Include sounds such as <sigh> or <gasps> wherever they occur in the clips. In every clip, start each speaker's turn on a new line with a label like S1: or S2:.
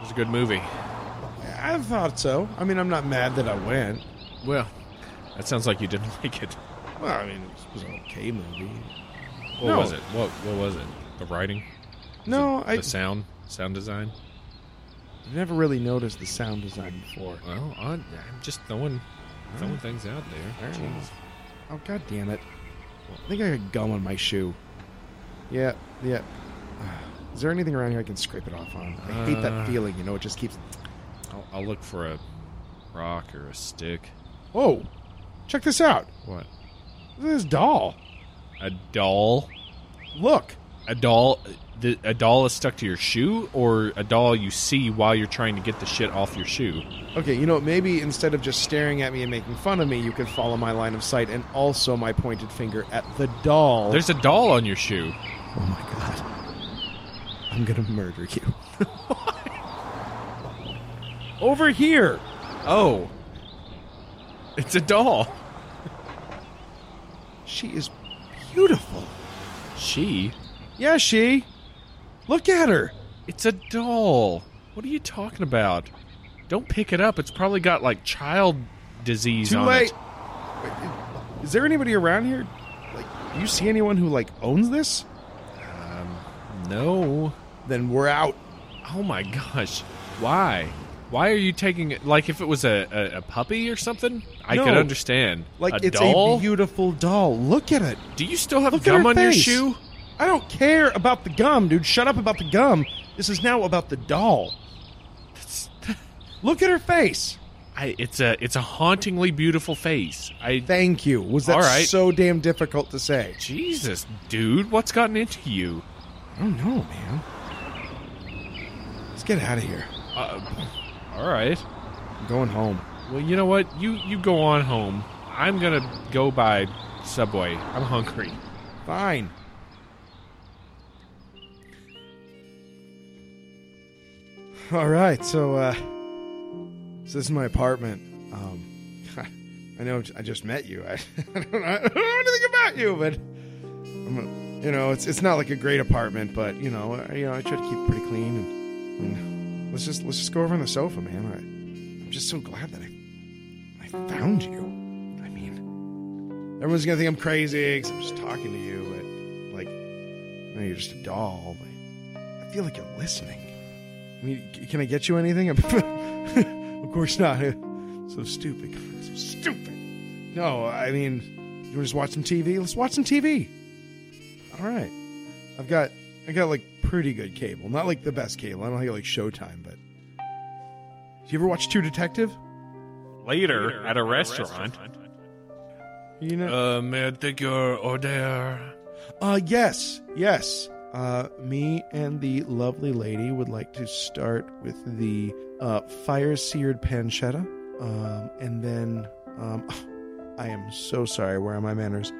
S1: was a good movie.
S2: I thought so. I mean, I'm not mad that I went.
S1: Well, that sounds like you didn't <laughs> like it.
S2: Well, I mean, it was an okay movie.
S1: What
S2: No.
S1: was it? What What was it? The writing?
S2: No, I
S1: the sound? Sound design?
S2: never really noticed the sound design before.
S1: Well, I, I'm just throwing throwing things out there.
S2: Fair
S1: Jeez.
S2: enough. Oh god damn it! I think I got gum on my shoe. Yeah, yeah. <sighs> Is there anything around here I can scrape it off on? I hate
S1: Uh.
S2: that feeling. You know, it just keeps.
S1: I'll, I'll look for a rock or a stick.
S2: Oh, check this out.
S1: What?
S2: Look at this doll.
S1: A doll?
S2: Look.
S1: A doll? The, a doll is stuck to your shoe, or a doll you see while you're trying to get the shit off your shoe?
S2: Okay, you know, maybe instead of just staring at me and making fun of me, you could follow my line of sight and also my pointed finger at the doll.
S1: There's a doll on your shoe.
S2: oh my god. I'm gonna murder you. <laughs> Over here.
S1: Oh, it's a doll.
S2: She is beautiful.
S1: She?
S2: Yeah, she. Look at her.
S1: It's a doll. What are you talking about? Don't pick it up. It's probably got like child disease
S2: Too
S1: on
S2: late.
S1: it.
S2: Wait, Is there anybody around here? Like, you see anyone who like owns this?
S1: No.
S2: Then we're out.
S1: Oh my gosh. Why? Why are you taking it? Like if it was a, a, a puppy or something, I
S2: No.
S1: could understand.
S2: Like
S1: a
S2: it's
S1: doll.
S2: a beautiful doll. Look at it.
S1: Do you still have
S2: Look at
S1: gum
S2: her
S1: on your
S2: face.
S1: shoe?
S2: I don't care about the gum, dude. Shut up about the gum. This is now about the doll.
S1: That's-
S2: Look at her face.
S1: I, it's a it's a hauntingly beautiful face. I
S2: Thank you. Was that
S1: All right.
S2: so damn difficult to say?
S1: Jesus, dude, what's gotten into you?
S2: I don't know, man. Let's get out of here.
S1: Uh, all right.
S2: I'm going home.
S1: Well, you know what? You you go on home. I'm gonna go by subway. I'm hungry.
S2: Fine. All right, so uh, so this is my apartment. Um, <laughs> I know I just met you. <laughs> I, I, don't know, I don't know anything about you, but I'm a, you know it's it's not like a great apartment, but you know I, you know I try to keep it pretty clean. And, and let's just let's just go over on the sofa, man. I, I'm just so glad that I I found you. I mean, everyone's gonna think I'm crazy because I'm just talking to you, but like, I know you're just a doll. But I feel like you're listening. I mean, c- can I get you anything? <laughs> of course not. <laughs> So stupid. God, So stupid. No, I mean, you want to just watch some TV? Let's watch some TV. All right. I've got I got like pretty good cable. Not like the best cable. I don't have like Showtime, but. Do you ever watch Two Detective?
S1: Later, at a restaurant.
S2: You know.
S1: Uh, may I take your order?
S2: Uh, yes, yes. Uh, me and the lovely lady would like to start with the uh, fire seared pancetta. Um, and then, um, <laughs> I am so sorry, where are my manners?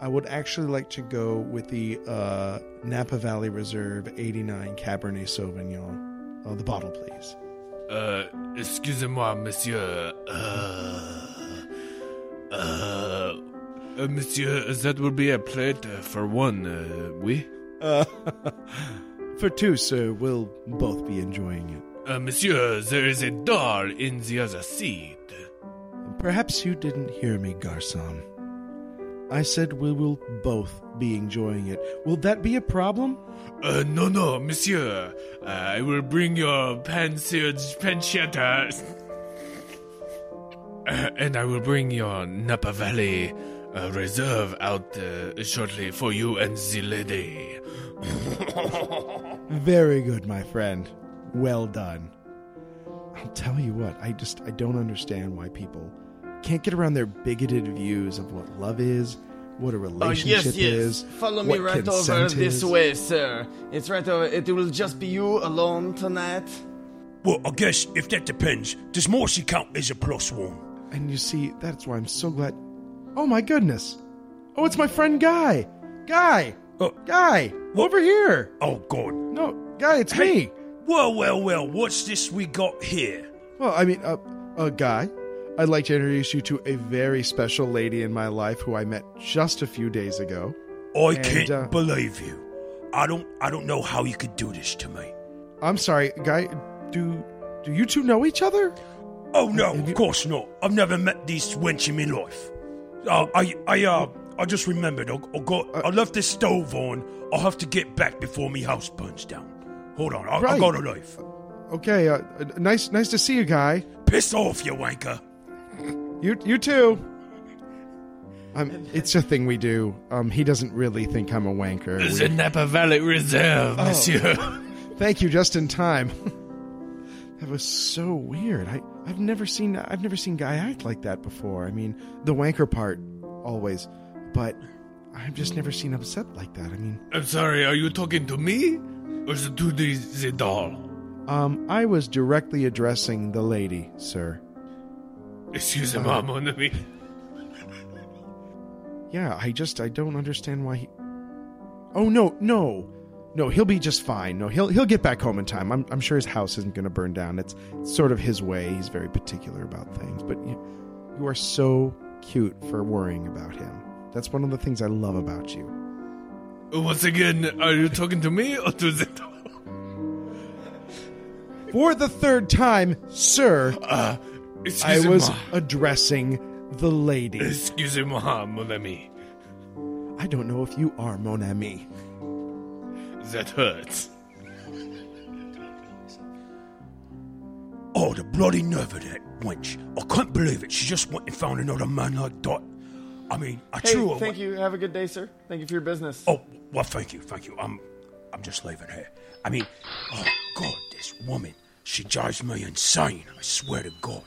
S2: I would actually like to go with the uh, Napa Valley Reserve 89 Cabernet Sauvignon. Uh, the bottle, please.
S1: Uh, excusez-moi, monsieur. Uh, uh, uh, monsieur, that will be a plate uh, for one, uh, oui?
S2: Uh, <laughs> for two, sir, we'll both be enjoying it.
S1: Uh, monsieur, there is a doll in the other seat.
S2: Perhaps you didn't hear me, Garcon. I said we will both be enjoying it. Will that be a problem?
S1: Uh, no, no, monsieur. Uh, I will bring your pan-seared pancetta. <laughs> Uh, and I will bring your Napa Valley uh, Reserve out uh, shortly for you and the lady.
S2: Very good, my friend. Well done. I'll tell you what, I just I don't understand why people can't get around their bigoted views of what love is, what a
S3: Oh,
S2: relationship
S3: yes, yes.
S2: is.
S3: Follow me
S2: what
S3: right over
S2: consent
S3: this
S2: is.
S3: way, sir. It's right over. It will just be you alone tonight.
S4: Well, I guess if that depends, does Morrissey count as a plus one?
S2: And you see, that's why I'm so glad. Oh my goodness. Oh, it's my friend Guy. Guy.
S4: Oh.
S2: Guy. Over here.
S4: Oh God!
S2: No, Guy, it's me.
S4: Well, well, well. What's this we got here?
S2: Well, I mean, uh, uh, guy, I'd like to introduce you to a very special lady in my life who I met just a few days ago.
S4: I
S2: And,
S4: can't
S2: uh,
S4: believe you. I don't. I don't know how you could do this to me.
S2: I'm sorry, guy. do do you two know each other?
S5: Oh no, of course not. I've never met this wench in my life. Uh, I, I, uh, I just remembered. I, I
S2: Uh,
S5: got, I left the stove on. I'll have to get back before me house burns down. Hold on, I, I
S2: Right.
S5: got a knife.
S2: Okay, uh, uh, nice nice to see you, guy.
S5: Piss off, you wanker.
S2: You you too. Um, it's a thing we do. Um, he doesn't really think I'm a wanker. We-
S1: The Napa Valley Reserve,
S2: Oh.
S1: monsieur. <laughs>
S2: Thank you, just in time. <laughs> that was so weird. I, I've never seen I've never seen guy act like that before. I mean, the wanker part always, but I've just never seen upset like that. I mean,
S1: I'm sorry, are you talking to me? Or is it to the, the doll?
S2: um, I was directly addressing the lady, sir.
S1: Excuse me,
S2: Oh.
S1: mom, mon ami.
S2: Yeah, I just I don't understand why he. Oh no, no, no! He'll be just fine. No, he'll he'll get back home in time. I'm I'm sure his house isn't going to burn down. It's, it's sort of his way. He's very particular about things. But you, you are so cute for worrying about him. That's one of the things I love about you.
S1: Once again, are you talking to me or to the doll?
S2: For the third time, sir, Uh, I
S1: Excuse
S2: was
S1: me.
S2: addressing the lady.
S1: Excuse me, mon ami.
S2: I don't know if you are mon ami.
S1: That hurts.
S5: Oh, the bloody nerve of that wench. I couldn't believe it. She just went and found another man like that. I mean, I
S3: Hey,
S5: threw her.
S3: thank you. Have a good day, sir. Thank you for your business.
S5: Oh, well, thank you, thank you. I'm, I'm just leaving here. I mean, oh God, this woman, she drives me insane. I swear to God.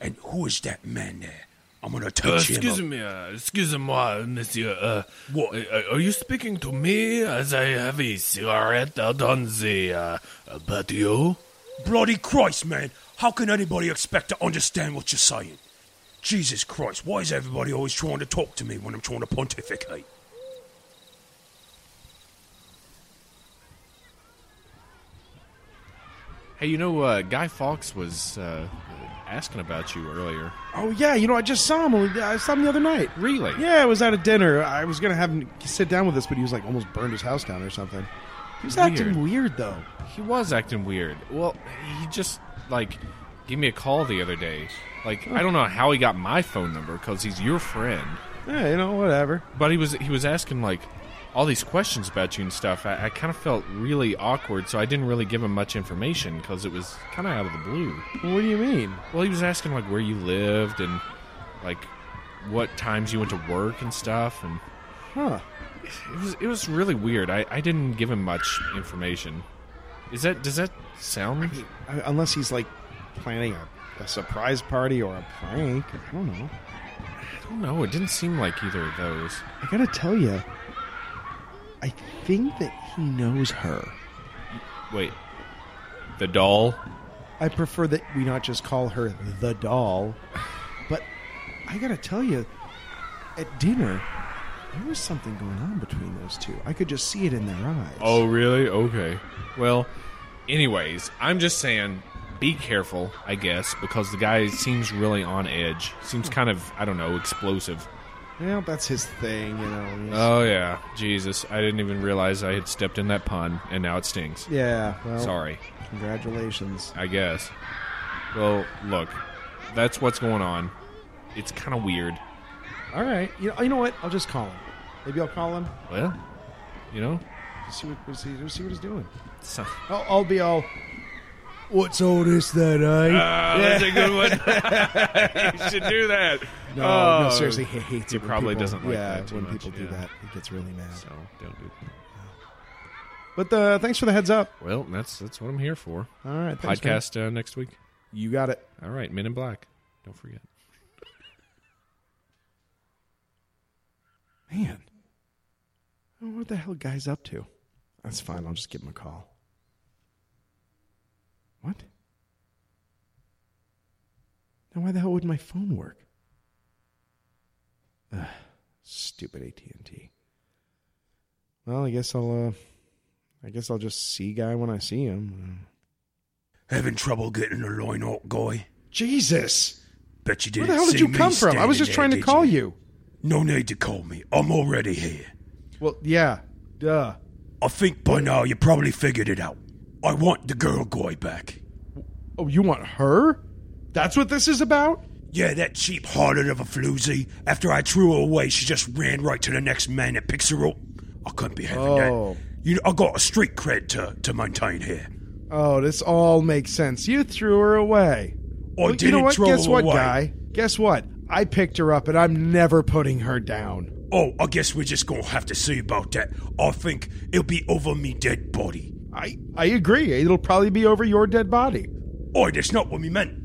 S5: And who is that man there? I'm gonna
S1: Uh,
S5: touch him.
S1: excuse
S5: up.
S1: me, uh, excuse me, monsieur. Uh,
S5: What?
S1: uh, Are you speaking to me as I have a cigarette out on the uh, uh, patio?
S5: Bloody Christ, man! How can anybody expect to understand what you're saying? Jesus Christ! Why is everybody always trying to talk to me when I'm trying to pontificate?
S6: Hey, you know, uh, Guy Fawkes was uh, asking about you earlier.
S2: Oh yeah, you know I just saw him. I saw him the other night.
S6: Really?
S2: Yeah, I was out at dinner. I was gonna have him sit down with us, but he was like almost burned his house down or something. He was acting weird though.
S6: He was acting weird. Well, he just like gave me a call the other day. Like I don't know how he got my phone number because he's your friend,
S2: Yeah, you know, whatever.
S6: but he was he was asking like all these questions about you and stuff. I, I kind of felt really awkward, so I didn't really give him much information because it was kind of out of the blue.
S2: What do you mean?
S6: Well, he was asking like where you lived and like what times you went to work and stuff, and
S2: Huh?
S6: it was it was really weird. I, I didn't give him much information. Is that does that sound?
S2: I, unless he's like planning a, a surprise party or a prank. I don't know.
S6: I don't know. oh, It didn't seem like either of those.
S2: I gotta tell you, I think that he knows her.
S6: Wait, the doll?
S2: I prefer that we not just call her the doll, but I gotta tell you, at dinner, there was something going on between those two. I could just see it in their eyes.
S6: Oh, really? Okay. Well, anyways, I'm just saying, be careful, I guess, because the guy seems really on edge. Seems kind of I don't know, explosive.
S2: Well, that's his thing, you know. he's-
S6: Oh yeah, Jesus! I didn't even realize I had stepped in that pun, and now it stings.
S2: yeah. Well,
S6: Sorry.
S2: Congratulations.
S6: I guess. Well, look, that's what's going on. It's kind of weird.
S2: All right. You know, you know what? I'll just call him. Maybe I'll call him.
S6: Well, you know,
S2: Just see what, see, see what he's doing.
S6: so-
S2: I'll, I'll be all. What's all this eh?" that I?
S1: That's a
S2: <laughs>
S1: good one. you should do that.
S2: no, no, seriously, he hates
S6: he
S2: it. when
S6: probably
S2: people-
S6: doesn't like
S2: yeah,
S6: that too
S2: when
S6: much,
S2: people do
S6: yeah.
S2: that, he gets really mad.
S6: so don't do.
S2: But uh, thanks for the heads up.
S6: Well, that's that's what I'm here for.
S2: All right, thanks, man.
S6: Podcast uh, next week.
S2: You got it.
S6: All right, Men in Black. Don't forget.
S2: Man. I wonder what the hell guy's up to. That's fine. I'll just give him a call. What? Now, why the hell would my phone work? Ugh, stupid AT&T. Well, I guess I'll, uh, I guess I'll just see guy when I see him.
S5: Having trouble getting a line out, guy?
S2: Jesus!
S5: Bet you
S2: Where
S5: didn't.
S2: the hell did
S5: see
S2: you
S5: me
S2: come from? I was
S5: standing
S2: just
S5: there,
S2: trying to
S5: did
S2: call
S5: you?
S2: you.
S5: No need to call me. I'm already here.
S2: Well, yeah. Duh.
S5: I think by now you probably figured it out. I want the girl guy back.
S2: Oh, you want her? That's what this is about?
S5: Yeah, that cheap hearted of a floozy. After I threw her away, she just ran right to the next man that picks her up. I couldn't be having
S2: Oh.
S5: that. You, I got a street cred to, to maintain here.
S2: Oh, this all makes sense. You threw her away.
S5: I
S2: Well,
S5: didn't
S2: you know what?
S5: throw
S2: Guess
S5: her
S2: what,
S5: away.
S2: guy? Guess what? I picked her up and I'm never putting her down.
S5: Oh, I guess we're just gonna have to see about that. I think it'll be over me dead body.
S2: I I agree. It'll probably be over your dead body.
S5: Oh, that's not what we meant.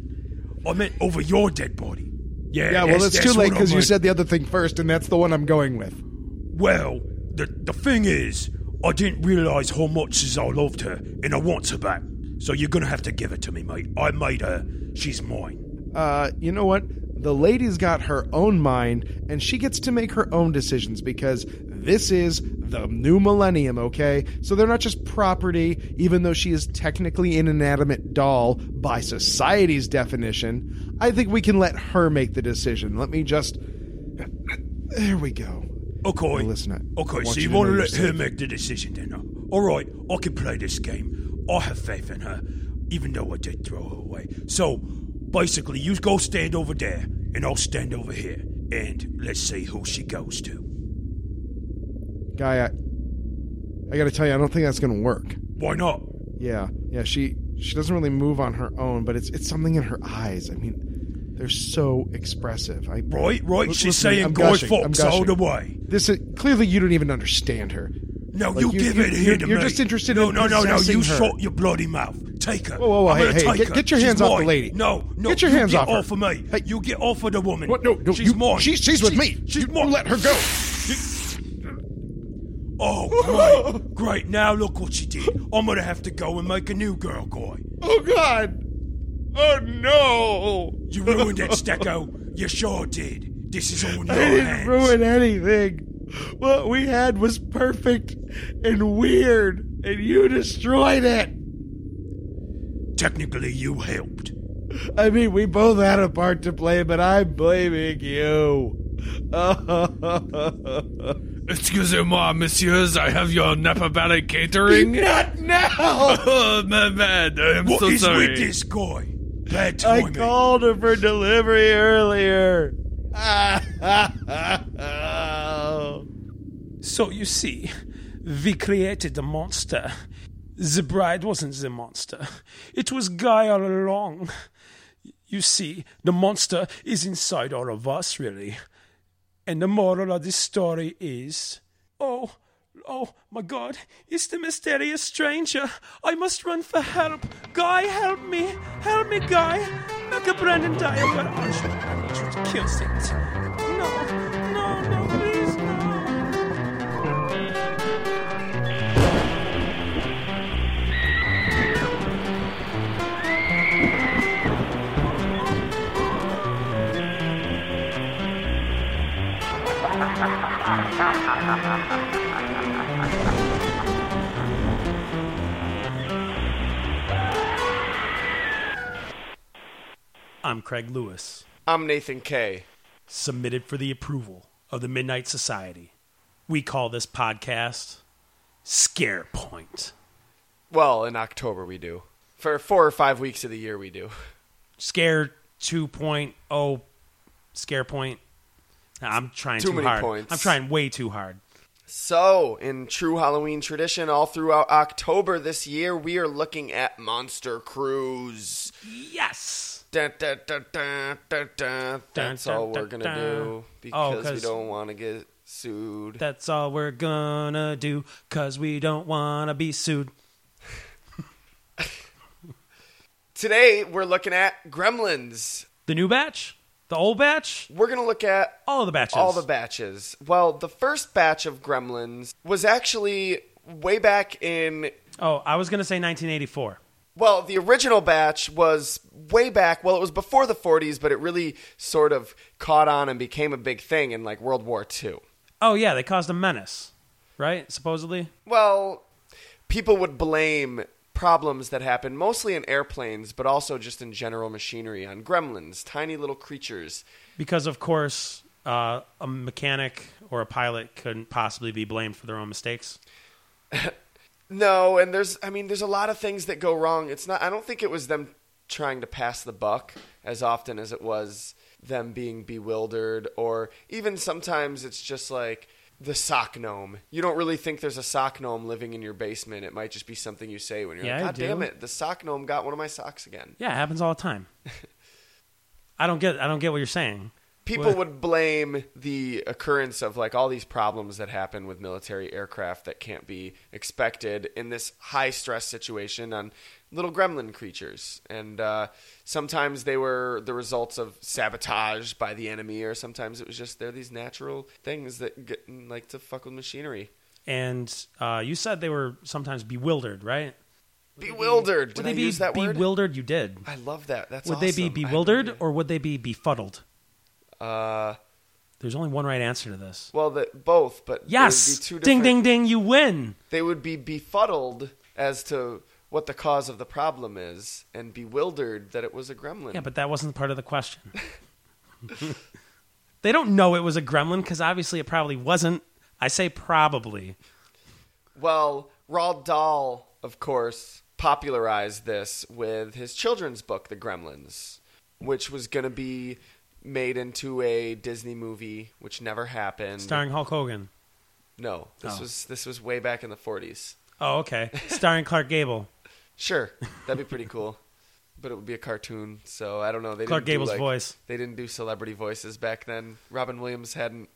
S5: I meant over your dead body. Yeah,
S2: Yeah, well,
S5: that's-
S2: it's too
S5: that's
S2: late
S5: what I
S2: because you
S5: meant.
S2: said the other thing first, and that's the one I'm going with.
S5: Well, the the thing is, I didn't realize how much as I loved her, and I want her back. So you're gonna have to give it to me, mate. I made her. She's mine.
S2: Uh, you know what? The lady's got her own mind, and she gets to make her own decisions because this is the new millennium, okay? So they're not just property, even though she is technically an inanimate doll by society's definition. I think we can let her make the decision. Let me just. There we go.
S5: Okay.
S2: listen, I
S5: okay,
S2: want
S5: so
S2: you
S5: you
S2: to know
S5: want to
S2: you're
S5: let her
S2: safe.
S5: make the decision then? huh? All right, I can play this game. I have faith in her, even though I did throw her away. So, basically, you go stand over there, and I'll stand over here, and let's see who she goes to.
S2: Guy, I, I gotta tell you, I don't think that's gonna work.
S5: Why not?
S2: Yeah, yeah. She she doesn't really move on her own, but it's it's something in her eyes. I mean, they're so expressive. I
S5: Right, right.
S2: L-
S5: She's
S2: listen,
S5: saying,
S2: I'm
S5: "Guy
S2: gushing, I'm
S5: Fawkes, all the
S2: gushing.
S5: way."
S2: This is clearly you don't even understand her.
S5: No,
S2: Like,
S5: you,
S2: you-
S5: give
S2: you-
S5: it
S2: you're-
S5: here to
S2: you're
S5: me.
S2: just interested
S5: no,
S2: in
S5: No, no, no,
S2: possessing
S5: You
S2: her.
S5: shut your bloody mouth. Take her.
S2: Whoa, whoa, whoa,
S5: I'm
S2: hey,
S5: gonna
S2: hey,
S5: take
S2: get-
S5: her.
S2: get your
S5: She's
S2: hands off the
S5: mine.
S2: lady.
S5: No, no.
S2: Get your
S5: you
S2: hands
S5: get
S2: off her.
S5: of me.
S2: Hey.
S5: You get off of the woman.
S2: What? No, no.
S5: She's
S2: you,
S5: mine.
S2: She, she's with
S5: She-
S2: me.
S5: She's
S2: you,
S5: mine.
S2: you let her go. <laughs>
S5: Oh, great. great. Now look what she did. I'm gonna have to go and make a new girl, guy.
S1: Oh God! Oh no!
S5: You ruined
S2: <laughs>
S5: it, Stecco. You sure did. This is on your
S1: I didn't
S5: hands.
S1: ruin anything. What we had was perfect and weird, and you destroyed it.
S5: Technically, you helped.
S1: I mean, we both had a part to play, but I'm blaming you. <laughs> Excusez-moi, uh, messieurs, I have your Napa Valley catering. Not now! Oh, my bad. I'm
S5: What is
S1: so sorry.
S5: with this guy? Bad
S1: I
S5: timing.
S1: called her for delivery earlier. <laughs>
S7: So you see, we created the monster. The bride wasn't the monster. It was Guy all along. You see, the monster is inside all of us, really. And the moral of this story is Oh, oh my god, it's the mysterious stranger. I must run for help. Guy, help me. Help me, Guy. Make a Brandon die. Oh god, I should, I should kill it. No, no, no, please, no. I'm Craig Lewis,
S3: I'm Nathan K.
S7: submitted for the approval of the Midnight Society. We call this podcast Scare Point.
S3: Well, in October we do. For four or five weeks of the year we do.
S7: Scare 2.0 Scare Point. Nah, I'm trying
S3: Too
S7: too,
S3: many
S7: hard.
S3: points.
S7: I'm trying way too hard.
S3: So, in true Halloween tradition, all throughout October this year, we are looking at Monster Cruise.
S7: Yes.
S3: Dun, dun, dun, dun, dun, dun. That's
S7: dun,
S3: all we're
S7: dun,
S3: going
S7: dun.
S3: to do
S7: Oh,
S3: because we
S7: 'cause-
S3: don't want to get sued.
S7: That's all we're gonna do cuz we don't wanna be sued.
S3: Today, we're looking at Gremlins.
S7: The new batch? The old batch?
S3: We're going to look at
S7: All the batches.
S3: All the batches. Well, the first batch of Gremlins was actually way back in.
S7: Oh, I was going to say 1984.
S3: Well, the original batch was way back. Well, it was before the 40s, but it really sort of caught on and became a big thing in like World War II.
S7: Oh yeah, they caused a menace, right? Supposedly.
S3: Well, people would blame problems that happen mostly in airplanes, but also just in general machinery on gremlins, tiny little creatures.
S7: because of course uh, a mechanic or a pilot couldn't possibly be blamed for their own mistakes
S3: No, and there's I mean there's a lot of things that go wrong. It's not I don't think it was them trying to pass the buck as often as it was them being bewildered or even sometimes it's just like the sock gnome. You don't really think there's a sock gnome living in your basement. It might just be something you say when you're
S5: Yeah, I
S3: like, God
S5: do.
S3: damn it, the sock gnome got one of my socks again.
S5: Yeah, it happens all
S3: <laughs>
S5: the time. I don't get I don't get what you're saying.
S3: people would blame the occurrence of like all these problems that happen with military aircraft that can't be expected in this high stress situation on little gremlin creatures and uh, sometimes they were the results of sabotage by the enemy or sometimes it was just they're these natural things that get, like to fuck with machinery
S5: And uh, you said they were sometimes bewildered, right?
S3: bewildered did
S5: would they
S3: i
S5: be
S3: use that word
S5: bewildered? You did.
S3: i love that that's
S5: would they be
S3: awesome. I have no
S5: bewildered
S3: idea.
S5: or would they be befuddled?
S3: uh,
S5: There's only one right answer to this.
S3: well the, both but there would
S5: Yes.
S3: be two
S5: Ding
S3: different-
S5: ding ding. You win.
S3: they would be befuddled as to what the cause of the problem is and bewildered that it was a gremlin.
S5: Yeah, but that wasn't part of the question. <laughs> they don't know it was a gremlin because obviously it probably wasn't. I say probably.
S3: well, Roald Dahl, of course, popularized this with his children's book, The Gremlins, which was going to be made into a Disney movie, which never happened.
S5: Starring Hulk Hogan.
S3: no, this
S5: Oh.
S3: was this was way back in the 40s.
S5: Oh, okay. Starring Clark Gable.
S3: Sure, that'd be pretty cool. But it would be a cartoon, so I don't know. They
S5: Clark
S3: didn't do,
S5: Gable's
S3: like-
S5: voice.
S3: They didn't do celebrity voices back then. Robin Williams hadn't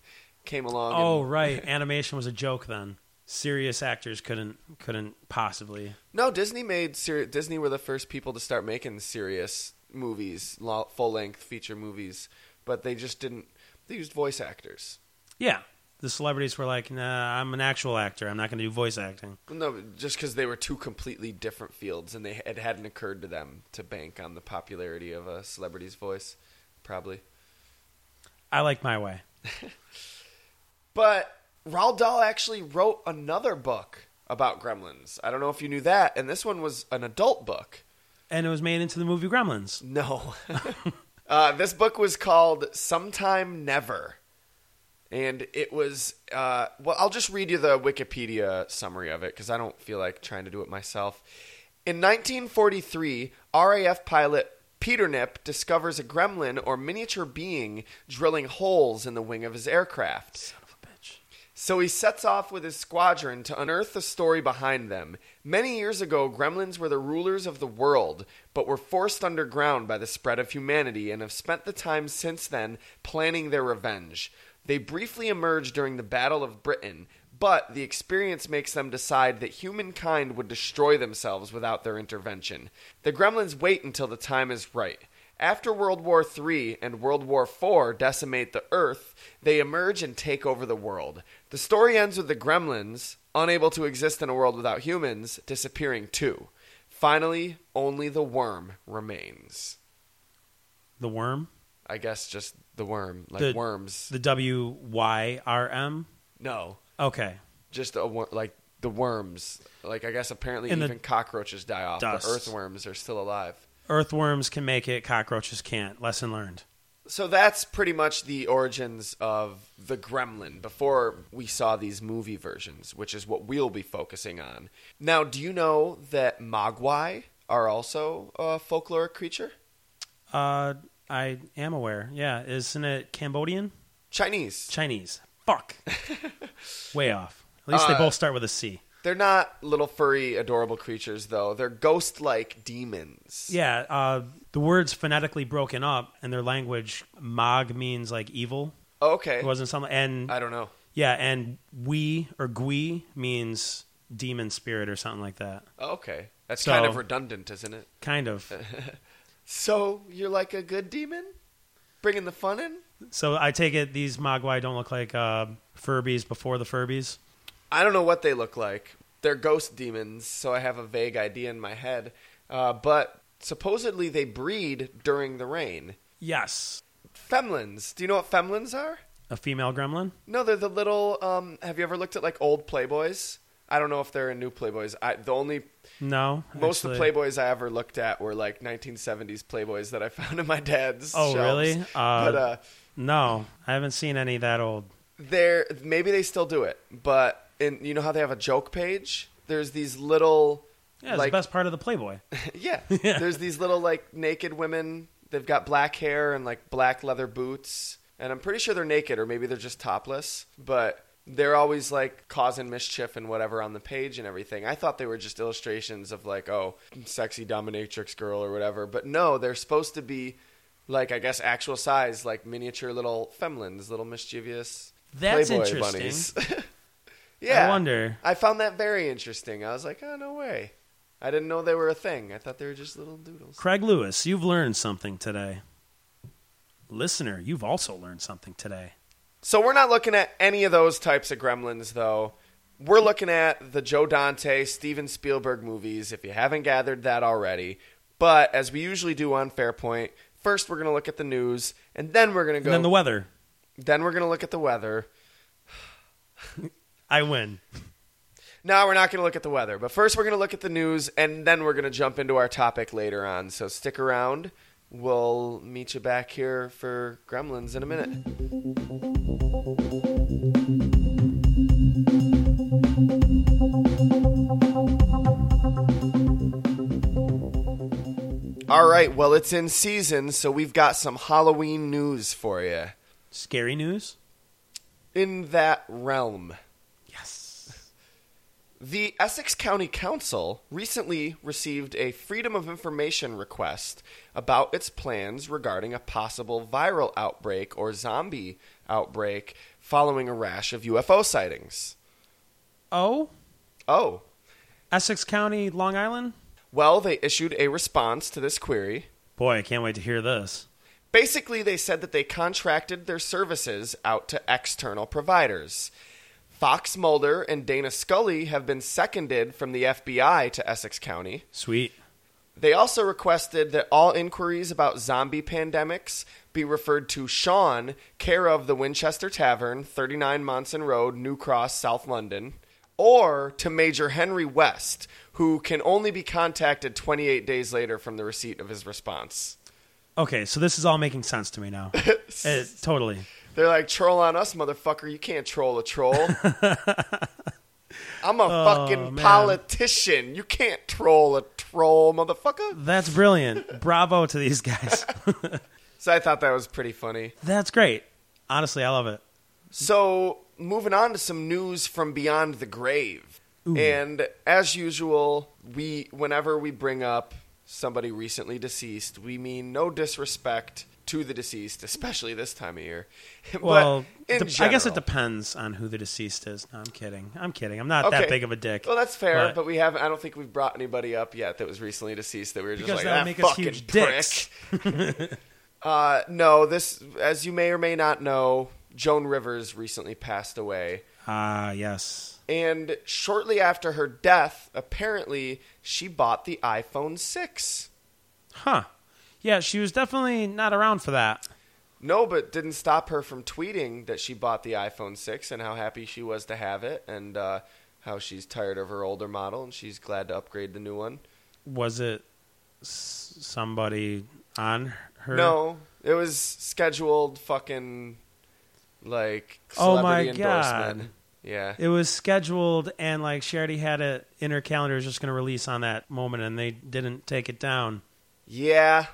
S3: came along. and-
S5: Oh, right. Animation was a joke then. Serious actors couldn't couldn't possibly.
S3: no, Disney made seri- Disney were the first people to start making serious movies, full length feature movies, but they just didn't. They used voice actors.
S5: Yeah. The celebrities were like, "Nah, I'm an actual actor. I'm not going to do voice acting."
S3: No, just because they were two completely different fields, and they it hadn't occurred to them to bank on the popularity of a celebrity's voice, probably.
S5: I like my way.
S3: But Roald Dahl actually wrote another book about gremlins. I don't know if you knew that, and this one was an adult book.
S5: And it was made into the movie Gremlins.
S3: No. <laughs> uh, this book was called Sometime Never. And it was, uh, well, I'll just read you the Wikipedia summary of it because I don't feel like trying to do it myself. In 1943, RAF pilot Peter Nip discovers a gremlin or miniature being drilling holes in the wing of his aircraft. So he sets off with his squadron to unearth the story behind them. Many years ago, gremlins were the rulers of the world, but were forced underground by the spread of humanity and have spent the time since then planning their revenge. They briefly emerged during the Battle of Britain, but the experience makes them decide that humankind would destroy themselves without their intervention. The gremlins wait until the time is right. After World War III and World War IV decimate the Earth, they emerge and take over the world. The story ends with the gremlins, unable to exist in a world without humans, disappearing too. Finally, only the worm remains.
S5: The worm,
S3: I guess just the worm, like
S5: The-
S3: worms.
S5: the W Y R M.
S3: no,
S5: Okay.
S3: just a wor- like the worms. Like I guess apparently
S5: In the
S3: even cockroaches die off.
S5: dust.
S3: The earthworms are still alive.
S5: Earthworms can make it, cockroaches can't. Lesson learned.
S3: So that's pretty much the origins of the gremlin before we saw these movie versions, which is what we'll be focusing on. Now, do you know that Mogwai are also a folkloric creature?
S5: Uh, I am aware. Yeah, isn't it Cambodian?
S3: Chinese.
S5: Chinese.
S3: <laughs>
S5: Fuck. Way off. At
S3: Uh,
S5: least they both start with a C.
S3: They're not little furry, adorable creatures, though. They're ghost like demons.
S5: Yeah, uh, the word's phonetically broken up, and their language, mag means like evil.
S3: Okay.
S5: It wasn't something. And
S3: I don't know.
S5: yeah, and we or gui means demon spirit or something like that.
S3: Okay. That's
S5: So-
S3: kind of redundant, isn't it?
S5: Kind of.
S3: <laughs> So you're like a good demon? Bringing the fun in?
S5: so I take it these magui don't look like uh, Furbies before the Furbies.
S3: I don't know what they look like. They're ghost demons, so I have a vague idea in my head. Uh, but supposedly they breed during the rain.
S5: Yes.
S3: Femlins. Do you know what femlins are?
S5: A female gremlin?
S3: No, they're the little. Um, have you ever looked at like old Playboys? I don't know if they're in new Playboys. I, the only
S5: No.
S3: most
S5: actually.
S3: of the Playboys I ever looked at were like 1970s Playboys that I <laughs> found in my dad's.
S5: Oh,
S3: shelves.
S5: really? Uh,
S3: but uh,
S5: No, I haven't seen any that old.
S3: they're maybe they still do it, but in you know how they have a joke page. There's these little
S5: Yeah, it's
S3: like
S5: the best part of the Playboy. <laughs>
S3: yeah. There's these little like naked women. They've got black hair and like black leather boots. And I'm pretty sure they're naked or maybe they're just topless, but they're always like causing mischief and whatever on the page and everything. I thought they were just illustrations of like, oh, sexy dominatrix girl or whatever. But no, they're supposed to be like I guess actual size, like miniature little femlins, little mischievous
S5: That's
S3: Playboy
S5: interesting.
S3: bunnies. <laughs> <laughs> yeah.
S5: I wonder.
S3: I found that very interesting. I was like, oh no way. I didn't know they were a thing. I thought they were just little doodles.
S5: Craig Lewis, you've learned something today. Listener, you've also learned something today.
S3: So we're not looking at any of those types of gremlins, though. We're looking at the Joe Dante, Steven Spielberg movies, if you haven't gathered that already. But as we usually do on Fairpoint, first we're going to look at the news, and then we're going to
S5: And
S3: go.
S5: then the weather.
S3: then we're going to look at the weather.
S5: I win.
S3: No, we're not going to look at the weather. But first, we're going to look at the news, and then we're going to jump into our topic later on. So stick around. We'll meet you back here for Gremlins in a minute. All right, well, it's in season, so we've got some Halloween news for you
S5: Scary news?
S3: in that realm.
S5: Yes.
S3: The Essex County Council recently received a Freedom of Information request about its plans regarding a possible viral outbreak or zombie outbreak following a rash of UFO sightings.
S5: Oh?
S3: Oh,
S5: Essex County, Long Island?
S3: well, they issued a response to this query.
S5: Boy, I can't wait to hear this.
S3: Basically, they said that they contracted their services out to external providers. Fox Mulder and Dana Scully have been seconded from the FBI to Essex County.
S5: Sweet.
S3: They also requested that all inquiries about zombie pandemics be referred to Sean, care of the Winchester Tavern, 39 Monson Road, New Cross, South London, or to Major Henry West, who can only be contacted 28 days later from the receipt of his response.
S5: Okay, so this is all making sense to
S3: <laughs>
S5: me now. Eh, totally.
S3: They're like, troll on us, motherfucker. You can't troll a troll. I'm a fucking
S5: man.
S3: politician. You can't troll a troll, motherfucker.
S5: That's brilliant. Bravo to these guys. <laughs>
S3: So I thought that was pretty funny.
S5: That's great. Honestly, I love it.
S3: So, moving on to some news from beyond the grave. And as usual, we whenever we bring up somebody recently deceased, we mean no disrespect to the deceased, especially this time of year. <laughs> But
S5: Well,
S3: in
S5: dep- I guess it
S3: general-
S5: depends on who the deceased is. No, I'm kidding. I'm kidding. I'm not
S3: Okay.
S5: that big of a dick.
S3: Well, that's fair,
S5: But-
S3: but, we have I don't think we've brought anybody up yet that was recently deceased that we were just like
S5: Because that would
S3: "Ah,
S5: make us
S3: fucking
S5: huge
S3: prick."
S5: dicks.
S3: <laughs>
S5: <laughs>
S3: uh, no, this as you may or may not know, Joan Rivers recently passed away.
S5: Ah, yes.
S3: And shortly after her death, apparently she bought the iPhone 6.
S5: Huh. Yeah, she was definitely not around for that.
S3: No, but didn't stop her from tweeting that she bought the iPhone 6 and how happy she was to have it and uh, how she's tired of her older model and she's glad to upgrade the new one.
S5: Was it s- somebody on her?
S3: No, it was scheduled fucking like
S5: Oh
S3: celebrity
S5: my
S3: endorsement.
S5: God.
S3: Yeah.
S5: It was scheduled, and like she already had it in her calendar. It was just going to release on that moment, and they didn't take it down.
S3: Yeah.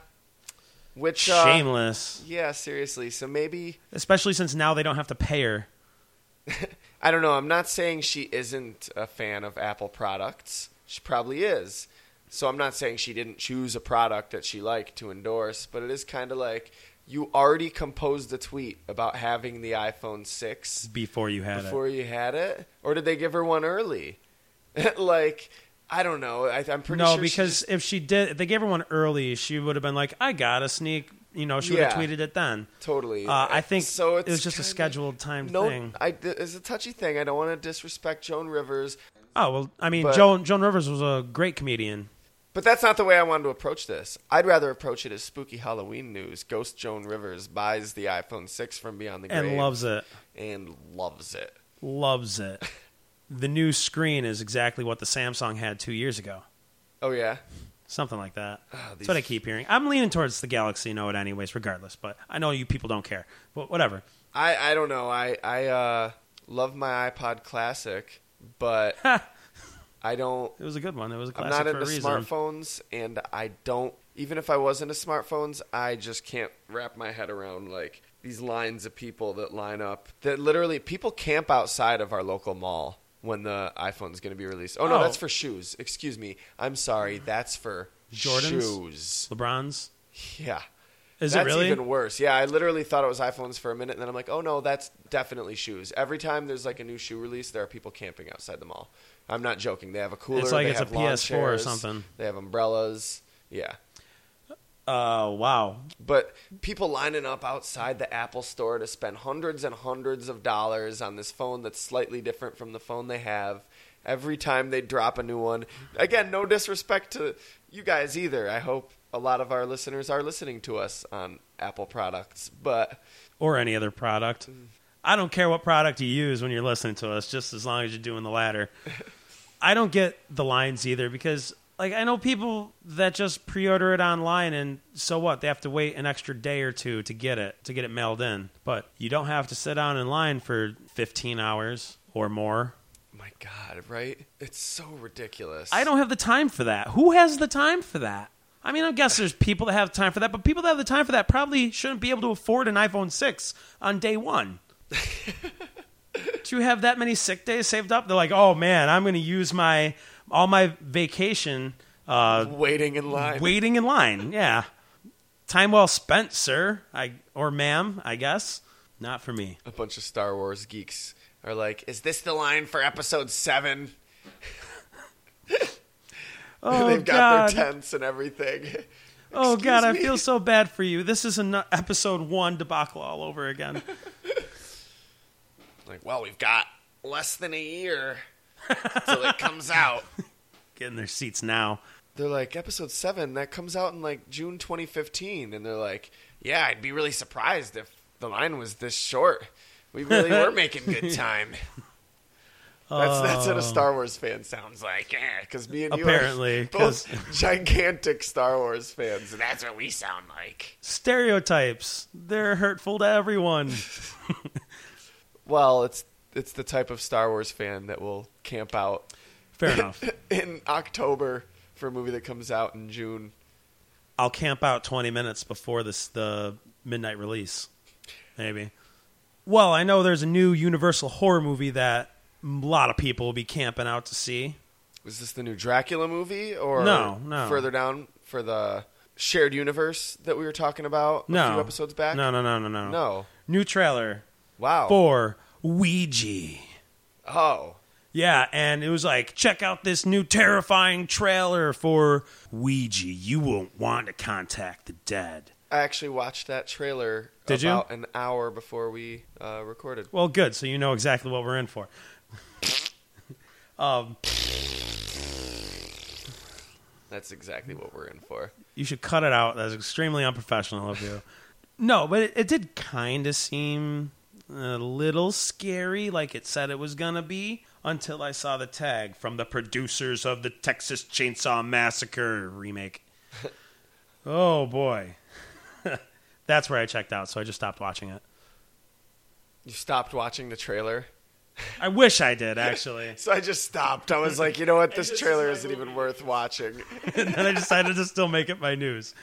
S3: Which uh,
S5: Shameless.
S3: Yeah, seriously. So maybe
S5: Especially since now they don't have to pay her.
S3: I don't know. I'm not saying she isn't a fan of Apple products. She probably is. So I'm not saying she didn't choose a product that she liked to endorse, but it is kind of like you already composed a tweet about having the iPhone 6
S5: before you had
S3: before you had it, or did they give her one early? <laughs> like, I don't know. I, I'm
S5: it.
S3: pretty sure
S5: No,
S3: she
S5: because if she did, if they gave her one early, she would have been like, "I got to sneak." You know, she
S3: Yeah.
S5: would have tweeted it then.
S3: just- totally.
S5: Uh, I think
S3: so.
S5: it
S3: It's
S5: was just a
S3: kinda-
S5: scheduled timed
S3: No,
S5: thing.
S3: I, it's a touchy thing. I don't want to disrespect Joan Rivers,
S5: Oh well, I mean,
S3: But-
S5: Joan Joan Rivers was a great comedian.
S3: But that's not the way I wanted to approach this. I'd rather approach it as spooky Halloween news. Ghost Joan Rivers buys the iPhone 6 from Beyond the Grave
S5: and loves it.
S3: and loves it.
S5: Loves it. the new screen is exactly what the Samsung had two years ago.
S3: Oh yeah,
S5: Something like that. That's
S3: Ah, these-
S5: what I keep hearing. I'm leaning towards the Galaxy Note, anyways, regardless. But I know you people don't care. But whatever.
S3: I I
S5: <laughs>
S3: don't know. I I uh, love my iPod Classic, but I don't.
S5: It was a good one. It was a
S3: I'm
S5: classic
S3: not into
S5: for a reason.
S3: smartphones, and I don't. Even if I was into smartphones, I just can't wrap my head around like these lines of people that line up. That literally people camp outside of our local mall when the iPhone's going to be released. Oh no,
S5: Oh.
S3: that's for shoes. Excuse me. I'm sorry. That's for
S5: Jordans?
S3: shoes.
S5: LeBron's.
S3: Yeah.
S5: Is
S3: that's
S5: it really?
S3: even worse. Yeah, I literally thought it was iPhones for a minute, and then I'm like, oh no, that's definitely shoes. Every time there's like a new shoe release, there are people camping outside the mall. I'm not joking. They have a cooler.
S5: like
S3: they
S5: it's a
S3: have lawn
S5: PS4 or
S3: chairs,
S5: something.
S3: They have umbrellas. Yeah,
S5: Oh wow.
S3: but people lining up outside the Apple store to spend hundreds and hundreds of dollars on this phone that's slightly different from the phone they have. Every time they drop a new one. Again, no disrespect to you guys either. I hope a lot of our listeners are listening to us on Apple products, but
S5: Or any other product. I don't care what product you use when you're listening to us, just as long as you're doing the latter. I don't get the lines either because like I know people that just pre-order it online and so what? They have to wait an extra day or two to get it, to get it mailed in. But you don't have to sit down in line for 15 hours or more.
S3: my god, right? It's so ridiculous.
S5: I don't have the time for that. Who has the time for that? I mean, I guess there's people that have time for that, but people that have the time for that probably shouldn't be able to afford an iPhone 6 on
S3: <laughs>
S5: day one. Do you have that many sick days saved up? They're like, oh man, I'm going to use my all my vacation uh,
S3: waiting in line.
S5: waiting in line. Yeah, time well spent, sir, I or ma'am, I guess. Not for me.
S3: A bunch of Star Wars geeks are like, "Is this the line for episode 7?" <laughs>
S5: Oh
S3: <laughs> They've
S5: God.
S3: got their tents and everything. <laughs>
S5: Oh
S3: Excuse
S5: God,
S3: me.
S5: I feel so bad for you. This is an episode one debacle all
S3: <laughs>
S5: over again.
S3: Like, well, we've got less than a year till it comes out.
S5: Get in their seats now.
S3: <laughs> They're like, episode seven, that comes out in like June 2015. And they're like, yeah, I'd be really surprised if the line was this short. We really <laughs> were making good time. That's, that's what a Star Wars fan sounds like. Because me and you
S5: Apparently,
S3: are <laughs> both gigantic Star Wars fans. And that's what we sound like.
S5: Stereotypes. They're hurtful to everyone.
S3: Well, it's, it's the type of Star Wars fan that will camp out
S5: Fair
S3: <laughs>
S5: enough.
S3: in October for a movie that comes out in June.
S5: I'll camp out 20 minutes before this the midnight release. Maybe. Well, I know there's a new Universal horror movie that a lot of people will be camping out to see.
S3: Was this the new Dracula movie or
S5: No, no.
S3: further down for the shared universe that we were talking about
S5: No.
S3: a few episodes back?
S5: No, no, no, no, no.
S3: No. Oh.
S5: New trailer
S3: Wow.
S5: for Ouija.
S3: Oh.
S5: Yeah, and it was like, check out this new terrifying trailer for Ouija. You won't want to contact the dead.
S3: I actually watched that trailer
S5: Did you?
S3: about an hour before we uh, recorded.
S5: Well, good. So you know exactly what we're in for. um,
S3: That's exactly what we're in for.
S5: you should cut it out. That's extremely unprofessional of you. <laughs> no, but it, it did kind of seem a little scary, like it said it was gonna be, until I saw the tag from the producers of the Texas Chainsaw Massacre remake. <laughs> oh boy, <laughs> that's where I checked out. So I just stopped watching it.
S3: You stopped watching the trailer?
S5: I wish I did <laughs> actually.
S3: So I just stopped. <laughs> I was like, you know what? This trailer isn't even worth watching.
S5: and then I decided to still make it my news.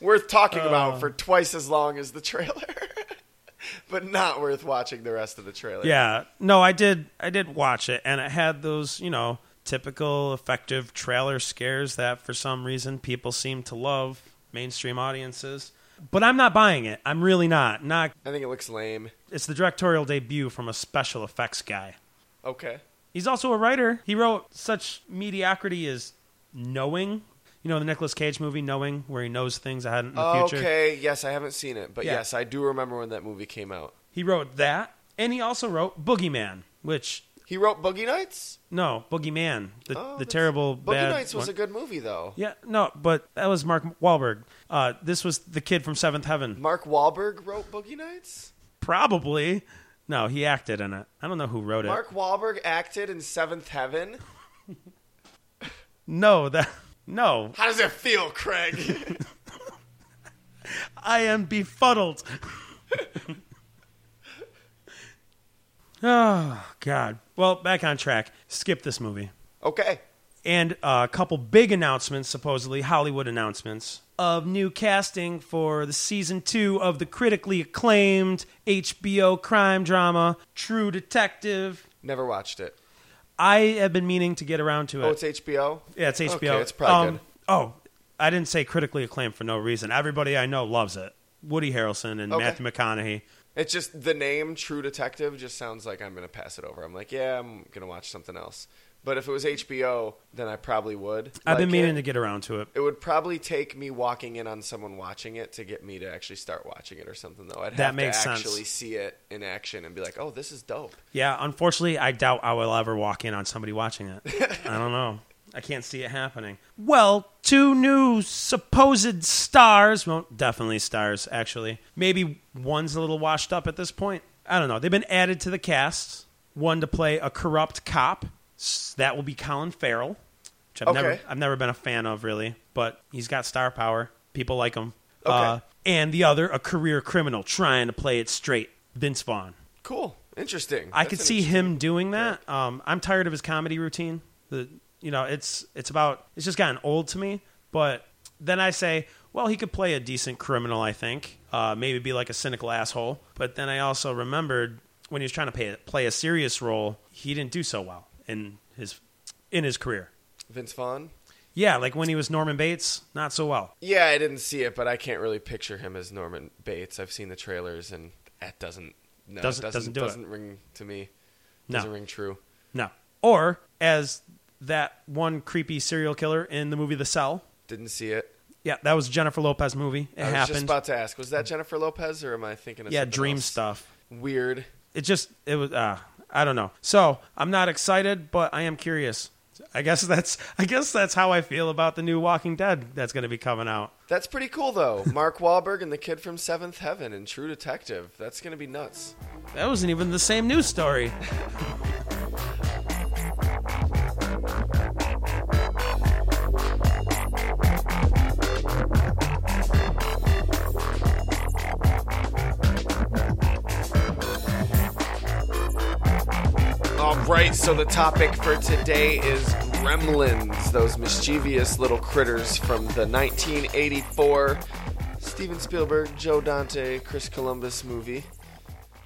S3: worth talking
S5: Uh.
S3: about for twice as long as the trailer, <laughs> but not worth watching the rest of the trailer.
S5: Yeah. No, I did I did watch it and it had those, you know, typical effective trailer scares that for some reason people seem to love mainstream audiences. But I'm not buying it. I'm really not. Not
S3: I think it looks lame.
S5: it's the directorial debut from a special effects guy.
S3: Okay.
S5: He's also a writer. He wrote such mediocrity as Knowing. You know the Nicolas Cage movie Knowing where he knows things ahead in the future.
S3: Okay. Yes, I haven't seen it, but
S5: Yeah.
S3: yes, I do remember when that movie came out.
S5: He wrote that and he also wrote Boogeyman, which
S3: He wrote Boogie Nights.
S5: no, Boogeyman, the,
S3: Oh,
S5: the
S3: that's-
S5: terrible
S3: Boogie
S5: bad
S3: Nights was
S5: one.
S3: a good movie, though.
S5: Yeah, no, but that was Mark Wahlberg. Uh, this was the kid from Seventh Heaven.
S3: Mark Wahlberg wrote Boogie Nights.
S5: Probably. No, he acted in it. I don't know who wrote it.
S3: Mark Wahlberg acted in Seventh Heaven.
S5: No, that no.
S3: How does it feel, Craig?
S5: <laughs> I am befuddled. <laughs> oh God. Well, back on track. Skip this movie.
S3: Okay.
S5: and uh, a couple big announcements, supposedly Hollywood announcements, of new casting for the season two of the critically acclaimed HBO crime drama True Detective.
S3: Never watched it.
S5: I have been meaning to get around to it.
S3: Oh, it's HBO?
S5: yeah, it's HBO.
S3: Okay, it's probably good.
S5: Oh, I didn't say critically acclaimed for no reason. Everybody I know loves it. Woody Harrelson and
S3: Okay.
S5: Matthew McConaughey.
S3: It's just the name True Detective just sounds like I'm going to pass it over. I'm like, yeah, I'm going to watch something else. But if it was HBO, then I probably would.
S5: I've been
S3: like
S5: meaning
S3: it.
S5: to get around to it.
S3: It would probably take me walking in on someone watching it to get me to actually start watching it or something, though. I'd have
S5: That makes
S3: to
S5: sense.
S3: actually see it in action and be like, oh, this is dope.
S5: Yeah, unfortunately, I doubt I will ever walk in on somebody
S3: <laughs>
S5: watching it. I don't know. I can't see it happening. Well, two new supposed stars, well, definitely stars, actually. Maybe one's a little washed up at this point. I don't know. They've been added to the cast. One to play a corrupt cop. S- That will be Colin Farrell, which I've
S3: Okay.
S5: never I've never been a fan of really, but he's got star power. People like him.
S3: Okay.
S5: Uh, and the other, a career criminal trying to play it straight, Vince Vaughn.
S3: Cool. Interesting.
S5: I
S3: That's
S5: could
S3: an
S5: see
S3: interesting-
S5: him doing that. Um, I'm tired of his comedy routine. The you know it's it's about it's just gotten old to me. But then I say, well, he could play a decent criminal. I think uh, maybe be like a cynical asshole. But then I also remembered when he was trying to pay, play a serious role, he didn't do so well in his in his career.
S3: Vince Vaughn?
S5: Yeah, like when he was Norman Bates, not so well.
S3: Yeah, I didn't see it, but I can't really picture him as Norman Bates. I've seen the trailers, and that doesn't no, it
S5: Doesn't-
S3: doesn't
S5: doesn't do it.
S3: ring to me.
S5: No.
S3: Doesn't ring true.
S5: No, or as that one creepy serial killer in the movie The Cell.
S3: Didn't see it.
S5: Yeah, that was Jennifer Lopez movie. It
S3: I was
S5: happened.
S3: just about to ask, was that Jennifer Lopez, or am I thinking of
S5: yeah,
S3: something
S5: dream
S3: else?
S5: stuff.
S3: Weird.
S5: It just it was uh I don't know. So I'm not excited, but I am curious. I guess <laughs> that's I guess that's how I feel about the new Walking Dead that's gonna be coming out.
S3: That's pretty cool though. <laughs> Mark Wahlberg and the kid from Seventh Heaven and True Detective. That's gonna be nuts.
S5: That wasn't even the same news story. <laughs>
S3: All right, so the topic for today is gremlins, those mischievous little critters from the 1984 Steven Spielberg, Joe Dante, Chris Columbus movie.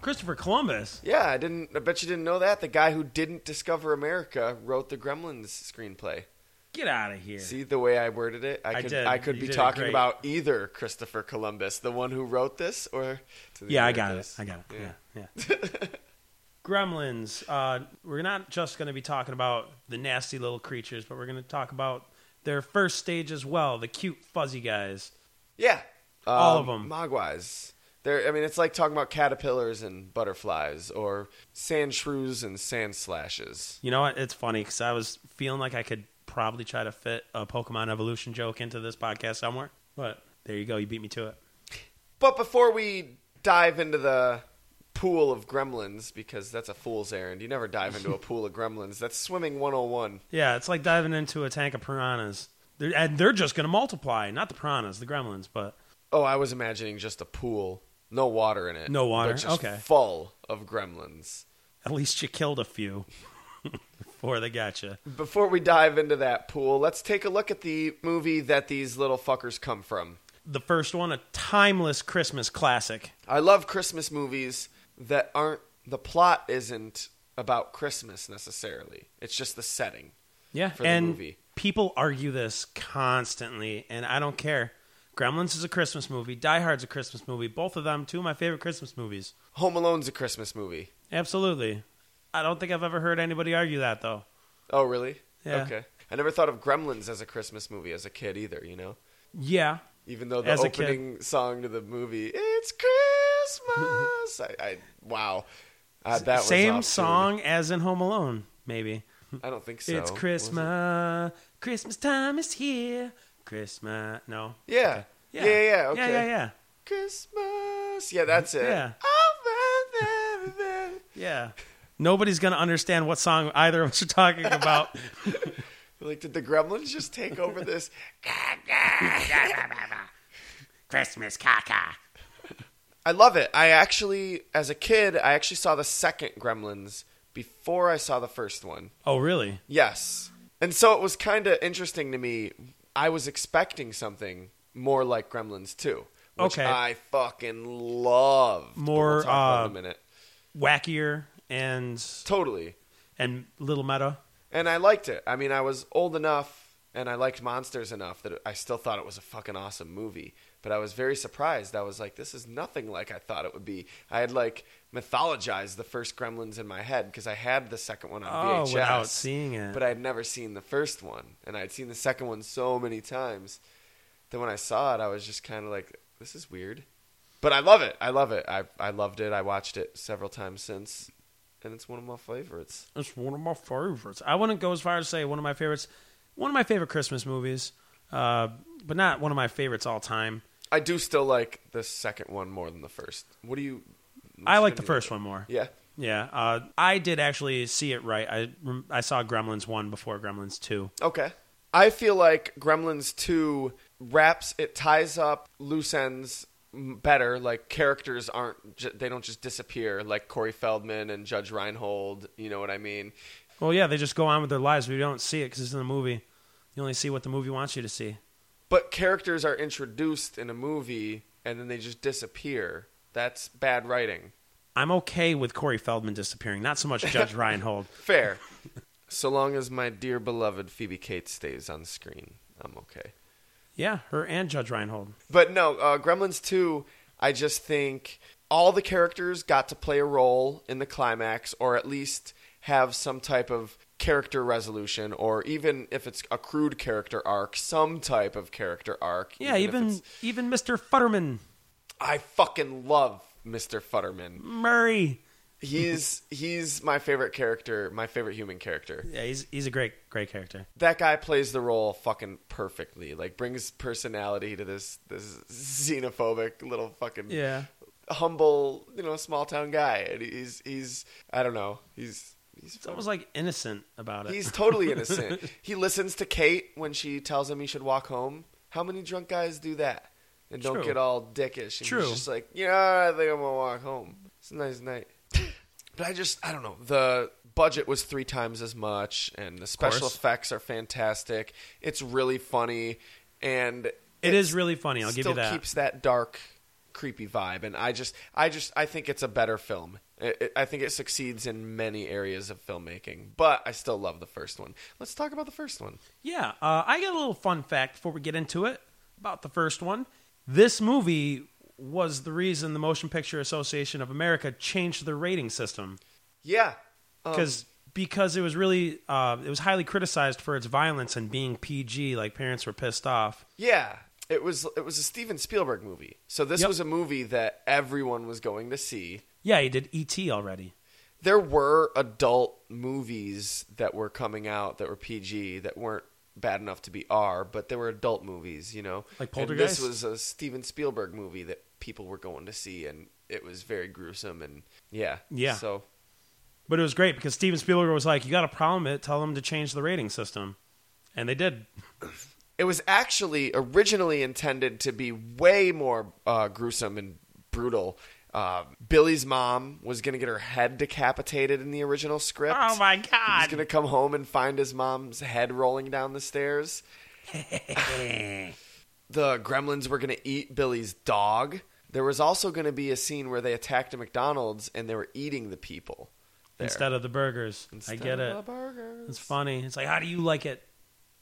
S5: Christopher Columbus.
S3: Yeah, I didn't. I bet you didn't know that. The guy who didn't discover America wrote the Gremlins screenplay.
S5: Get out of here.
S3: See the way I worded it? I
S5: I
S3: could
S5: did.
S3: I could
S5: You
S3: be
S5: did it
S3: talking
S5: great.
S3: about either Christopher Columbus, the one who wrote this, or to the
S5: yeah, I got it.
S3: Americas.
S5: I got it. Yeah, yeah. <laughs> Gremlins. Uh, we're not just going to be talking about the nasty little creatures, but we're going to talk about their first stage as well, the cute fuzzy guys.
S3: Yeah,
S5: All of
S3: Um,
S5: 'em.
S3: Mogwais. They're, I mean, it's like talking about caterpillars and butterflies, or sand shrews and sand slashes.
S5: You know what? It's funny because I was feeling like I could probably try to fit a Pokemon evolution joke into this podcast somewhere. But there you go. You beat me to it.
S3: But before we dive into the pool of gremlins, because that's a fool's errand. You never dive
S5: <laughs>
S3: into a pool of gremlins. That's swimming 101.
S5: Yeah, it's like diving into a tank of piranhas. They're, and they're just going to multiply. Not the piranhas, the gremlins. But <laughs>
S3: Oh, I was imagining just a pool, no water in it.
S5: No water,
S3: but just
S5: okay.
S3: Full of gremlins.
S5: at least you killed a few <laughs> before they got you.
S3: Before we dive into that pool, let's take a look at the movie that these little fuckers come from.
S5: The first one, a timeless Christmas classic.
S3: I love Christmas movies that aren't the plot isn't about Christmas necessarily. It's just the setting.
S5: Yeah,
S3: for the
S5: and
S3: movie.
S5: people argue this constantly, and I don't care. Gremlins is a Christmas movie. Die Hard's a Christmas movie. Both of them, two of my favorite Christmas movies.
S3: Home Alone's a Christmas movie.
S5: Absolutely. I don't think I've ever heard anybody argue that though.
S3: Oh, really?
S5: Yeah.
S3: Okay. I never thought of Gremlins as a Christmas movie as a kid either, you know?
S5: Yeah.
S3: Even though the
S5: As a kid.
S3: opening song to the movie, It's
S5: <laughs>
S3: Christmas. I, I wow. Uh, that was off
S5: Same
S3: tune.
S5: song as in Home Alone, maybe.
S3: I don't think so. Was
S5: it's
S3: it?
S5: Christmas. Christmas time is here. Christmas. No.
S3: Yeah. Yeah. Yeah. Yeah. Okay.
S5: Yeah, yeah, yeah.
S3: Christmas. Yeah, that's it.
S5: Yeah.
S3: Over there, there.
S5: Yeah. <laughs> Nobody's going to understand what song either of us are talking about.
S3: Like, did the Gremlins just take over this?
S8: <laughs> Christmas caca.
S3: I love it. I actually, as a kid, I actually saw the second Gremlins before I saw the first one.
S5: <laughs> Oh, really?
S3: Yes. And so it was kind of interesting to me. I was expecting something more like Gremlins 2, which
S5: Okay.
S3: I fucking love.
S5: More,
S3: we'll talk about in
S5: uh,
S3: a minute.
S5: Wackier and
S3: Totally.
S5: and little meta.
S3: And I liked it. I mean, I was old enough and I liked monsters enough that I still thought it was a fucking awesome movie. But I was very surprised. I was like, this is nothing like I thought it would be. I had like mythologized the first Gremlins in my head because I had the second one on
S5: Oh,
S3: VHS
S5: without seeing it.
S3: but I had never seen the first one, and I had seen the second one so many times. Then when I saw it, I was just kind of like, "This is weird," but I love it. I love it. I I loved it. I watched it several times since, and it's one of my favorites.
S5: It's one of my favorites. I wouldn't go as far as to say one of my favorites. One of my favorite Christmas movies, uh, but not one of my favorites all time.
S3: I do still like the second one more than the first. What do you?
S5: I like the first one more.
S3: Yeah.
S5: Yeah, uh, I did actually see it right. I rem- I saw Gremlins one before Gremlins two.
S3: Okay. I feel like Gremlins 2 wraps it ties up loose ends m- better like characters aren't ju- they don't just disappear like Corey Feldman and Judge Reinhold, you know what I mean?
S5: Well, yeah, they just go on with their lives. We don't see it because it's in a movie. You only see what the movie wants you to see.
S3: But characters are introduced in a movie and then they just disappear. That's bad writing.
S5: I'm okay with Corey Feldman disappearing, not
S3: <laughs>
S5: so much Judge Reinhold.
S3: Fair. so long as my dear beloved Phoebe Cates stays on screen, I'm okay.
S5: Yeah, her and Judge Reinhold.
S3: But no, uh, Gremlins 2, I just think all the characters got to play a role in the climax or at least have some type of character resolution or even if it's a crude character arc, some type of character arc.
S5: Yeah,
S3: if
S5: even
S3: it's-
S5: even Mr. Futterman
S3: I fucking love Mr. Futterman.
S5: Murray. <laughs>
S3: He's he's my favorite character, my favorite human character.
S5: Yeah, he's he's a great great character.
S3: that guy plays the role fucking perfectly. Like brings personality to this this xenophobic little fucking
S5: Yeah.
S3: humble you know small town guy, and he's he's I don't know he's he's
S5: It's almost like innocent about it.
S3: he's
S5: <laughs>
S3: totally innocent. he listens to Kate when she tells him he should walk home. How many drunk guys do that and don't
S5: True.
S3: get all dickish? And
S5: True.
S3: He's just like yeah, I think I'm gonna walk home. It's a nice
S5: <laughs>
S3: night. But I just I don't know. The budget was three times as much, and the special
S5: course.
S3: effects are fantastic. It's really funny, and
S5: it is really funny. I'll
S3: still
S5: give you that.
S3: keeps that dark, creepy vibe. And I just I just I think it's a better film. It, it- I think it succeeds in many areas of filmmaking, but I still love the first one. Let's talk about the first one.
S5: Yeah, uh, I got a little fun fact before we get into it about the first one. This movie was the reason the Motion Picture Association of America changed their rating system
S3: Yeah, Um,
S5: because because it was really uh, it was highly criticized for its violence and being PG. Like parents were pissed off.
S3: Yeah. It was it was a Steven Spielberg movie. So this
S5: Yep.
S3: was a movie that everyone was going to see.
S5: Yeah, he did E.T. already.
S3: There were adult movies that were coming out that were PG that weren't bad enough to be R, but they were adult movies, you know.
S5: Like
S3: And
S5: Poltergeist?
S3: this was a Steven Spielberg movie that people were going to see and it was very gruesome and yeah.
S5: Yeah.
S3: So
S5: But it was great because Steven Spielberg was like, "You got a problem with it? Tell them to change the rating system," and they did.
S3: it was actually originally intended to be way more uh, gruesome and brutal. Uh, Billy's mom was going to get her head decapitated in the original script.
S8: Oh my
S3: He's
S8: god.
S3: going to come home and find his mom's head rolling down the
S8: <laughs>
S3: stairs. the gremlins were going to eat Billy's dog. There was also going to be a scene where they attacked a McDonald's and they were eating the people. There.
S5: Instead of the burgers, I
S3: Instead of
S5: get it.
S3: the burgers.
S5: It's funny. It's like, how do you like it?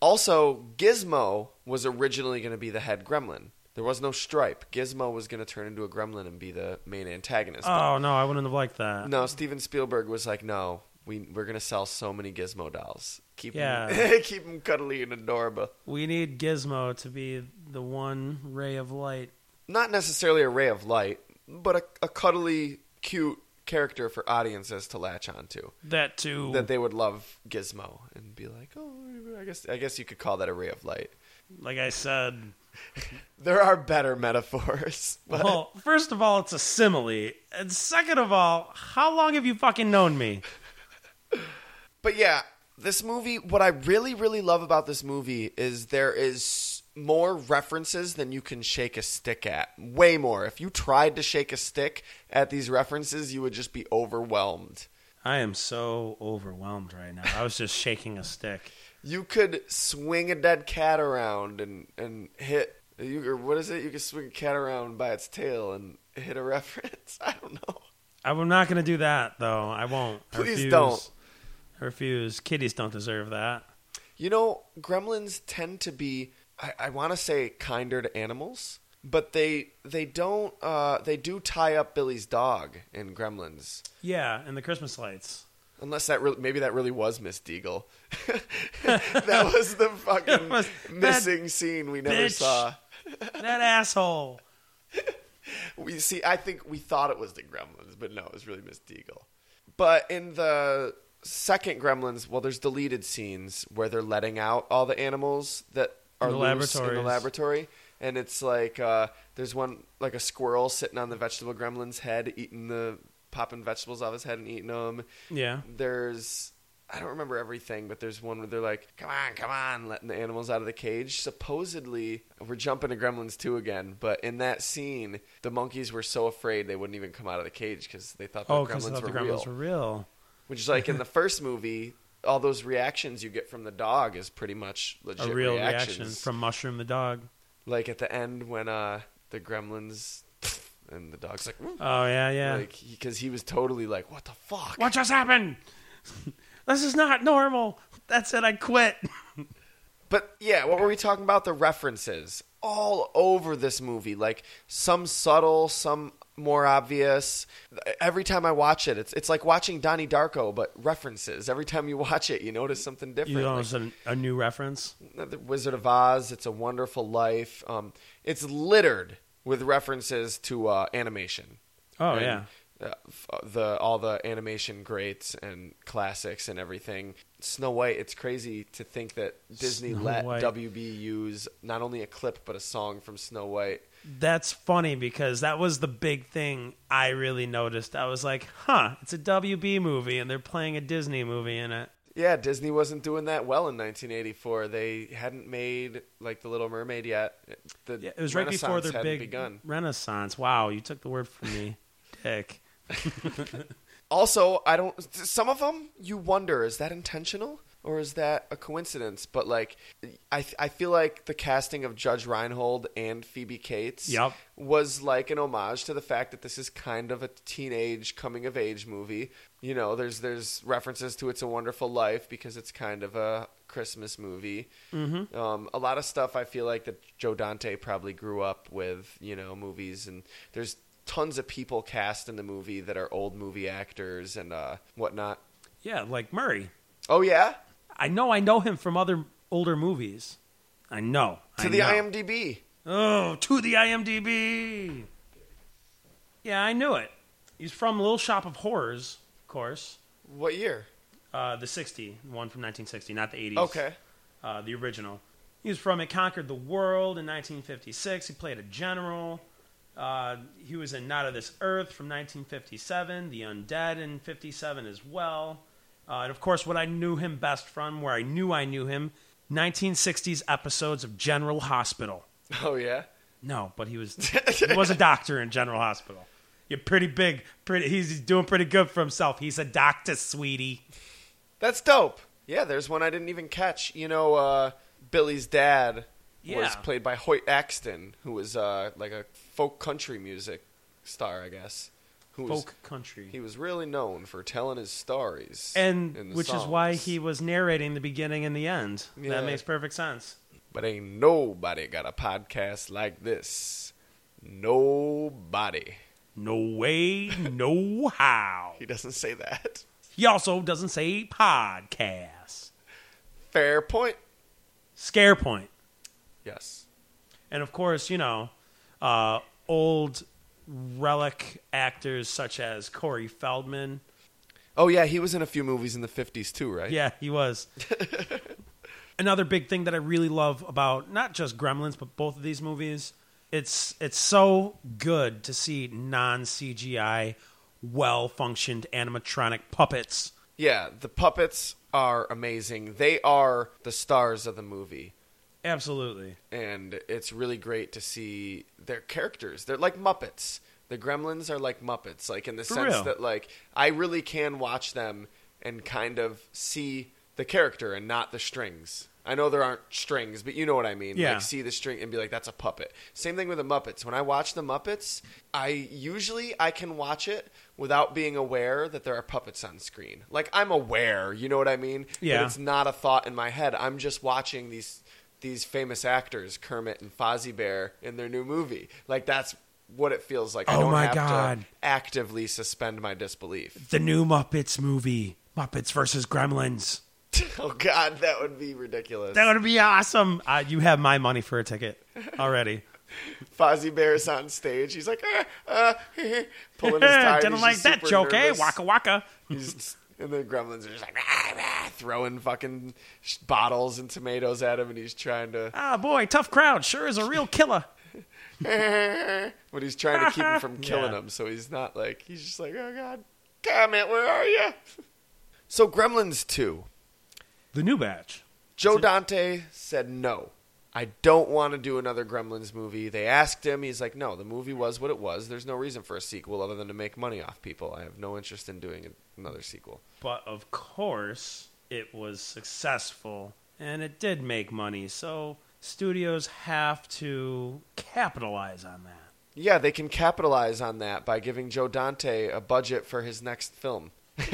S3: Also, Gizmo was originally going to be the head gremlin. There was no stripe. Gizmo was going to turn into a gremlin and be the main antagonist.
S5: Oh no, I wouldn't have liked that.
S3: No, Steven Spielberg was like, no, we, we're going to sell so many Gizmo dolls. Keep,
S5: Yeah.
S3: them, <laughs> keep them cuddly and adorable.
S5: We need Gizmo to be the one ray of light.
S3: Not necessarily a ray of light, but a, a cuddly, cute character for audiences to latch onto.
S5: That too.
S3: That they would love Gizmo and be like, oh, I guess, I guess you could call that a ray of light.
S5: like I said.
S3: There are better <laughs> metaphors. but-
S5: Well, first of all, it's a simile, and second of all, how long have you fucking known me?
S3: But yeah, this movie, what I really, really love about this movie is there is more references than you can shake a stick at. Way more. If you tried to shake a stick at these references, you would just be overwhelmed.
S5: I am so overwhelmed right now. I was just shaking a stick.
S3: You could swing a dead cat around and and hit. You or what is it? You could swing a cat around by its tail and hit a <laughs> reference. I don't know.
S5: I'm not going to do that, though. I won't. I
S3: Please
S5: refuse.
S3: don't.
S5: I refuse. Kitties don't deserve that.
S3: You know, gremlins tend to be I, I want to say kinder to animals, but they they don't uh, they do tie up Billy's dog in Gremlins.
S5: Yeah, and the
S3: <laughs>
S5: Christmas lights.
S3: Unless that really, maybe that really was Miss Deagle. <laughs> that was
S5: <laughs>
S3: the fucking
S5: was-
S3: missing scene we never
S5: bitch.
S3: saw.
S5: That asshole.
S3: We see. I think we thought it was the Gremlins, but no, it was really Miss Deagle. But in the second Gremlins, well, there's deleted scenes where they're letting out all the animals that are
S5: the
S3: loose in the
S5: laboratories.
S3: laboratory, and it's like uh, there's one like a squirrel sitting on the vegetable Gremlin's head, eating the popping vegetables off his head and eating them.
S5: Yeah.
S3: There's I don't remember everything, but there's one where they're like, "Come on, come on," letting the animals out of the cage. Supposedly, we're jumping to Gremlins 2 again, but in that scene, the monkeys were so afraid they wouldn't even come out of the cage because they thought the
S5: Oh, because
S3: Gremlins,
S5: I thought
S3: were,
S5: the
S3: real.
S5: gremlins were real.
S3: Which is
S5: <laughs>
S3: like in the first movie, all those reactions you get from the dog is pretty much legit
S5: A real
S3: reactions.
S5: reaction from Mushroom the dog.
S3: like at the end when uh the Gremlins and the dog's like, "Woo,"
S5: Oh yeah, yeah.
S3: like because he was totally like, "What the fuck."
S5: what just happened? this is not normal. That's it. I quit.
S3: But yeah, what were we talking about? The references all over this movie, like some subtle, some more obvious. Every time I watch it, it's it's like watching Donnie Darko, but references. Every time you watch it, you notice something different.
S5: You know,
S3: Like,
S5: it's a, a new reference.
S3: the Wizard of Oz, It's a Wonderful Life. Um, it's littered with references to uh, animation.
S5: Oh
S3: And,
S5: yeah.
S3: uh, f- uh, the all the animation greats and classics and everything. Snow White. It's crazy to think that Disney
S5: Snow
S3: let
S5: White.
S3: WB use not only a clip but a song from Snow White.
S5: That's funny because that was the big thing I really noticed. I was like, huh, it's a WB movie and they're playing a Disney movie in it.
S3: Yeah, Disney wasn't doing that well in 1984. They hadn't made like The Little Mermaid yet. The
S5: Yeah, it was right before
S3: Renaissance
S5: their
S3: hadn't
S5: big
S3: begun.
S5: Renaissance. Wow, you took the word from <laughs> me, Dick.
S3: Also, I don't. Some of them you wonder is that intentional or is that a coincidence? But like, I I feel like the casting of Judge Reinhold and Phoebe Cates
S5: Yep.
S3: was like an homage to the fact that this is kind of a teenage coming of age movie. You know, there's there's references to It's a Wonderful Life because it's kind of a Christmas movie. Mm-hmm. Um, a lot of stuff I feel like that Joe Dante probably grew up with. You know, movies and there's tons of people cast in the movie that are old movie actors and uh, whatnot.
S5: Yeah, like Murray.
S3: Oh yeah,
S5: I know I know him from other older movies. I know.
S3: to
S5: I
S3: the
S5: know.
S3: IMDb.
S5: Oh, to the IMDb. Yeah, I knew it. He's from Little Shop of Horrors, of course.
S3: What year?
S5: Uh, the 60, the one from 1960, not the 80s.
S3: Okay. <laughs>
S5: uh, the original. He was from It Conquered the World in 1956. He played a general. Uh, he was in Not of This Earth from 1957, The Undead in 57 as well. Uh, and of course, what I knew him best from, where I knew I knew him, 1960s episodes of General Hospital.
S3: Oh yeah.
S5: No, but
S3: <laughs>
S5: he was he was a doctor in General Hospital. You're pretty big, pretty. He's doing pretty good for himself. He's a doctor, sweetie.
S3: That's dope. Yeah, there's one I didn't even catch. You know, uh, Billy's dad was
S5: Yeah.
S3: played by Hoyt Axton, who was uh, like a folk country music star, I guess. Who was,
S5: Folk country.
S3: He was really known for telling his stories,
S5: and
S3: in the
S5: which is why
S3: songs.
S5: he was narrating the beginning and the end.
S3: Yeah.
S5: That makes perfect sense.
S3: But ain't nobody got a podcast like this. Nobody.
S5: No way, no how.
S3: He doesn't say that.
S5: He also doesn't say podcast.
S3: Fair point.
S5: Scare point,
S3: Yes.
S5: and of course, you know, uh, old relic actors such as Corey Feldman.
S3: Oh yeah, he was in a few movies in the '50s too, right?
S5: Yeah, he was. Another big thing that I really love about not just Gremlins but both of these movies, it's it's so good to see non CGI, well functioned animatronic puppets.
S3: Yeah, the puppets are amazing. They are the stars of the movie.
S5: Absolutely.
S3: and it's really great to see their characters. They're like Muppets. The Gremlins are like Muppets, like in the
S5: For
S3: sense
S5: real.
S3: that like I really can watch them and kind of see the character and not the strings. I know there aren't strings, but you know what I mean.
S5: Yeah.
S3: Like see the string and be like, that's a puppet. Same thing with the Muppets. When I watch the Muppets, I usually I can watch it without being aware that there are puppets on screen. Like I'm aware, you know what I mean? But
S5: Yeah.
S3: it's not a thought in my head. I'm just watching these these famous actors, Kermit and Fozzie Bear, in their new movie. Like that's what it feels like. I
S5: Oh
S3: don't
S5: my
S3: have
S5: God.
S3: to actively suspend my disbelief. <laughs>
S5: The new Muppets movie, Muppets versus Gremlins.
S3: oh God, that would be ridiculous.
S5: That would be awesome. Uh, you have my money for a ticket already.
S3: Fozzie Bear's on stage. He's like, uh, uh, <laughs> pulling
S5: <laughs>
S3: his tie.
S5: Didn't
S3: He's
S5: Eh, like
S3: just
S5: that
S3: super
S5: joke, eh?
S3: nervous.
S5: Waka waka.
S3: <laughs> He's- and the gremlins are just like "Rah, rah," throwing fucking sh- bottles and tomatoes at him, and he's trying to,
S5: Ah, boy, tough crowd. Sure is a real killer.
S3: but he's trying to keep him from killing
S5: Yeah.
S3: him. So he's not like he's just like, oh God, Kermit, where are you? <laughs> So Gremlins two.
S5: The new batch.
S3: Joe Dante said no. I don't want to do another Gremlins movie. They asked him. He's like, no, the movie was what it was. There's no reason for a sequel other than to make money off people. I have no interest in doing another sequel.
S5: But of course, it was successful and it did make money. So studios have to capitalize on that.
S3: Yeah, they can capitalize on that by giving Joe Dante a budget for his next film. <laughs>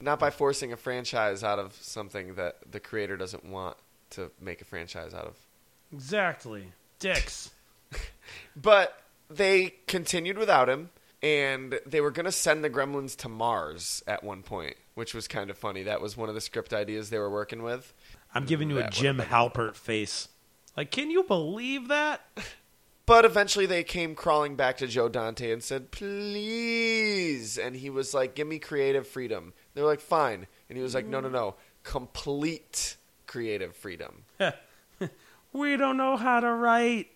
S3: Not by forcing a franchise out of something that the creator doesn't want to make a franchise out of.
S5: Exactly. Dicks.
S3: But they continued without him, and they were going to send the gremlins to Mars at one point, which was kind of funny. That was one of the script ideas they were working with.
S5: I'm giving you a
S3: That would've
S5: Jim
S3: been-
S5: Halpert face. Like, can you believe that?
S3: But eventually they came crawling back to Joe Dante and said, please. And he was like, give me creative freedom. They were like, fine. And he was like, no, no, no. Complete creative freedom. <laughs>
S5: We don't know how to write.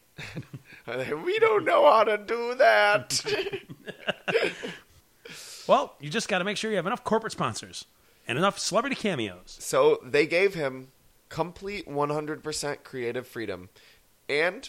S3: And they, we don't know how to do that. <laughs>
S5: Well, you just got to make sure you have enough corporate sponsors and enough celebrity cameos.
S3: so they gave him complete 100% creative freedom. And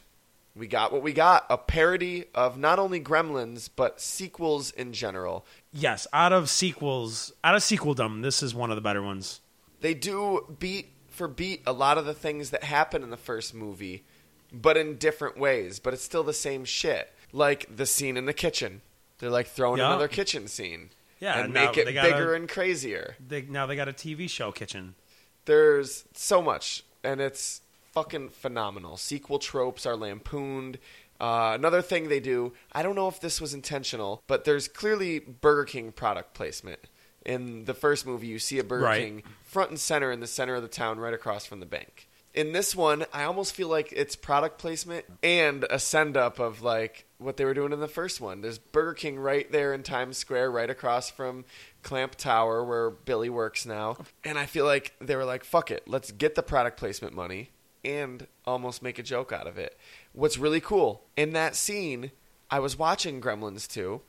S3: we got what we got a parody of not only Gremlins, but sequels in general.
S5: Yes, out of sequels, out of sequeldom, this is one of the better ones.
S3: they do beat for beat a lot of the things that happen in the first movie, but in different ways. But it's still the same shit. Like the scene in the kitchen. They're like throwing
S5: Yeah.
S3: another kitchen scene.
S5: Yeah,
S3: and
S5: now
S3: make it
S5: they gotta-
S3: bigger and crazier.
S5: They, now they got a TV show kitchen.
S3: There's so much, and it's fucking phenomenal. Sequel tropes are lampooned. Uh, another thing they do, I don't know if this was intentional, but there's clearly Burger King product placement. In the first movie, you see a Burger
S5: Right.
S3: King front and center in the center of the town, right across from the bank. In this one, I almost feel like it's product placement and a send up of like what they were doing in the first one. There's Burger King right there in Times Square, right across from Clamp Tower, where Billy works now. And I feel like they were like, fuck it, let's get the product placement money and almost make a joke out of it. What's really cool in that scene, I was watching Gremlins 2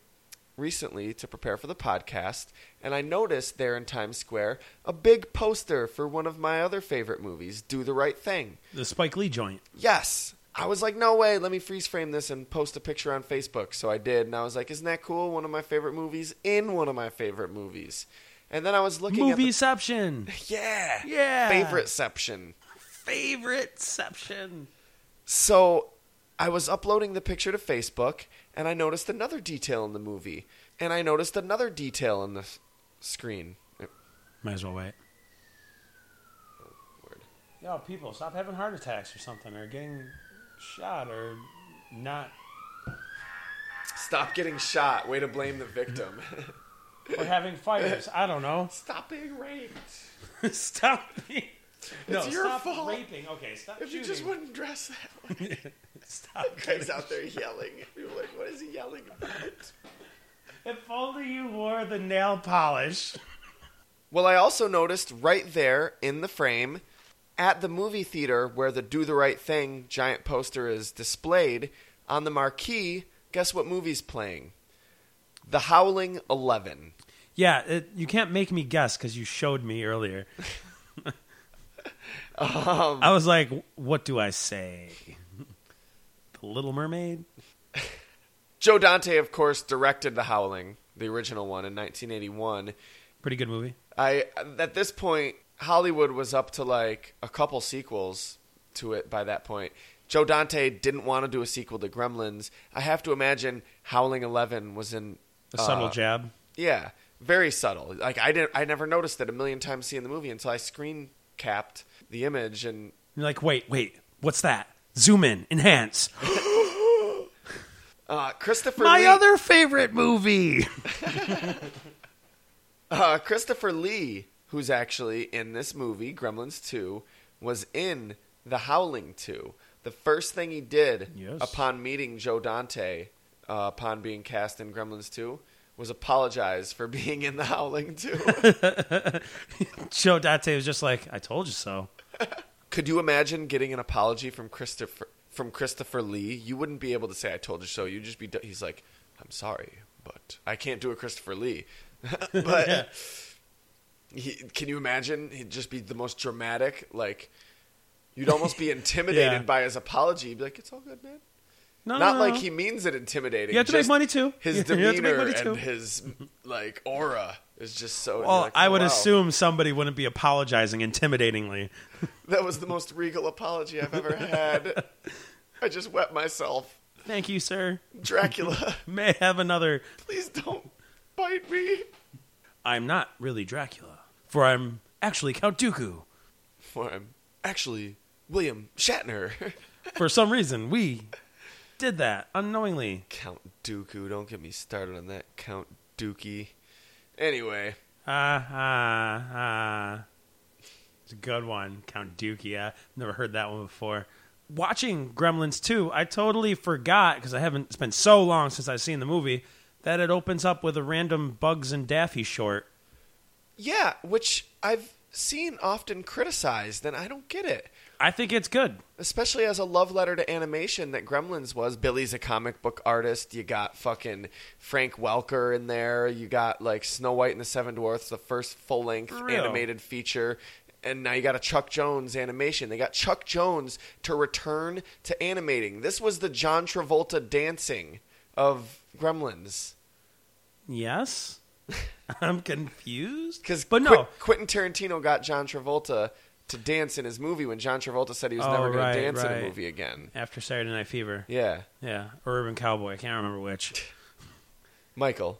S3: recently to prepare for the podcast, and I noticed there in Times Square a big poster for one of my other favorite movies, Do the Right Thing.
S5: The Spike Lee joint.
S3: Yes. I was like, no way, let me freeze frame this and post a picture on Facebook. So I did, and I was like, isn't that cool? One of my favorite movies in one of my favorite movies. And then I was looking at
S5: Movieception.
S3: the yeah,
S5: Yeah.
S3: favorite section.
S5: Favoriteception.
S3: So I was uploading the picture to Facebook, and I noticed another detail in the movie, and I noticed another detail in the s- screen.
S5: Might as well wait. Yo, people, stop having heart attacks or something, or getting shot, or not,
S3: Stop getting shot. Way to blame the victim. <laughs>
S5: or having fires. I don't know.
S3: Stop being raped.
S5: stop me. No,
S3: It's your
S5: stop
S3: fault.
S5: raping. Okay, stop
S3: If you just
S5: shooting.
S3: wouldn't dress that way.
S5: <laughs> Stop
S3: <laughs> Guys out there yelling. <laughs> People are like, what is he yelling about?
S5: If only you wore the nail polish.
S3: Well, I also noticed right there in the frame at the movie theater where the Do the Right Thing giant poster is displayed on the marquee, guess what movie's playing? The Howling 11.
S5: Yeah, it, you can't make me guess because you showed me earlier.
S3: Um.
S5: I was like, what do I say? The Little Mermaid?
S3: Joe Dante, of course, directed The Howling, the original one in 1981.
S5: Pretty good movie.
S3: I at this point Hollywood was up to like a couple sequels to it by that point. Joe Dante didn't want to do a sequel to Gremlins. I have to imagine Howling 11 was in
S5: A subtle
S3: uh,
S5: jab.
S3: Yeah, very subtle. Like I didn't I never noticed it a million times seeing the movie until I screen capped the image and
S5: You're like, wait, wait, what's that? Zoom in,
S3: <gasps>
S5: enhance.
S3: uh, Christopher
S5: My
S3: Lee-
S5: other favorite movie.
S3: <laughs> Uh, Christopher Lee, who's actually in this movie, Gremlins 2, was in The Howling 2. The first thing he did upon meeting Joe Dante, uh, upon being cast in Gremlins 2, was apologize for <laughs> being in The Howling 2.
S5: Joe Dante was just like, I told you so.
S3: Could you imagine getting an apology from Christopher from Christopher Lee? You wouldn't be able to say "I told you so." You'd just be. d- He's like, "I'm sorry, but I can't do a Christopher Lee." <laughs> but he, can you imagine? He'd just be the most dramatic. Like you'd almost
S5: <laughs>
S3: be intimidated
S5: Yeah.
S3: by his apology. You'd be like, "It's all good, man."
S5: No,
S3: Not
S5: no,
S3: like
S5: no.
S3: he means it intimidating.
S5: You have to
S3: just
S5: make money too.
S3: His
S5: <laughs> You have to
S3: demeanor
S5: make money too.
S3: and his like aura is just so. you're
S5: Well,
S3: like,
S5: I would
S3: "Wow,
S5: assume somebody wouldn't be apologizing intimidatingly.
S3: that was the most regal apology I've ever had. I just wept myself.
S5: Thank you, sir.
S3: Dracula,
S5: May I have another.
S3: please don't bite me.
S5: I'm not really Dracula, for I'm actually Count Dooku.
S3: For I'm actually William Shatner. <laughs>
S5: For some reason, we did that unknowingly.
S3: Count Dooku, don't get me started on that Count Dookie. Anyway,
S5: Ah, ah, ah. It's a good one, Count Dookie. i never heard that one before. Watching Gremlins 2, I totally forgot because I haven't. It's been so long since I've seen the movie that it opens up with a random Bugs and Daffy short.
S3: yeah, which I've seen often criticized, and I don't get it.
S5: I think it's good.
S3: especially as a love letter to animation that Gremlins was. Billy's a comic book artist. You got fucking Frank Welker in there. You got like Snow White and the Seven Dwarfs, the first full length
S5: For real.
S3: animated feature. And now you got a Chuck Jones animation. They got Chuck Jones to return to animating. This was the John Travolta dancing of Gremlins.
S5: Yes? <laughs> I'm confused.
S3: Because
S5: but no.
S3: Quentin Tarantino got John Travolta to dance in his movie when John Travolta said he was
S5: Oh,
S3: never going
S5: right,
S3: to dance in a
S5: right.
S3: movie again.
S5: After Saturday Night Fever.
S3: Yeah.
S5: Yeah. Or Urban Cowboy. I can't remember which.
S3: Michael.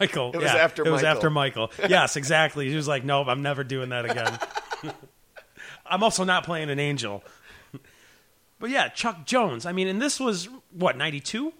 S5: Michael.
S3: It was
S5: yeah,
S3: after
S5: It was
S3: Michael.
S5: after Michael. Yes, exactly. He was like, nope, I'm never doing that again. <laughs> I'm also not playing an angel. But yeah, Chuck Jones. I mean, and this was, what, 92?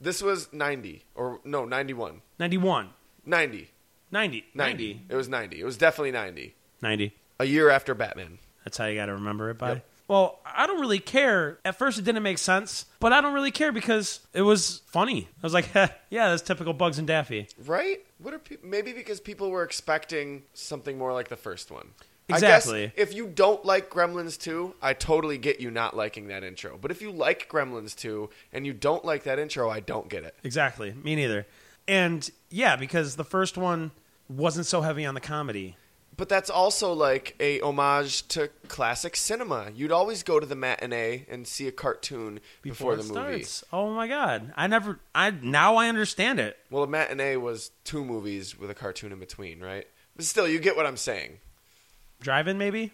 S3: This was 90 or no, 91.
S5: 91.
S3: 90.
S5: 90.
S3: 90.
S5: 90.
S3: It was 90. It was definitely 90.
S5: 90.
S3: A year after Batman.
S5: That's how you got to remember it by. Well, I don't really care. At first, it didn't make sense, but I don't really care because it was funny. I was like, <laughs> Heh, yeah, that's typical Bugs and Daffy.
S3: Right? What are pe- maybe because people were expecting something more like the first one. I
S5: Exactly.
S3: guess if you don't like Gremlins 2, I totally get you not liking that intro. But if you like Gremlins 2 and you don't like that intro, I don't get it.
S5: Exactly. Me neither. And yeah, because the first one wasn't so heavy on the comedy.
S3: But that's also like a homage to classic cinema. You'd always go to the matinee and see a cartoon before, the
S5: it
S3: movie.
S5: starts. Oh my god! I never. I now I understand it.
S3: Well, a matinee was two movies with a cartoon in between, right? But still, you get what I'm saying.
S5: Driving maybe.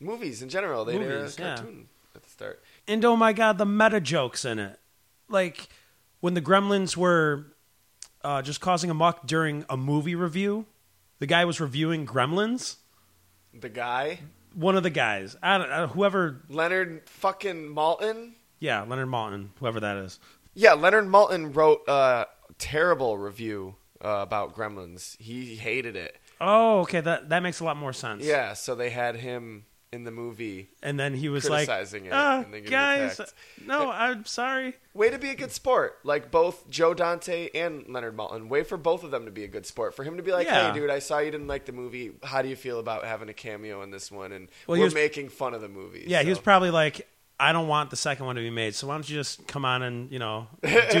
S3: Movies in general, they did a
S5: Movies, yeah.
S3: cartoon at the start.
S5: And oh my god, the meta jokes in it. Like when the gremlins were uh, just causing a muck during a movie review, the guy was reviewing gremlins.
S3: The guy,
S5: One of the guys, I don't know, whoever,
S3: Leonard fucking Maltin.
S5: yeah, Leonard Maltin, whoever that is.
S3: Yeah, Leonard Maltin wrote a terrible review uh, about Gremlins. He hated it.
S5: Oh, okay, that that makes a lot more sense.
S3: Yeah, so they had him in the movie.
S5: and then he was
S3: Criticizing it
S5: like, "Ah,
S3: and then getting
S5: guys,
S3: attacked."
S5: no, I'm sorry.
S3: Way to be a good sport. Like both Joe Dante and Leonard Maltin. Way for both of them to be a good sport. For him to be like,
S5: Yeah.
S3: hey, dude, I saw you didn't like the movie. How do you feel about having a cameo in this one? And
S5: Well, he
S3: we're
S5: was-
S3: making fun of the movie.
S5: Yeah, he was
S3: so.
S5: probably like, I don't want the second one to be made, so why don't you just come on and you know do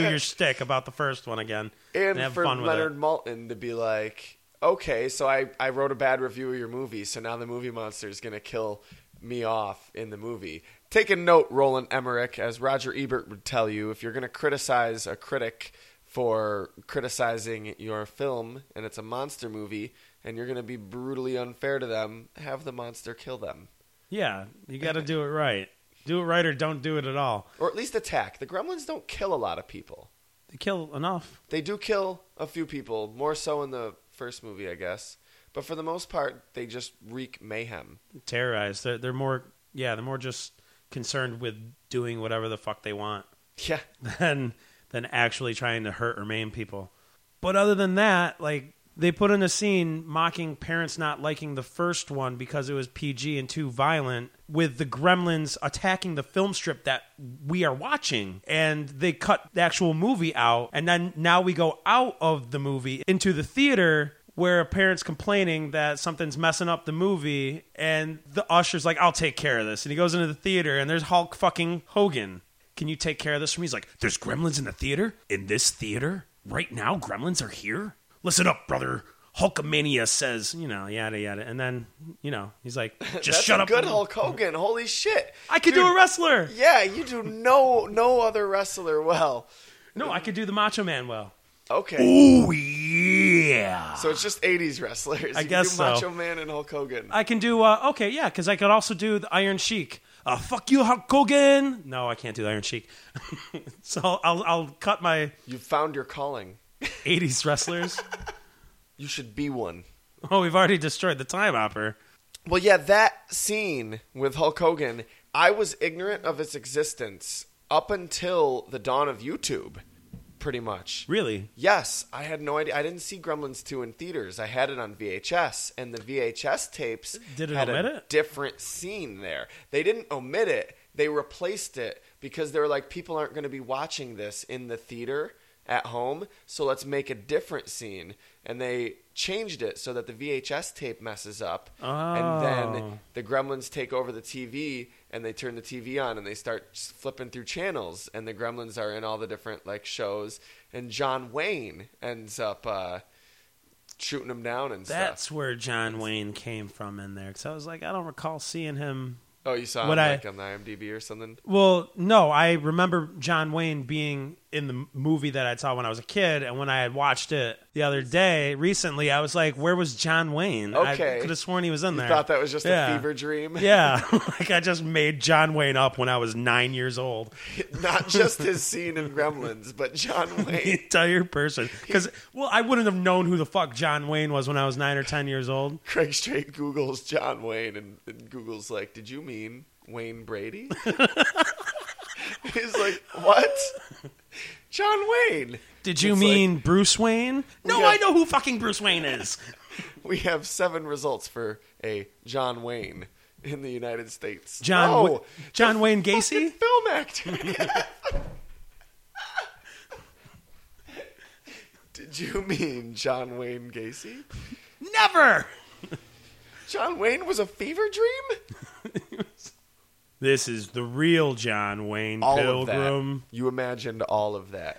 S3: <laughs>
S5: your shtick about the first one again
S3: and
S5: have
S3: for
S5: fun with
S3: Leonard
S5: it.
S3: Maltin to be like, okay, so I, I wrote a bad review of your movie, so now the movie monster is going to kill me off in the movie. Take a note, Roland Emmerich, as Roger Ebert would tell you, if you're going to criticize a critic for criticizing your film and it's a monster movie and you're going to be brutally unfair to them, have the monster kill them.
S5: Yeah, you got to do it right. Do it right or don't do it at all.
S3: Or at least attack. The gremlins don't kill a lot of people.
S5: They kill enough.
S3: They do kill a few people, more so in the first movie, I guess. But for the most part, they just wreak mayhem.
S5: Terrorize. They're, they're more, yeah, they're more just concerned with doing whatever the fuck they want
S3: Yeah.
S5: <laughs> than, than actually trying to hurt or maim people. But other than that, like, they put in a scene mocking parents not liking the first one because it was PG and too violent, with the gremlins attacking the film strip that we are watching. And they cut the actual movie out. And then now we go out of the movie into the theater where a parent's complaining that something's messing up the movie. And the usher's like, I'll take care of this. And he goes into the theater and there's Hulk fucking Hogan. Can you take care of this for me? He's like,
S4: There's gremlins in the theater? In this theater? Right now, gremlins are here? Listen up, brother. Hulkamania says.
S5: you know, yada yada. And then, you know, he's
S3: <laughs>
S5: like,
S4: Just
S3: That's
S4: shut
S3: a
S4: up. <laughs>
S3: Good Hulk Hogan. Holy shit.
S5: I could do a wrestler.
S3: Yeah, you do no no other wrestler well.
S5: No, I could do the Macho Man well.
S3: Okay.
S4: Oh, yeah.
S3: So it's just 80s wrestlers.
S5: I
S3: You
S5: guess
S3: do
S5: so.
S3: Macho Man and Hulk Hogan.
S5: I can do, uh, okay, yeah, because I could also do the Iron Sheik. Uh, fuck you, Hulk Hogan. No, I can't do the Iron Sheik. <laughs> so I'll, I'll cut my
S3: you found your calling.
S5: 80s wrestlers. <laughs>
S3: You should be one.
S5: oh, we've already destroyed the Time Hopper.
S3: Well, yeah, that scene with Hulk Hogan, I was ignorant of its existence up until the dawn of YouTube, pretty much.
S5: Really?
S3: Yes, I had no idea. I didn't see Gremlins 2 in theaters. I had it on VHS, and the VHS tapes
S5: Did it
S3: had
S5: omit
S3: a
S5: it?
S3: different scene there. They didn't omit it, they replaced it because they were like, people aren't going to be watching this in the theater at home, so let's make a different scene. And they changed it so that the VHS tape messes up, and
S5: Oh.
S3: then the gremlins take over the TV and they turn the TV on and they start s- flipping through channels and the gremlins are in all the different like shows and John Wayne ends up uh, shooting them down and
S5: That's
S3: stuff.
S5: where John Wayne came from in there. Because I was like, I don't recall seeing him
S3: Oh, you saw him
S5: what I-
S3: like on the IMDb or something?
S5: Well, no, I remember John Wayne being in the movie that I saw when I was a kid, and when I had watched it the other day recently, I was like, "Where was John Wayne?"
S3: Okay.
S5: I could have sworn he was in
S3: You
S5: there.
S3: thought that was just
S5: Yeah.
S3: a fever dream,
S5: <laughs> yeah, like I just made John Wayne up when I was nine years old.
S3: <laughs> not just
S5: <laughs>
S3: his scene in Gremlins, but John
S5: The
S3: Wayne.
S5: <laughs> entire person, because well, I wouldn't have known who the fuck John Wayne was when I was nine or ten years old.
S3: Craig Straight Googles John Wayne, and, and Google's like, "Did you mean Wayne
S5: <laughs>
S3: Brady?" He's like, "What? John Wayne?
S5: Did you
S3: It's like-
S5: mean Bruce Wayne? No,
S3: Yeah.
S5: I know who fucking Bruce Wayne is.
S3: We have seven results for a John Wayne in the United States.
S5: John
S3: oh,
S5: Wa- John Wayne
S3: fucking
S5: Gacy.
S3: film actor.
S5: <laughs>
S3: <laughs> Did you mean John Wayne Gacy?
S5: Never.
S3: John Wayne was a fever dream.
S5: This is the real John
S3: <laughs>
S5: Wayne
S3: all
S5: Pilgrim.
S3: of that. You imagined all of that.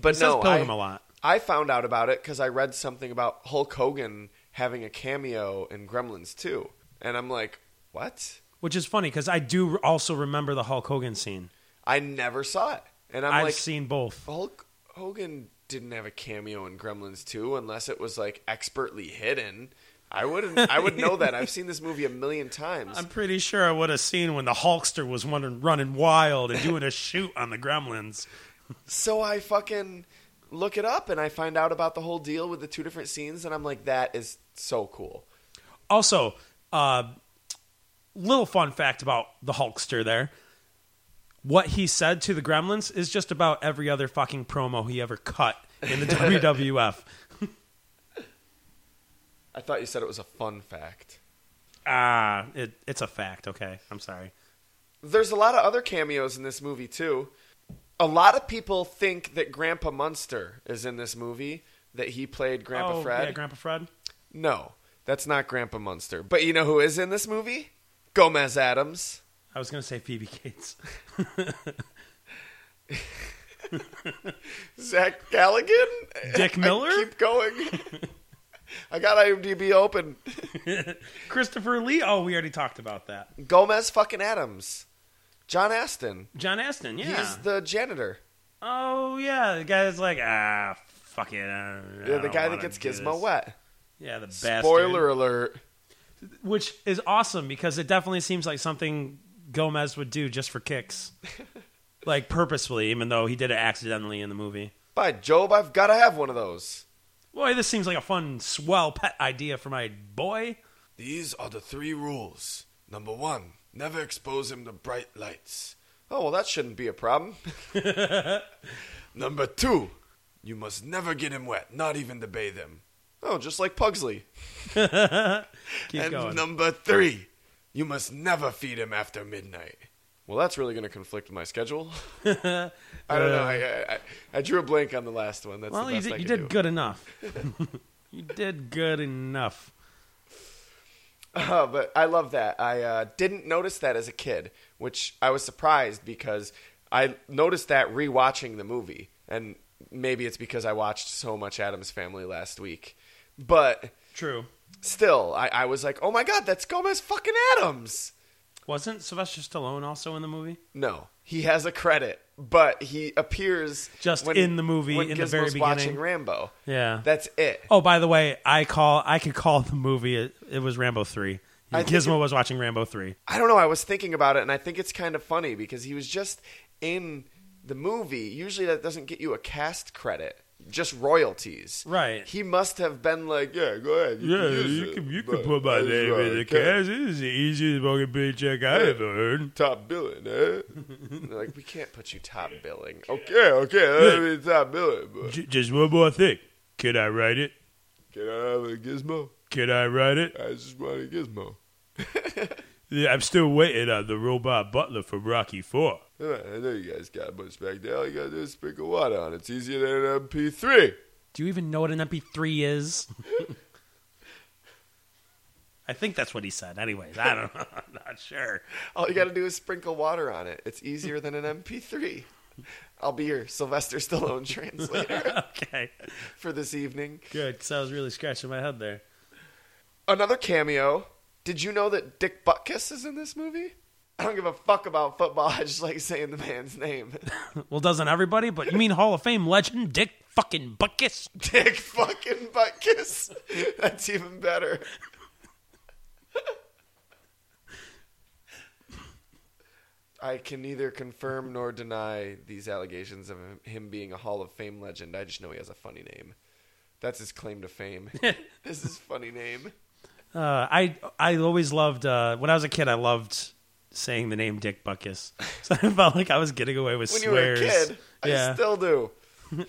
S3: But
S5: He says
S3: no,
S5: Pilgrim
S3: I,
S5: a lot.
S3: I found out about it because I read something about Hulk Hogan having a cameo in Gremlins 2. And I'm like, what?
S5: Which is funny because I do also remember the Hulk Hogan scene.
S3: I never saw it. And I'm
S5: i have
S3: like,
S5: seen both.
S3: Hulk Hogan didn't have a cameo in Gremlins 2 unless it was like expertly hidden. I wouldn't. I would
S5: <laughs>
S3: know that. I've seen this movie a million times.
S5: I'm pretty sure I would have seen when the Hulkster was running, running wild and doing a shoot on the Gremlins.
S3: So I fucking look it up and I find out about the whole deal with the two different scenes, and I'm like, that is so cool.
S5: Also, uh, little fun fact about the Hulkster there. What he said to the Gremlins is just about every other fucking promo he ever cut
S3: <laughs>
S5: in the WWF.
S3: I thought you said it was a fun fact.
S5: Ah, it, it's a fact. Okay, I'm sorry.
S3: There's a lot of other cameos in this movie too. A lot of people think that Grandpa Munster is in this movie that he played Grandpa
S5: oh,
S3: Fred.
S5: yeah, Grandpa Fred.
S3: no, that's not Grandpa Munster. But you know who is in this movie? Gomez Adams.
S5: I was gonna say Phoebe <laughs> Cates.
S3: Zach Galligan.
S5: Dick
S3: I
S5: Miller?
S3: keep
S5: <laughs>
S3: going. I got IMDb open.
S5: Christopher Lee. Oh, we already talked about that.
S3: Gomez fucking Adams. John Aston.
S5: John Aston, yeah.
S3: He's the janitor.
S5: oh, yeah. The guy that's like, ah, fuck it. I don't- I
S3: Yeah, the
S5: don't
S3: guy that
S5: wanna
S3: gets
S5: do
S3: Gizmo
S5: this."
S3: wet.
S5: Yeah, the bastard.
S3: Spoiler alert.
S5: Which is awesome because it definitely seems like something Gomez would do just
S3: <laughs>
S5: for kicks. like, purposefully, even though he did it accidentally in the movie.
S3: By Job, I've got to have one of those.
S5: Boy, this seems like a fun, swell pet idea for my boy.
S3: These are the three rules. Number one, never expose him to bright lights. Oh, well, that shouldn't be a
S5: <laughs>
S3: problem. Number two, you must never get him wet, not even to bathe him. Oh, just like Pugsley.
S5: Keep
S3: and
S5: going.
S3: number three, you must never feed him after midnight. Well, that's really going to conflict with my schedule. <laughs> I don't know. I, I, I, I drew a blank on the last one. That's
S5: Uh. well,
S3: the
S5: you
S3: best I
S5: did, you
S3: could
S5: did
S3: do.
S5: good enough. <laughs> you did good enough.
S3: <laughs> Uh, but I love that. I uh, didn't notice that as a kid, which I was surprised because I noticed that rewatching the movie, and maybe it's because I watched so much Adam's Family last week. But
S5: True.
S3: still, I, I was like, "Oh my God, that's Gomez fucking Adams!"
S5: Wasn't Sylvester Stallone also in the movie?
S3: No, he has a credit, but he appears
S5: Just
S3: when-
S5: in the movie,
S3: when
S5: in the
S3: Gizmo's
S5: very beginning.
S3: watching Rambo.
S5: Yeah.
S3: That's it.
S5: oh, by the way, I call I could call the movie. It, it was Rambo three.
S3: I think
S5: Gizmo was watching Rambo three.
S3: I don't know. I was thinking about it, and I think it's kind of funny because he was just in the movie. Usually, that doesn't get you a cast credit, just royalties.
S5: Right.
S3: He must have been like, "Yeah, go ahead. You can use it, but that's what I can.
S5: This is the easiest fucking paycheck I ever heard.
S3: Top billing, eh? They're like, we can't put you top billing. Oh, Okay, okay, let me top billing, but
S5: J- just one more thing. Could I write it?
S3: can I have a gizmo?
S5: Could I write it?
S3: I just want a gizmo.
S5: Yeah, I'm still waiting on the robot butler from Rocky Four.
S3: Come on, I know you guys got a bunch back there. All you gotta do is sprinkle water on. it. It's easier than an MP3.
S5: Do you even know what an MP3 is? <laughs> I think that's what he said. Anyways, I don't <laughs> know. I'm not sure.
S3: All you got to do is sprinkle water on it. It's easier than an MP3. I'll be your Sylvester Stallone
S5: <laughs>
S3: translator
S5: Okay.
S3: for this evening.
S5: Good, because I was really scratching my head there.
S3: Another cameo. Did you know that Dick Butkus is in this movie? I don't give a fuck about football. <laughs> I just like saying the man's name. <laughs>
S5: Well, doesn't everybody? But you mean Hall of Fame legend Dick fucking Buckus?
S3: Dick fucking Butkus. <laughs> That's even better. <laughs> I can neither confirm nor deny these allegations of him- him being a Hall of Fame legend. I just know he has a funny name. That's his claim to
S5: <laughs>
S3: fame. this is funny name.
S5: Uh, I I always loved uh, when I was a kid. I loved saying the name Dick Buckus, <laughs> so I felt like I was getting away with
S3: When you were a
S5: swears.
S3: kid, I
S5: yeah.
S3: still do.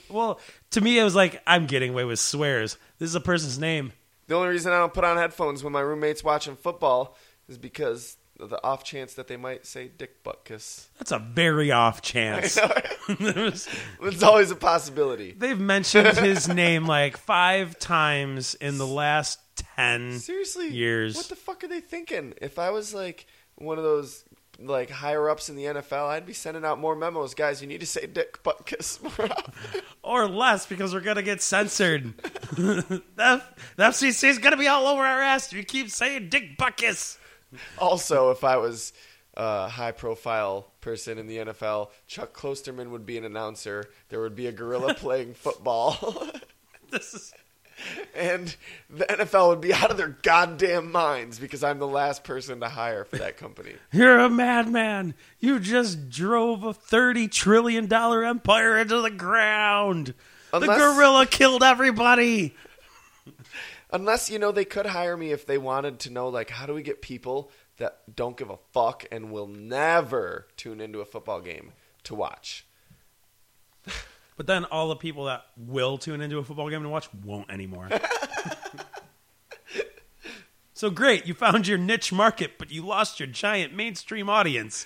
S5: well, to me, it was like I'm getting away with swears. This is a person's name.
S3: The only reason I don't put on headphones when my roommate's watching football is because of the off chance that they might say Dick Butkus.
S5: That's a very off chance.
S3: <laughs>
S5: <laughs>
S3: It's always a possibility.
S5: They've mentioned his name like five times in the last ten.
S3: Seriously,
S5: years.
S3: What the fuck are they thinking? If I was like one of those like higher ups in the NFL, I'd be sending out more memos. Guys, you need to say Dick Butkus more often.
S5: or less because we're gonna get censored. <laughs> the, the FCC is gonna be all over our ass. if You keep saying Dick Buckus.
S3: <laughs> also, if I was a high profile person in the NFL, Chuck Klosterman would be an announcer. There would be a gorilla playing football. <laughs>
S5: This is
S3: and the NFL would be out of their goddamn minds because I'm the last person to hire for that company.
S5: you're a madman. You just drove a thirty trillion dollar empire into the ground.
S3: Unless-
S5: The gorilla killed everybody.
S3: Unless you know they could hire me if they wanted to know like how do we get people that don't give a fuck and will never tune into a football game to watch.
S5: But then all the people that will tune into a football game and watch won't anymore. so great, you found your niche market, but you lost your giant mainstream audience.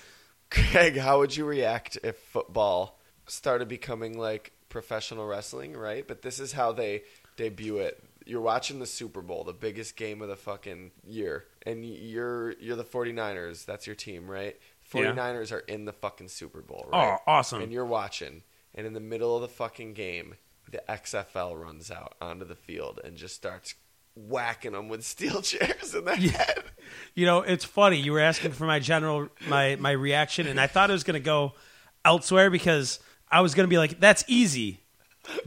S3: Craig, how would you react if football started becoming like professional wrestling, right? But this is how they debut it. You're watching the Super Bowl, the biggest game of the fucking year, and you're you're the 49ers. That's your team, right? 49ers are in the fucking Super Bowl, right?
S5: Oh, awesome.
S3: And you're watching, and in the middle of the fucking game, the XFL <laughs> runs out onto the field and just starts whacking them with steel chairs in the head.
S5: You know, it's funny. You were asking for my general my my reaction, and I thought it was gonna go elsewhere because I was gonna be like, "That's easy.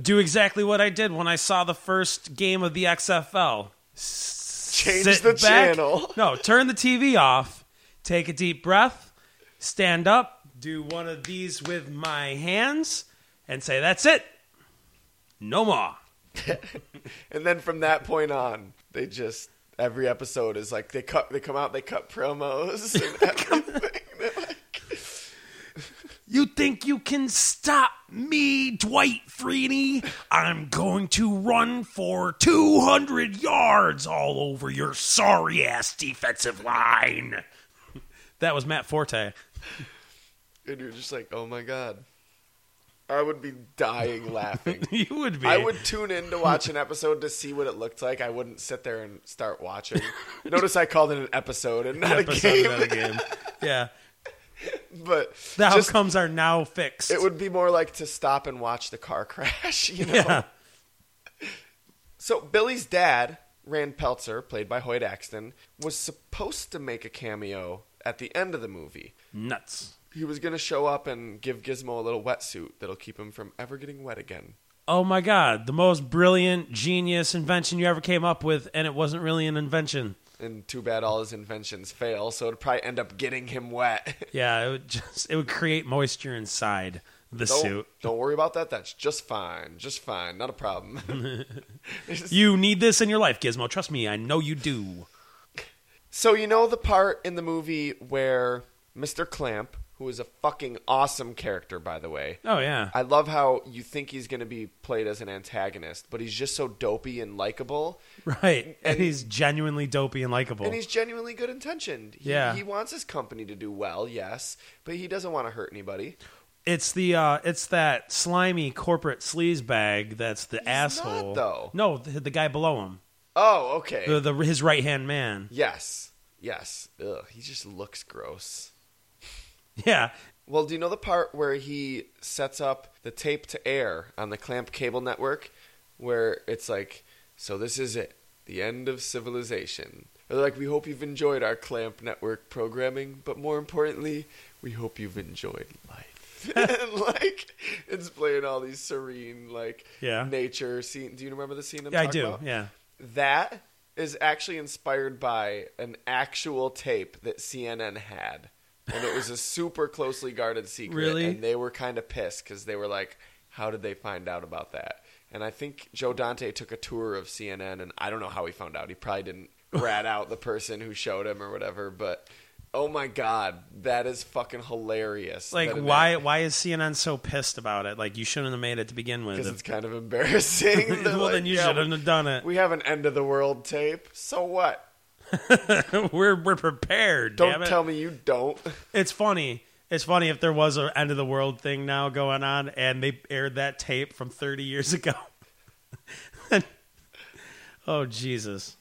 S5: Do exactly what I did when I saw the first game of the XFL.
S3: <laughs> Change
S5: Sit
S3: the
S5: back-
S3: channel.
S5: No, turn the TV off. Take a deep breath. Stand up. Do one of these with my hands, and say, "That's it. No more."
S3: And then from that point on, they just every episode is like they cut they come out, they cut promos <laughs> and everything. They're like,
S5: You think you can stop me, Dwight Freeney? I'm going to run for 200 yards all over your sorry ass defensive line. That was
S3: <laughs>
S5: Matt Forte.
S3: and you're just like, Oh my god. I would be dying
S5: <laughs>
S3: laughing.
S5: You would be.
S3: I would tune in to watch an episode to see what it looked like. I wouldn't sit there and start
S5: <laughs>
S3: watching. Notice I called it an episode and not
S5: Episode
S3: a game.
S5: of that game. Yeah.
S3: <laughs> But
S5: The
S3: just,
S5: outcomes are now fixed.
S3: it would be more like to stop and watch the car crash, <laughs> you know.
S5: Yeah.
S3: So Billy's dad, Rand Peltzer, played by Hoyt Axton, was supposed to make a cameo at the end of the movie.
S5: Nuts.
S3: He was going to show up and give Gizmo a little wetsuit that'll keep him from ever getting wet again.
S5: Oh my God. The most brilliant, genius invention you ever came up with, and it wasn't really an invention.
S3: And too bad all his inventions fail, so it'd probably end up getting him
S5: <laughs>
S3: wet.
S5: Yeah, it would just it would create moisture inside the
S3: Don't,
S5: suit.
S3: don't worry about that. That's just fine. Just fine. Not a problem. <laughs>
S5: You need this in your life, Gizmo. Trust me, I know you do.
S3: so, you know the part in the movie where Mr. Clamp, who is a fucking awesome character, by the way,
S5: Oh yeah.
S3: I love how you think he's going to be played as an antagonist, but he's just so dopey and likable,
S5: <laughs> Right. And,
S3: And-
S5: he's genuinely dopey and likable.
S3: and he's genuinely good intentioned. He,
S5: Oh. Yeah.
S3: he wants his company to do well, yes, but he doesn't want to hurt anybody.
S5: It's the uh it's that slimy corporate sleaze bag that's the asshole.
S3: not, though.
S5: No, the, the guy below him.
S3: Oh, okay.
S5: The, the his right-hand man. <laughs>
S3: yes, yes. Ugh, he just looks gross.
S5: Yeah.
S3: Well, do you know the part where he sets up the tape to air on the Clamp cable network, where it's like, so this is it, the end of civilization. Or they're like, we hope you've enjoyed our Clamp network programming, but more importantly, we hope you've enjoyed
S5: <laughs>
S3: life. <laughs> and like, it's playing all these serene, like,
S5: Yeah.
S3: nature scene. Do you remember the scene? I'm
S5: Yeah, I
S3: talking
S5: do.
S3: about?
S5: Yeah.
S3: That is actually inspired by an actual tape that CNN had. And it was a super closely guarded secret.
S5: Really?
S3: And they were kind of pissed because they were like, how did they find out about that? And I think Joe Dante took a tour of CNN, and I don't know how he found out. He probably didn't
S5: <laughs>
S3: rat out the person who showed him or whatever, but oh my God, that is fucking hilarious.
S5: Like
S3: That an
S5: why why is CNN so pissed about it? Like you shouldn't have made it to begin with.
S3: Because it's kind of
S5: <laughs>
S3: embarrassing. <laughs> They're
S5: well, then
S3: like,
S5: you
S3: "Yeah,
S5: shouldn't have done it.
S3: We have an end of the world tape. So what?
S5: <laughs> we're we're prepared. damn
S3: Don't
S5: it.
S3: tell me you don't.
S5: it's funny. It's funny if there was an end of the world thing now going on, and they aired that tape from 30 years ago. <laughs> oh Jesus!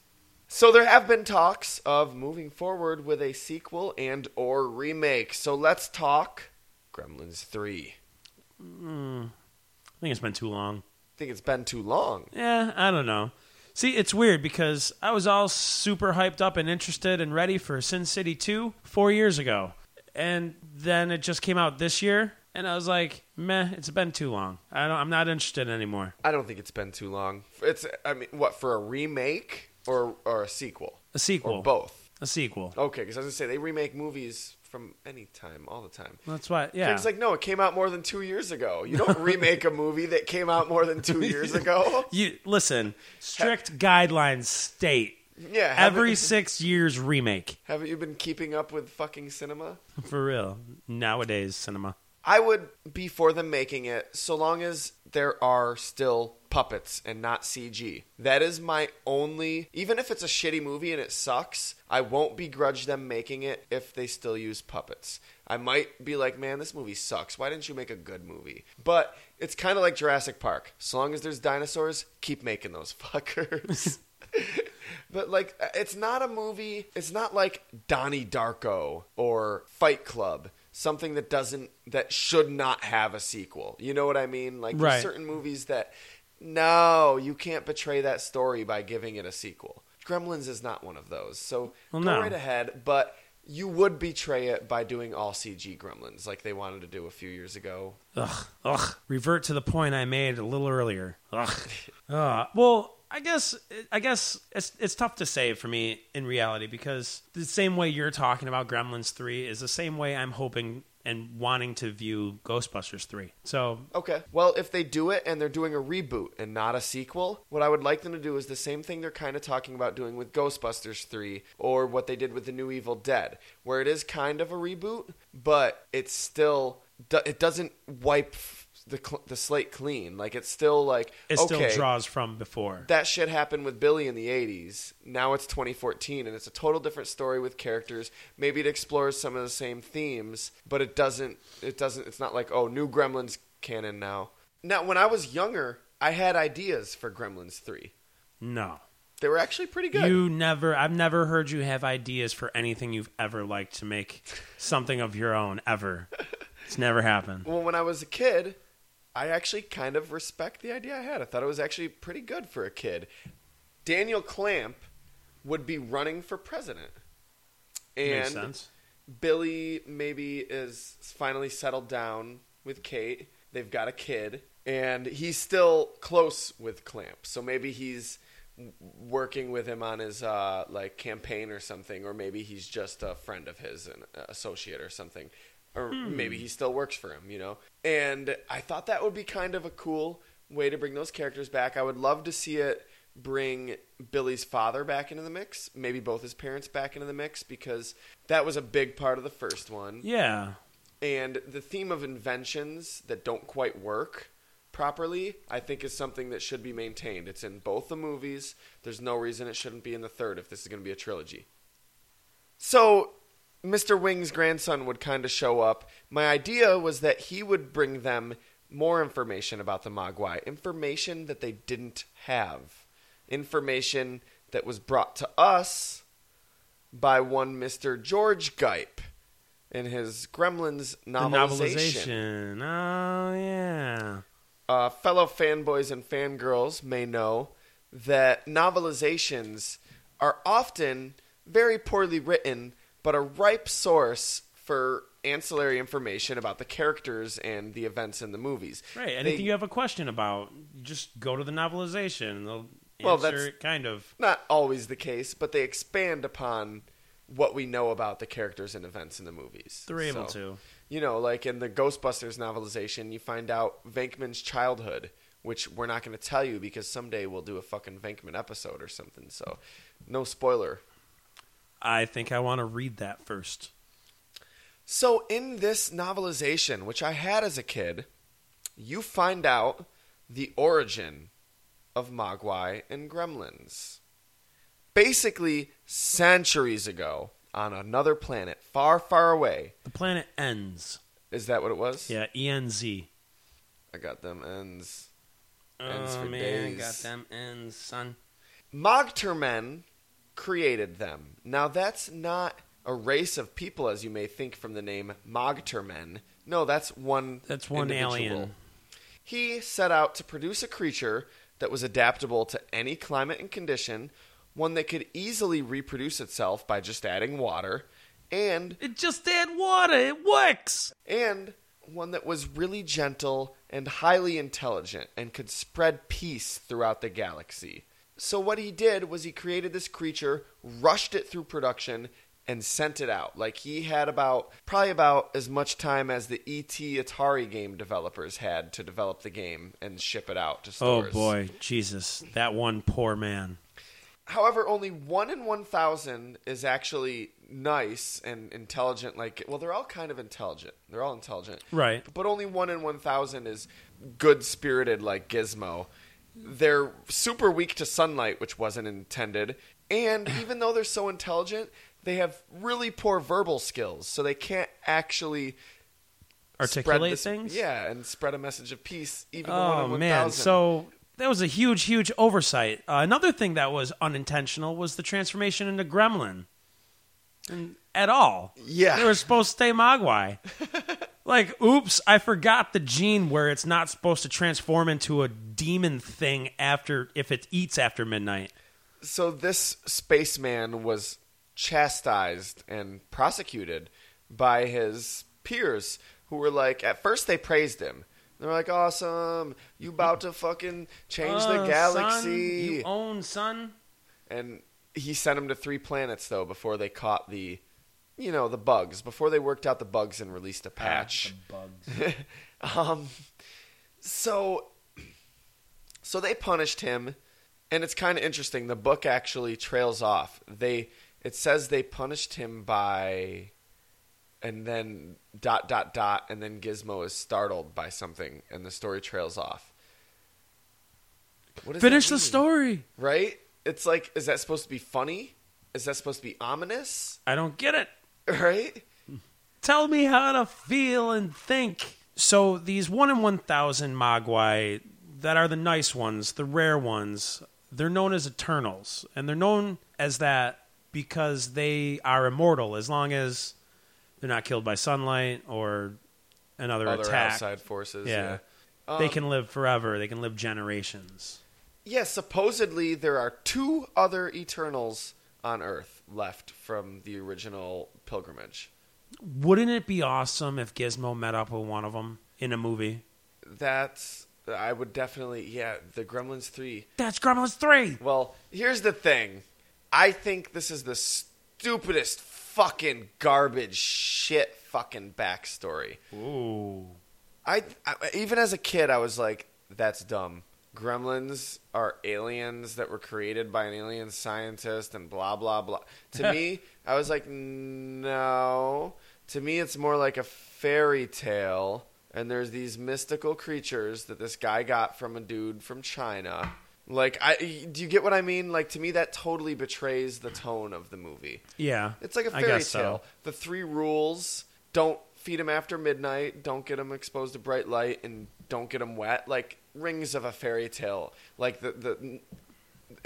S3: So there have been talks of moving forward with a sequel and or remake. So let's talk Gremlins 3.
S5: I think it's been too long.
S3: I think it's been too long.
S5: Yeah, I don't know. See, it's weird because I was all super hyped up and interested and ready for Sin City 2 four years ago, and then it just came out this year, and I was like, meh, it's been too long. I don't, I'm not interested anymore.
S3: I don't think it's been too long. It's I mean what for a remake or or a sequel
S5: A sequel,
S3: or both. Oh.
S5: a sequel.
S3: Okay, cuz I was going to say they remake movies from any time all the time.
S5: That's why. Yeah,
S3: And It's like no, it came out more than 2 years ago. You don't remake a movie that came out more than
S5: <laughs>
S3: 2 years ago.
S5: You listen. Strict guidelines state
S3: Yeah. haven't-
S5: every six years remake. <laughs>
S3: haven't you been keeping up with fucking cinema?
S5: For real, nowadays cinema.
S3: I would be for them making it so long as there are still puppets and not CG. That is my only. Even if it's a shitty movie and it sucks, I won't begrudge them making it if they still use puppets. I might be like, man, this movie sucks. Why didn't you make a good movie? But it's kind of like Jurassic Park. So long as there's dinosaurs, keep making those <laughs> fuckers. <laughs> But like, it's not a movie. It's not like Donnie Darko or Fight Club, something that doesn't that should not have a sequel. You know what I mean? Like there's
S5: Right.
S3: certain movies that no, you can't betray that story by giving it a sequel. Gremlins is not one of those. So
S5: Well,
S3: go
S5: no.
S3: right ahead, but you would betray it by doing all CG Gremlins like they wanted to do a few years ago.
S5: Ugh, ugh. Revert to the point I made a little earlier. Ugh. <laughs> Uh, well, I guess I guess it's it's tough to say for me in reality because the same way you're talking about Gremlins three is the same way I'm hoping and wanting to view Ghostbusters three. So
S3: Okay. Well, if they do it and they're doing a reboot and not a sequel, what I would like them to do is the same thing they're kind of talking about doing with Ghostbusters 3 or what they did with The New Evil Dead, where it is kind of a reboot, but it's still do- it doesn't wipe f- the cl- the slate clean. Like it's still like
S5: it
S3: okay,
S5: still draws from before.
S3: that shit happened with Billy in the 80s. Now it's 2014 and it's a total different story with characters. Maybe it explores some of the same themes, but it doesn't it doesn't it's not like, "Oh, new Gremlins canon now." Now, when I was younger, I had ideas for Gremlins 3.
S5: no.
S3: They were actually pretty good.
S5: You never I've never heard you have ideas for anything you've ever liked to make something of your own ever. It's
S3: <laughs>
S5: never happened.
S3: well, when I was a kid, I actually kind of respect the idea I had. I thought it was actually pretty good for a kid. Daniel Clamp would be running for president. And
S5: Makes sense.
S3: Billy maybe is finally settled down with Kate. They've got a kid, and he's still close with Clamp. So maybe he's w- working with him on his uh, like campaign or something, or maybe he's just a friend of his, an associate or something, or maybe he still works for him. You know. And I thought that would be kind of a cool way to bring those characters back. I would love to see it bring Billy's father back into the mix, maybe both his parents back into the mix because that was a big part of the first one.
S5: Yeah.
S3: And the theme of inventions that don't quite work properly, I think is something that should be maintained. It's in both the movies. There's no reason it shouldn't be in the third if this is going to be a trilogy. So, Mr. Wing's grandson would kind of show up. My idea was that he would bring them more information about the Mogwai, information that they didn't have, information that was brought to us by one Mr. George Gipe in his Gremlins
S5: The
S3: novelization.
S5: novelization. Oh yeah.
S3: Uh, fellow fanboys and fangirls may know that novelizations are often very poorly written, but a ripe source for ancillary information about the characters and the events in the movies.
S5: Right.
S3: They-
S5: Anything you have a question about, you just go to the novelization and they'll
S3: Well,
S5: answer
S3: that's-
S5: it kind of.
S3: not always the case, but they expand upon what we know about the characters and events in the movies.
S5: They're able to.
S3: You know, like in the Ghostbusters novelization, you find out Venkman's childhood, which we're not going to tell you because someday we'll do a fucking Venkman episode or something. So, no spoiler.
S5: I think I want to read that first.
S3: So, in this novelization, which I had as a kid, you find out the origin of Mogwai and Gremlins. Basically, centuries ago, on another planet far, far away.
S5: The planet ends.
S3: Is that what it was?
S5: Yeah, E N Z.
S3: I got them ends. Ends
S5: Oh
S3: for
S5: man,
S3: days.
S5: got them ends, son.
S3: Mogtermen created them. Now, that's not a race of people, as you may think from the name Mogtermen. No, that's one.
S5: That's one
S3: individual.
S5: alien.
S3: He set out to produce a creature that was adaptable to any climate and condition, one that could easily reproduce itself by just adding water, and
S5: It just add water. It works.
S3: and one that was really gentle and highly intelligent and could spread peace throughout the galaxy. So, what he did was he created this creature, rushed it through production, and sent it out. Like, he had about probably about as much time as the ET Atari game developers had to develop the game and ship it out to
S5: Oh
S3: stores.
S5: boy, Jesus, that one poor man.
S3: However, only one in 1,000 is actually nice and intelligent. Like, well, they're all kind of intelligent. They're all intelligent.
S5: Right.
S3: But only one in 1,000 is good spirited, like Gizmo. They're super weak to sunlight, which wasn't intended. And
S5: <laughs>
S3: even though they're so intelligent, they have really poor verbal skills. So they can't actually spread
S5: Articulate
S3: this-
S5: things.
S3: Yeah, and spread a message of peace, even the one
S5: Oh
S3: in 1,000.
S5: man, so that was a huge, huge oversight. Uh, another thing that was unintentional was the transformation into Gremlin, and at all.
S3: Yeah.
S5: they were supposed to stay
S3: <laughs>
S5: Mogwai. like, oops, I forgot the gene where it's not supposed to transform into a demon thing after if it eats after midnight.
S3: so this spaceman was chastised and prosecuted by his peers who were like at first they praised him they're like awesome you about to fucking change the
S5: Uh, Son,
S3: galaxy
S5: you own son.
S3: and he sent him to three planets though before they caught the you know the bugs before they worked out the bugs and released a patch bugs <laughs> um so so they punished him and it's kind of interesting the book actually trails off they it says they punished him by and then dot dot dot and then gizmo is startled by something and the story trails off What does that
S5: Finish the
S3: mean?
S5: story.
S3: Right? It's like, is that supposed to be funny? Is that supposed to be ominous? <laughs>
S5: I don't get it.
S3: Right?
S5: Tell me how to feel and think. So these one in one thousand Mogwai that are the nice ones, the rare ones, they're known as Eternals, and they're known as that because they are immortal as long as they're not killed by sunlight or another
S3: Other
S5: attack.
S3: outside forces.
S5: yeah.
S3: Yeah. Um,
S5: they can live forever. They can live generations.
S3: Yeah, supposedly there are two other Eternals on Earth left from the original pilgrimage.
S5: Wouldn't it be awesome if Gizmo met up with one of them in a movie?
S3: That's. I would definitely. Yeah, the Gremlins 3.
S5: That's Gremlins 3.
S3: Well, here's the thing. I think this is the stupidest fucking garbage shit fucking backstory. Ooh. I, I even as a kid I was like that's dumb. Gremlins are aliens that were created by an alien scientist and blah blah blah. To me, I was like no. To me it's more like a fairy tale and there's these mystical creatures that this guy got from a dude from China. Like I do you get what I mean? Like to me that totally betrays the tone of the movie.
S5: Yeah.
S3: It's like a
S5: I
S3: fairy tale.
S5: guess so.
S3: The three rules: don't feed them after midnight, don't get them exposed to bright light, and don't get them wet. Like rings of a fairy tale. Like the the,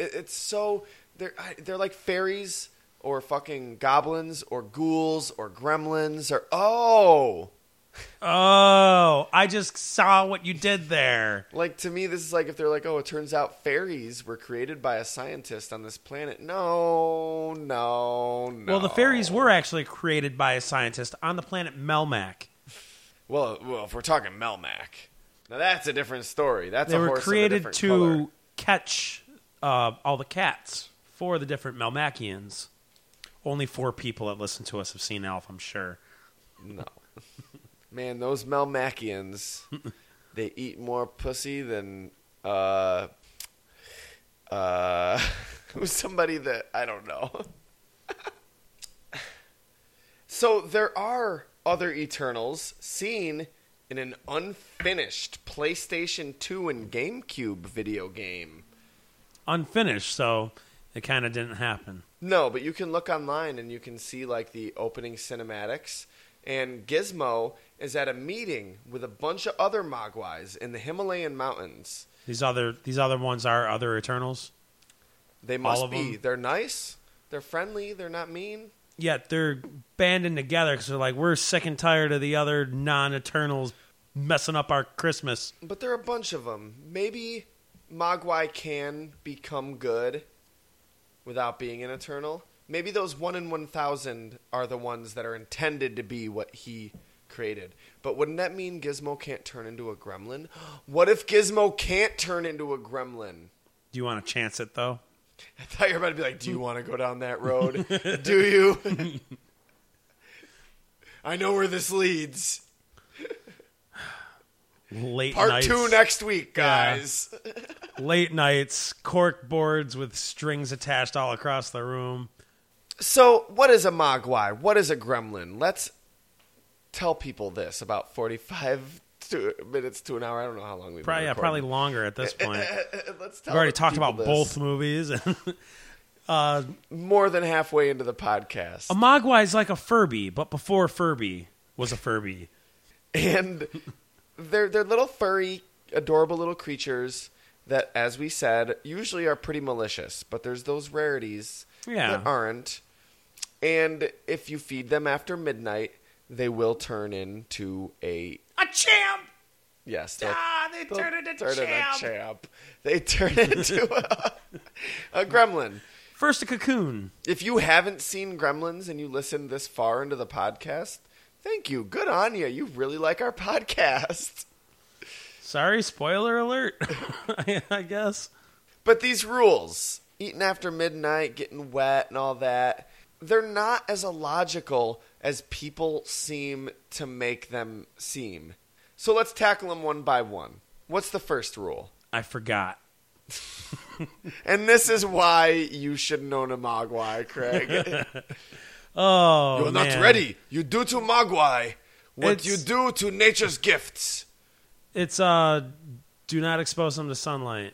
S3: it- it's so they're I- they're like fairies or fucking goblins or ghouls or gremlins or oh.
S5: Oh, I just saw what you did there.
S3: Like to me, this is like if they're like, oh, it turns out fairies were created by a scientist on this planet. No, no, no.
S5: Well, the fairies were actually created by a scientist on the planet Melmac.
S3: Well, well, if we're talking Melmac, now that's a different story. That's
S5: They
S3: a
S5: were
S3: horse of a
S5: created
S3: different
S5: to
S3: color.
S5: catch uh, all the cats for the different Melmacians. Only four people that listen to us have seen Alf, I'm sure.
S3: No, man, those <laughs> Melmacians, they eat more pussy than uh, uh, <laughs> who's somebody that I don't know. <laughs> so there are other Eternals seen in an unfinished PlayStation 2 and GameCube video game.
S5: Unfinished, so it kind of didn't happen.
S3: No, but you can look online and you can see like the opening cinematics. And Gizmo is at a meeting with a bunch of other Mogwais in the Himalayan mountains.
S5: These other these other ones are other Eternals.
S3: They must
S5: of
S3: be.
S5: them?
S3: They're nice. They're friendly. They're not mean.
S5: Yet they're banding together because they're like, we're sick and tired of the other non-Eternals messing up our Christmas.
S3: But there are a bunch of them. Maybe Mogwai can become good without being an Eternal. Maybe those one in one thousand are the ones that are intended to be what he created. But wouldn't that mean Gizmo can't turn into a gremlin? <gasps> What if Gizmo can't turn into a gremlin? <laughs>
S5: Do you want to chance it though?
S3: I thought you were about to be like, "Do you want to go down that road? Do you?" <laughs> I know where this leads.
S5: Late
S3: Part
S5: nights,
S3: two next week,
S5: Yeah.
S3: guys.
S5: late nights, cork boards with strings attached all across the room.
S3: So, what is a Mogwai? What is a gremlin? Let's tell people this about 45 to, minutes to an hour. I don't know how long we've
S5: Probably,
S3: been
S5: yeah, probably
S3: recording.
S5: longer at this point.
S3: <laughs> Let's tell
S5: We've already
S3: the
S5: talked
S3: people
S5: about
S3: this
S5: both movies. <laughs> a
S3: More than halfway into the podcast.
S5: Mogwai is like a Furby, but before Furby was a Furby.
S3: and they're they're little furry, adorable little creatures that, as we said, usually are pretty malicious. But there's those rarities
S5: Yeah.
S3: that aren't. And if you feed them after midnight, they will turn into a
S8: A champ!
S3: Yes.
S8: Ah, they
S3: they'll
S8: turn into
S3: turn
S8: champ.
S3: champ. They turn <laughs> into a, a gremlin.
S5: First a cocoon.
S3: If you haven't seen Gremlins and you listened this far into the podcast, thank you. Good on you. You really like our <laughs> podcast.
S5: Sorry, spoiler alert. <laughs> I guess.
S3: But these rules, eating after midnight, getting wet, and all that, they're not as illogical as people seem to make them seem. So let's tackle them one by one. What's the first rule?
S5: I forgot.
S3: And this is why you shouldn't own a Mogwai, Craig.
S5: <laughs> Oh,
S3: You're not
S5: man.
S3: ready. You do to Mogwai what
S5: It's-
S3: you do to nature's gifts.
S5: It's uh, do not expose them to sunlight.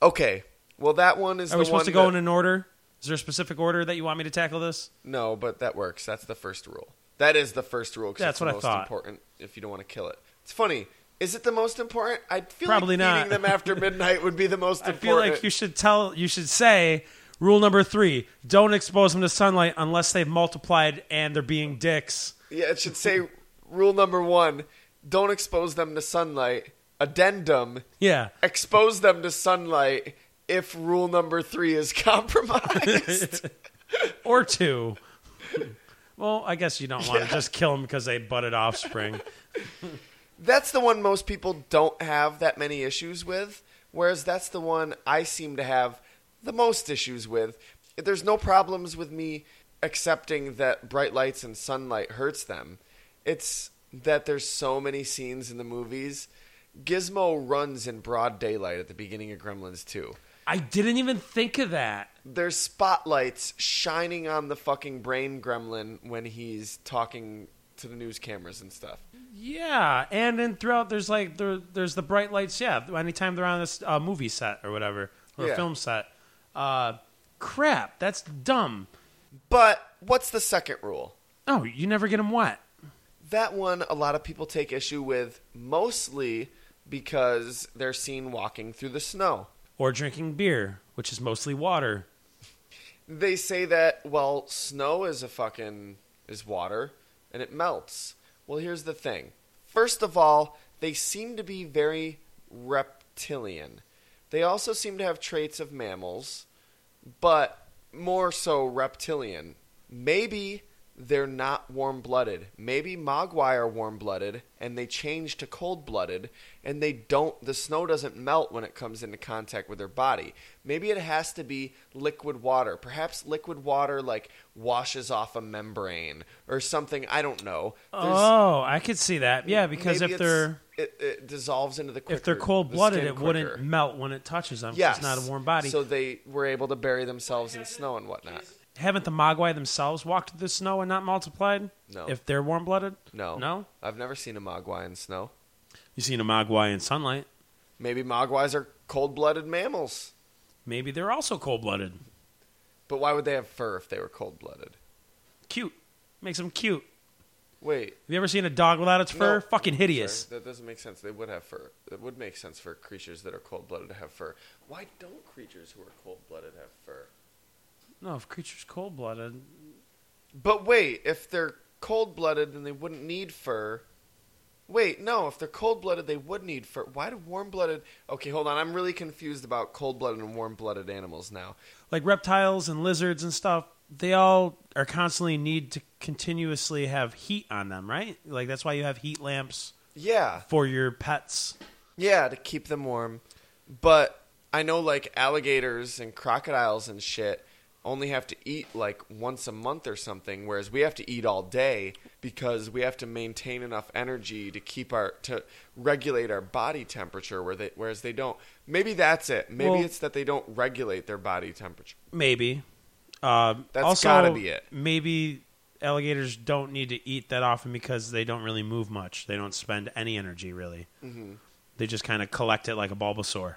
S3: Okay. Well, that one is
S5: Are
S3: the
S5: we supposed
S3: one
S5: to go in
S3: that-
S5: an order? Is there a specific order that you want me to tackle this?
S3: No, but that works. That's the first rule. That is the first rule. 'cause
S5: That's
S3: it's the
S5: what I
S3: most
S5: thought.
S3: Important if you don't want to kill it. It's funny. Is it the most important? I feel
S5: Probably
S3: like
S5: not.
S3: feeding them
S5: <laughs>
S3: after midnight would be the most
S5: I
S3: important.
S5: feel like you should tell. You should say rule number three: don't expose them to sunlight unless they've multiplied and they're being dicks.
S3: Yeah, it should say rule number one: don't expose them to sunlight. Addendum:
S5: Yeah,
S3: expose them to sunlight if rule number three is <laughs> compromised.
S5: or two. well, I guess you don't want to just kill them because they butted offspring.
S3: that's the one most people don't have that many issues with, whereas that's the one I seem to have the most issues with. There's no problems with me accepting that bright lights and sunlight hurts them. It's that there's so many scenes in the movies. Gizmo runs in broad daylight at the beginning of Gremlins 2
S5: I didn't even think of that.
S3: there's spotlights shining on the fucking brain gremlin when he's talking to the news cameras and stuff.
S5: Yeah, and then throughout there's like there, there's the bright lights. Yeah, anytime they're on this uh, movie set or whatever or
S3: Yeah.
S5: a film set. Uh, crap, that's dumb.
S3: But what's the second rule?
S5: Oh, you never get them wet.
S3: That one a lot of people take issue with mostly because they're seen walking through the snow.
S5: Or drinking beer, which is mostly water.
S3: They say that well, snow is a fucking is water and it melts. Well, here's the thing. First of all, they seem to be very reptilian. They also seem to have traits of mammals, but more so reptilian. Maybe they're not warm blooded. Maybe Mogwai are warm blooded and they change to cold blooded and they don't, the snow doesn't melt when it comes into contact with their body. Maybe it has to be liquid water. Perhaps liquid water like washes off a membrane or something. I don't know. There's-
S5: oh, I could see that. Yeah, because
S3: maybe
S5: if
S3: it's-
S5: they're
S3: it, it dissolves into the quicker,
S5: if they're
S3: the
S5: cold blooded,
S3: skin
S5: it wouldn't
S3: quicker.
S5: melt when it touches them. 'cause
S3: Yes,
S5: it's not a warm body.
S3: So they were able to bury themselves in snow and whatnot.
S5: Haven't the Mogwai themselves walked through the snow and not multiplied?
S3: No.
S5: If they're warm blooded,
S3: No,
S5: no.
S3: I've never seen a mogwai in snow.
S5: You seen a Mogwai in sunlight?
S3: Maybe mogwais are cold-blooded mammals,
S5: Maybe they're also cold blooded.
S3: but why would they have fur if they were cold-blooded?
S5: cute. Makes them cute.
S3: Wait,
S5: Have you ever seen a dog without its fur?
S3: No.
S5: Fucking hideous.
S3: sorry, that doesn't make sense. They would have fur. It would make sense for creatures that are cold-blooded to have fur. Why don't creatures who are cold-blooded have fur?
S5: No, if creature's cold blooded,
S3: But wait, if they're cold blooded, then they wouldn't need fur. Wait, no, if they're cold blooded, they would need fur. Why do warm blooded. Okay, hold on. I'm really confused about cold blooded and warm blooded animals now.
S5: like reptiles and lizards and stuff, they all are constantly need to continuously have heat on them, right? Like that's why you have heat lamps
S3: Yeah,
S5: for your pets.
S3: yeah, to keep them warm. But I know, like, alligators and crocodiles and shit only have to eat, like, once a month or something, whereas we have to eat all day because we have to maintain enough energy to keep our. to regulate our body temperature, where they, whereas they don't. Maybe that's it. Maybe
S5: Well-
S3: it's that they don't regulate their body temperature.
S5: Maybe. Um,
S3: That's
S5: also,
S3: gotta be it.
S5: Maybe alligators don't need to eat that often because they don't really move much. They don't spend any energy really.
S3: Mm-hmm.
S5: They just kind of collect it like a Bulbasaur.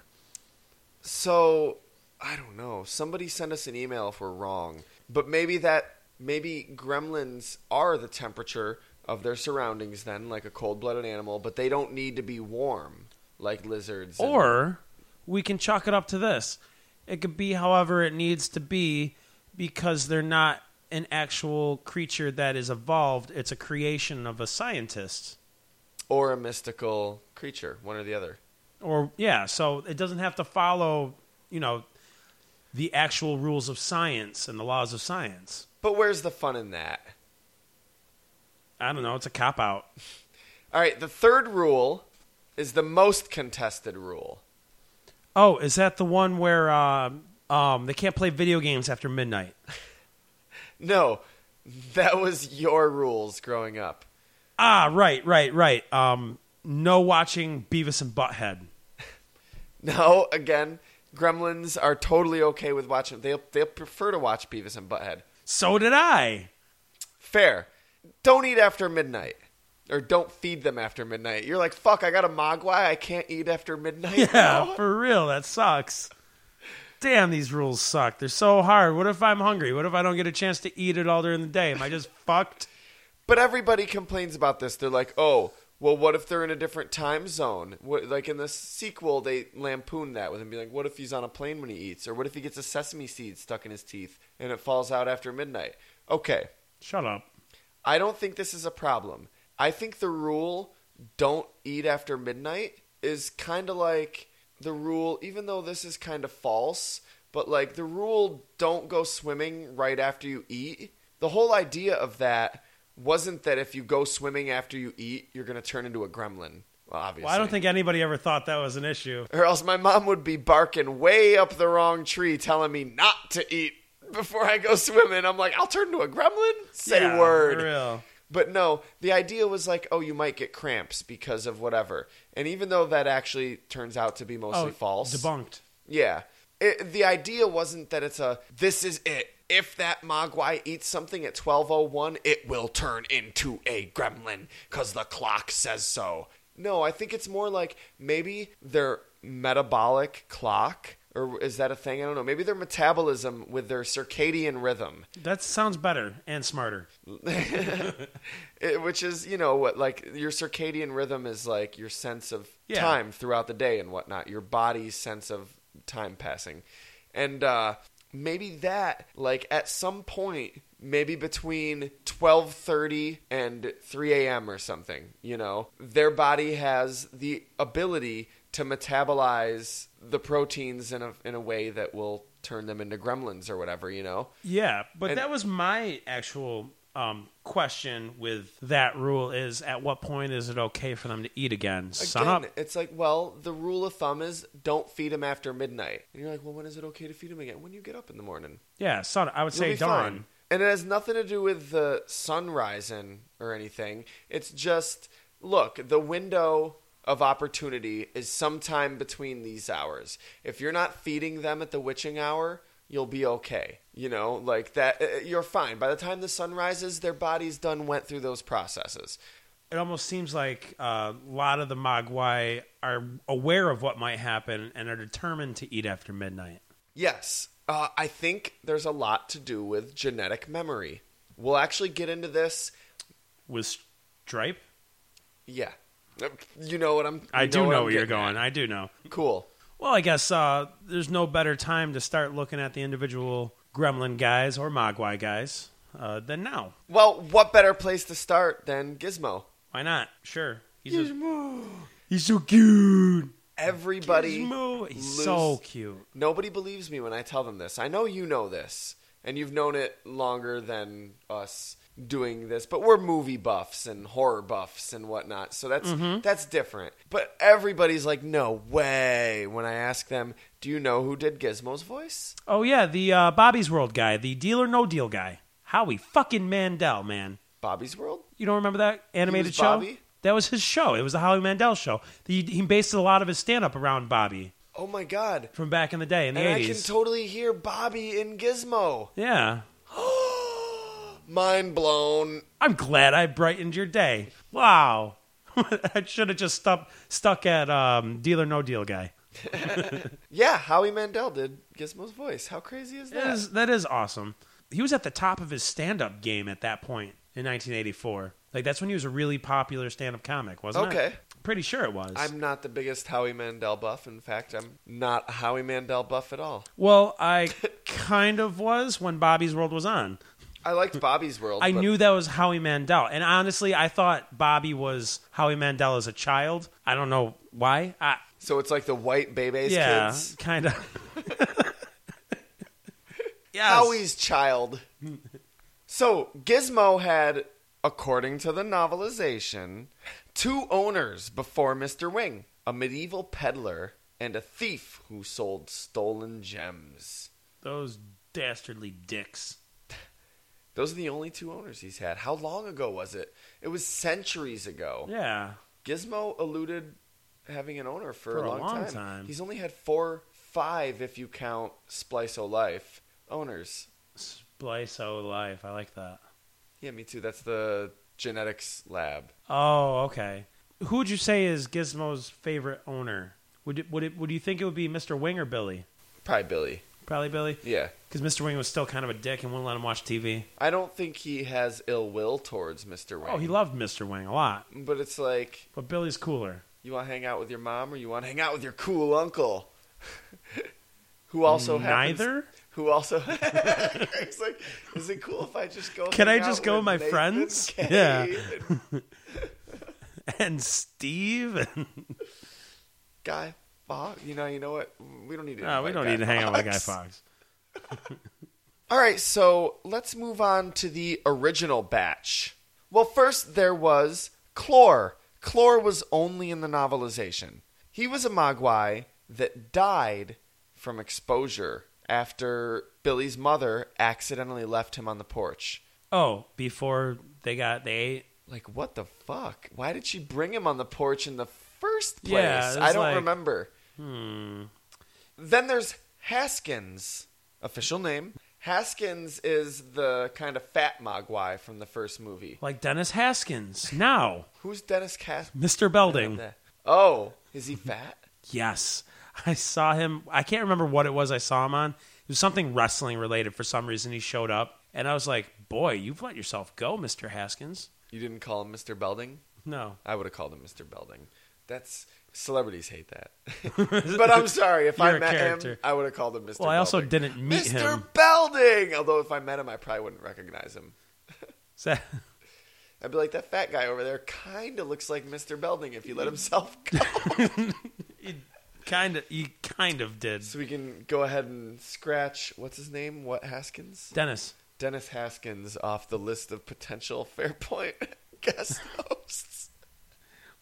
S3: So I don't know. Somebody send us an email if we're wrong. But maybe that maybe gremlins are the temperature of their surroundings then, like a cold blooded animal, but they don't need to be warm like lizards. and-
S5: Or we can chalk it up to this. It could be however it needs to be because they're not an actual creature that is evolved. It's a creation of a scientist.
S3: or a mystical creature, one or the other.
S5: or yeah so it doesn't have to follow you know the actual rules of science and the laws of science
S3: But where's the fun in that?
S5: i don't know it's a cop out
S3: All right, the third rule is the most contested rule.
S5: oh is that the one where um, um, they can't play video games after midnight
S3: No, that was your rules growing up.
S5: ah right right right um, no watching beavis and butthead
S3: No, again, gremlins are totally okay with watching. They'll, they'll prefer to watch Beavis and Butthead.
S5: so did i <laughs>
S3: Fair. Don't eat after midnight. Or don't feed them after midnight. You're like, fuck, I got a mogwai. I can't eat after midnight. now?
S5: yeah for real that sucks damn these rules suck they're so hard what if i'm hungry what if i don't get a chance to eat it all during the day am i just <laughs> fucked
S3: But everybody complains about this. They're like, oh, well, what if they're in a different time zone? What, like in the sequel, they lampoon that with him being like, what if he's on a plane when he eats? Or what if he gets a sesame seed stuck in his teeth and it falls out after midnight? Okay.
S5: shut up
S3: I don't think this is a problem. I think the rule don't eat after midnight is kind of like the rule, even though this is kind of false, but like the rule don't go swimming right after you eat. The whole idea of that wasn't that if you go swimming after you eat, you're going to turn into a gremlin. Well, obviously.
S5: Well, I don't think anybody ever thought that was an issue.
S3: Or else my mom would be barking way up the wrong tree telling me not to eat before I go swimming. I'm like, I'll turn into a gremlin? Say
S5: Yeah,
S3: word.
S5: For real.
S3: But no, the idea was like, oh, you might get cramps because of whatever. And even though that actually turns out to be
S5: Oh,
S3: mostly false,
S5: Debunked.
S3: yeah, it, the idea wasn't that it's a this is it. If that Mogwai eats something at 1201, it will turn into a gremlin because the clock says so. No, I think it's more like maybe their metabolic clock, or is that a thing? I don't know. Maybe their metabolism with their circadian rhythm.
S5: That sounds better and smarter.
S3: It- Eh, which is you know what like your circadian rhythm is like your sense of
S5: Yeah.
S3: time throughout the day and whatnot your body's sense of time passing and uh maybe that like at some point maybe between 12.30 and 3 a.m or something you know their body has the ability to metabolize the proteins in a, in a way that will turn them into gremlins or whatever you know
S5: Yeah, but
S3: And-
S5: that was my actual um, question with that rule: is at what point is it okay for them to eat again? Son up.
S3: Again, it's like, well, the rule of thumb is don't feed him after midnight. And you're like, well, when is it okay to feed him again? When you get up in the morning.
S5: Yeah, son. I would
S3: You'll
S5: say
S3: be
S5: dawn.
S3: fine. And it has nothing to do with the sun rising or anything. It's just, look, the window of opportunity is sometime between these hours. If you're not feeding them at the witching hour, you'll be okay. You know, like that, uh, you're fine. By the time the sun rises, their body's done went through those processes.
S5: It almost seems like uh, a lot of the Mogwai are aware of what might happen and are determined to eat after midnight.
S3: Yes. Uh, I think there's a lot to do with genetic memory. We'll actually get into this.
S5: With Stripe,
S3: Yeah. You know what I'm.
S5: I
S3: you
S5: do know,
S3: what I'm
S5: where you're
S3: getting
S5: going.
S3: at.
S5: I do know.
S3: Cool.
S5: Well, I guess uh, there's no better time to start looking at the individual gremlin guys or mogwai guys uh, than now.
S3: Well, what better place to start than Gizmo?
S5: Why not? Sure. He's a-
S3: Everybody.
S5: Gizmo. He's
S3: lose-
S5: so cute.
S3: Nobody believes me when I tell them this. I know you know this, and you've known it longer than us doing this. But we're movie buffs and horror buffs and whatnot, so that's that's different. But everybody's like, "No way!" When I ask them, "Do you know who did Gizmo's voice?"
S5: Oh, yeah, the uh, Bobby's World guy, the deal or no deal guy. Howie fucking Mandel, man.
S3: Bobby's World.
S5: You don't remember that animated show?
S3: Bobby?
S5: That was his show. It was the Howie Mandel show. He, he based a lot of his stand up around Bobby
S3: Oh my god!
S5: from back in the day in the
S3: And I
S5: 80s.
S3: can totally hear Bobby in Gizmo.
S5: yeah.
S3: Mind blown.
S5: I'm glad I brightened your day. Wow. <laughs> I should have just stuck, stuck at um, Deal or No Deal guy.
S3: Yeah, Howie Mandel did Gizmo's voice. How crazy is that?
S5: That is, that is awesome. He was at the top of his stand up game at that point in 1984. Like, that's when he was a really popular stand up comic, wasn't it?
S3: Okay.
S5: Pretty sure it was.
S3: I'm not the biggest Howie Mandel buff. In fact, I'm not a Howie Mandel buff at all. <laughs>
S5: well, I kind of was when Bobby's World was on.
S3: I liked Bobby's world.
S5: I
S3: but
S5: knew that was Howie Mandel, and honestly, I thought Bobby was Howie Mandel as a child. I don't know why. I,
S3: So it's like the white baby's
S5: yeah,
S3: kids.
S5: kind of.
S3: <laughs>
S5: yes.
S3: Howie's child. So Gizmo had, according to the novelization, two owners before Mr. Wing a medieval peddler and a thief who sold stolen gems.
S5: Those dastardly dicks.
S3: Those are the only two owners he's had. How long ago was it? It was centuries ago.
S5: Yeah.
S3: Gizmo eluded having an owner for,
S5: For
S3: a
S5: a
S3: long,
S5: long
S3: time.
S5: time.
S3: He's only had four, five, if you count Splice O Life owners.
S5: Splice O Life. I like that.
S3: Yeah, me too. That's the genetics lab.
S5: Oh, okay. Who would you say is Gizmo's favorite owner? Would it, would it, would you think it would be Mr. Wing or Billy?
S3: Probably Billy.
S5: Probably Billy,
S3: Yeah.
S5: because Mr. Wing was still kind of a dick and wouldn't let him watch TV.
S3: I don't think he has ill will towards Mr. Wayne.
S5: Oh, he loved Mr. Wing a lot,
S3: but it's like,
S5: but Billy's cooler.
S3: you want to hang out with your mom or you want to hang out with your cool uncle? <laughs> who also happens-
S5: Neither.
S3: <laughs>
S5: <laughs>
S3: who also it's like is it cool if i just go
S5: Can I
S3: hang
S5: just
S3: out
S5: go
S3: with
S5: with my
S3: Nathan
S5: friends?
S3: Kay?
S5: Yeah. And Steve. <laughs>
S3: Oh
S5: And,
S3: guy Fox. you know you know what we don't need to
S5: no, we
S3: invite
S5: don't
S3: Guy
S5: need to hang
S3: <laughs>
S5: out with Guy
S3: Fawkes.
S5: Fox.
S3: all right so let's move on to the original batch well first there was clor clor was only in the novelization he was a mogwai that died from exposure after billy's mother accidentally left him on the porch
S5: Oh, before they got they ate.
S3: Like what the fuck? Why did she bring him on the porch in the first place?
S5: Yeah, it
S3: I
S5: was
S3: don't
S5: like- hmm.
S3: remember. Then there's Haskins, official name. Haskins is the kind of fat mogwai from the first movie.
S5: like Dennis Haskins. Now,
S3: Who's Dennis Cas?
S5: Mr. Belding.
S3: Oh, is he fat?
S5: Yes. I saw him. I can't remember what it was I saw him on. It was something wrestling related for some reason. He showed up, and I was like, boy, you've let yourself go, Mr. Haskins.
S3: You didn't call him Mr. Belding?
S5: No. <laughs>
S3: I would have called him Mr. Belding. That's celebrities hate
S5: <laughs>
S3: that. but I'm sorry if
S5: You're
S3: I
S5: a
S3: met him,
S5: character.
S3: I would have called him Mr.
S5: Well, I also
S3: Belding.
S5: didn't meet
S3: Mr.
S5: him.
S3: Belding. Although if I met him, I probably wouldn't recognize him.
S5: So-
S3: I'd be like, that fat guy over there kind of looks like Mr. Belding if he let himself <laughs> go.
S5: kind of, you kind of did.
S3: so we can go ahead and scratch, what's his name? What, Haskins?
S5: Dennis.
S3: Dennis Haskins off the list of potential <laughs> Fairpoint guest hosts.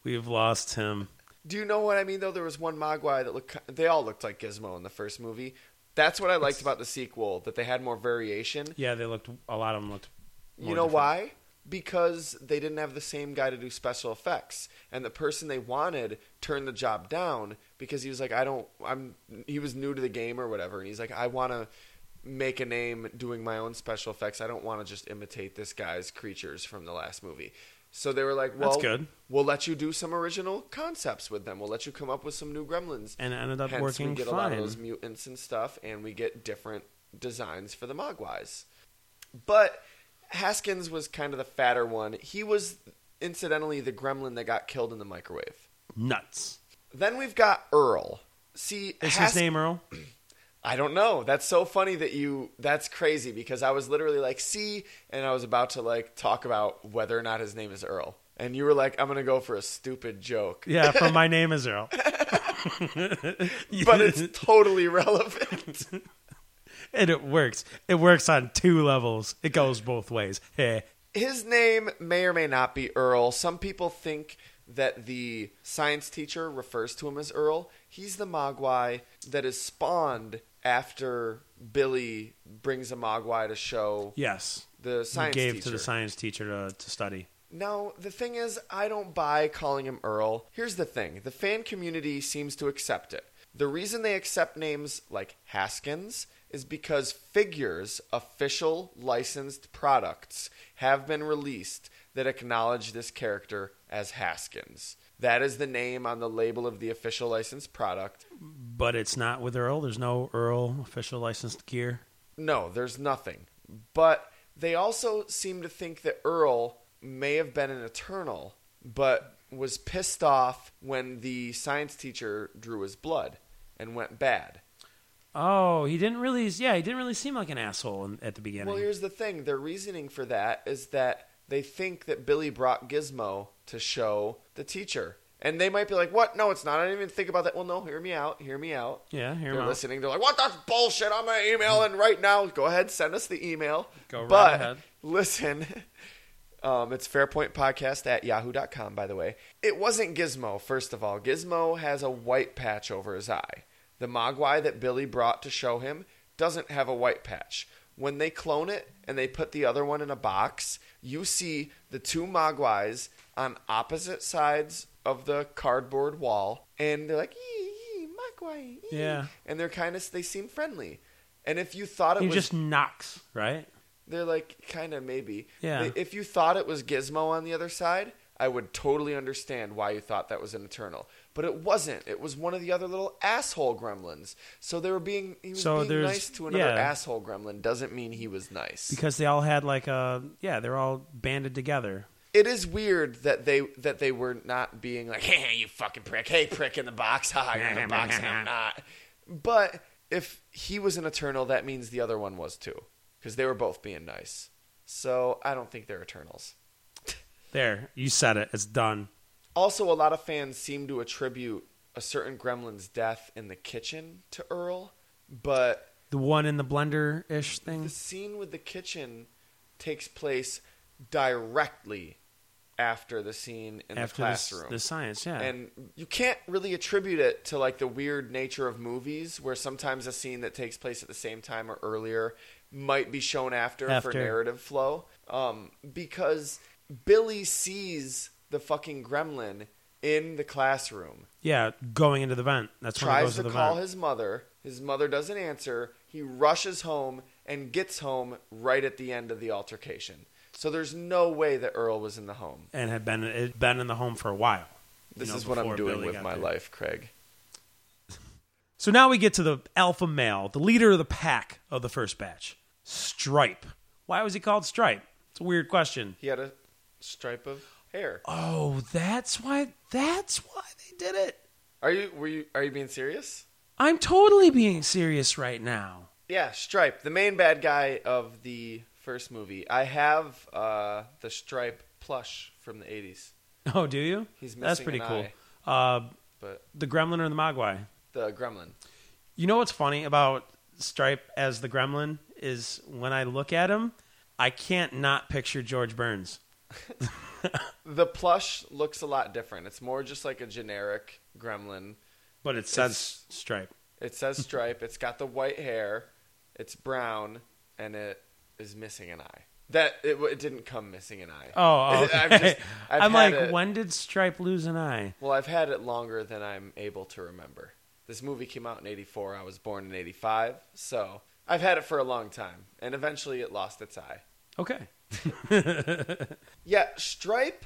S5: We've lost him.
S3: Do you know what I mean, though? There was one Mogwai that looked, ki- they all looked like Gizmo in the first movie. That's what I liked about the sequel, that they had more variation.
S5: Yeah, they looked. A lot of them looked.
S3: You know why? Because they didn't have the same guy to do special effects, and the person they wanted turned the job down because he was like, "I don't, I'm." He was new to the game or whatever, and he's like, "I want to make a name doing my own special effects. I don't want to just imitate this guy's creatures from the last movie." So they were like, "Well,
S5: That's good.
S3: we'll let you do some original concepts with them. We'll let you come up with some new Gremlins."
S5: And it ended up
S3: Hence, we
S5: working
S3: get a lot of
S5: fine.
S3: those mutants and stuff, and we get different designs for the Mogwais. But Haskins was kind of the fatter one. He was, incidentally, the gremlin that got killed in the microwave.
S5: Nuts.
S3: Then we've got Earl. See,
S5: Is
S3: Has-
S5: his name Earl?
S3: I don't know. That's so funny that you. That's crazy because I was literally like, see, and I was about to like talk about whether or not his name is Earl, and you were like, I'm gonna go for a stupid
S5: <laughs>
S3: joke,
S5: Yeah, from My Name Is Earl.
S3: <laughs>
S5: <laughs>
S3: but it's totally relevant.
S5: and it works. It works on two levels. It goes both ways. Hey,
S3: his name may or may not be Earl. Some people think that the science teacher refers to him as Earl. He's the Mogwai that is spawned after Billy brings a Mogwai to show
S5: yes,
S3: the
S5: he
S3: science
S5: gave
S3: teacher.
S5: to the science teacher to, to study.
S3: No, the thing is, I don't buy calling him Earl. Here's the thing the fan community seems to accept it. The reason they accept names like Haskins is because figures, official licensed products, have been released that acknowledge this character as Haskins. That is the name on the label of the official licensed product.
S5: But it's not with Earl. There's no Earl official licensed gear.
S3: No, there's nothing. But they also seem to think that Earl may have been an Eternal, but was pissed off when the science teacher drew his blood and went bad.
S5: Oh, he didn't really. Yeah, he didn't really seem like an asshole in, at the beginning.
S3: Well, here's the thing. Their reasoning for that is that they think that Billy brought Gizmo to show the teacher. And they might be like, what? No, it's not. I didn't even think about that. Well, no, hear me out. Hear me out.
S5: Yeah, hear him
S3: They're
S5: out.
S3: listening. They're like, what? That's bullshit. I'm going to email in right now. Go ahead. Send us the email.
S5: Go right
S3: but
S5: ahead.
S3: listen, <laughs> um, it's fairpointpodcast at yahoo.com, by the way. It wasn't Gizmo, first of all. Gizmo has a white patch over his eye. The Mogwai that Billy brought to show him doesn't have a white patch. When they clone it and they put the other one in a box, you see the two Mogwais on opposite sides of the cardboard wall, and they're like, "Ee, ee, Mogwai. ee."
S5: Yeah.
S3: And they're kind of, they seem friendly. And if you thought it
S5: He
S3: was
S5: just knocks, right?
S3: they're like, kind of maybe.
S5: Yeah.
S3: They- If you thought it was Gizmo on the other side, I would totally understand why you thought that was an Eternal, but it wasn't. It was one of the other little asshole gremlins. So they were being he was
S5: So
S3: being
S5: there's-
S3: nice to another
S5: yeah.
S3: asshole gremlin doesn't mean he was nice.
S5: Because they all had like a yeah, they're all banded together.
S3: it is weird that they that they were not being like, "Hey, hey, you fucking prick! Hey, prick in the box! <laughs> Ha, you're in the box! and I'm not." But if he was an Eternal, that means the other one was too, because they were both being nice. So I don't think they're Eternals.
S5: There, you said it. It's done.
S3: Also, a lot of fans seem to attribute a certain gremlin's death in the kitchen to Earl, but
S5: The one in the blender ish
S3: the
S5: thing.
S3: scene with the kitchen takes place directly after the scene in
S5: after
S3: the
S5: this-
S3: classroom.
S5: the science, yeah.
S3: and you can't really attribute it to like the weird nature of movies where sometimes a scene that takes place at the same time or earlier might be shown after, for
S5: After.
S3: narrative flow um, because billy sees the fucking gremlin in the classroom
S5: yeah, going into the vent. That's when he
S3: tries
S5: goes
S3: to
S5: the
S3: call
S5: vent.
S3: his mother his mother doesn't answer he rushes home and gets home right at the end of the altercation so there's no way that earl was in the home
S5: and had been had been in the home for a while. you
S3: this
S5: know,
S3: is what i'm
S5: before
S3: doing
S5: Billy
S3: with
S5: got
S3: my
S5: there.
S3: life craig
S5: So now we get to the alpha male, the leader of the pack of the first batch, Stripe. Why was he called Stripe? It's a weird question.
S3: he had a stripe of hair
S5: Oh, that's why. That's why they did it.
S3: Are you were you are you being serious?
S5: I'm totally being serious right now.
S3: Yeah, Stripe, the main bad guy of the first movie. I have uh, the Stripe plush from the '80s,
S5: Oh, do you?
S3: He's
S5: That's
S3: missing
S5: pretty
S3: an
S5: cool. Uh,
S3: but
S5: the Gremlin or the Mogwai?
S3: the Gremlin.
S5: You know what's funny about Stripe as the Gremlin is when I look at him, I can't not picture George Burns.
S3: The plush looks a lot different. It's more just like a generic Gremlin.
S5: But it says Stripe.
S3: It <laughs> says Stripe. it's got the white hair. It's brown, and it is missing an eye. That it, w- it didn't come missing an eye.
S5: Oh,
S3: <laughs>
S5: okay.
S3: I've just, I've
S5: am
S3: had
S5: like,
S3: it-
S5: when did Stripe lose an eye?
S3: Well, I've had it longer than I'm able to remember. This movie came out in 84. I was born in 85. So I've had it for a long time. And eventually it lost its eye.
S5: Okay.
S3: Yeah, Stripe.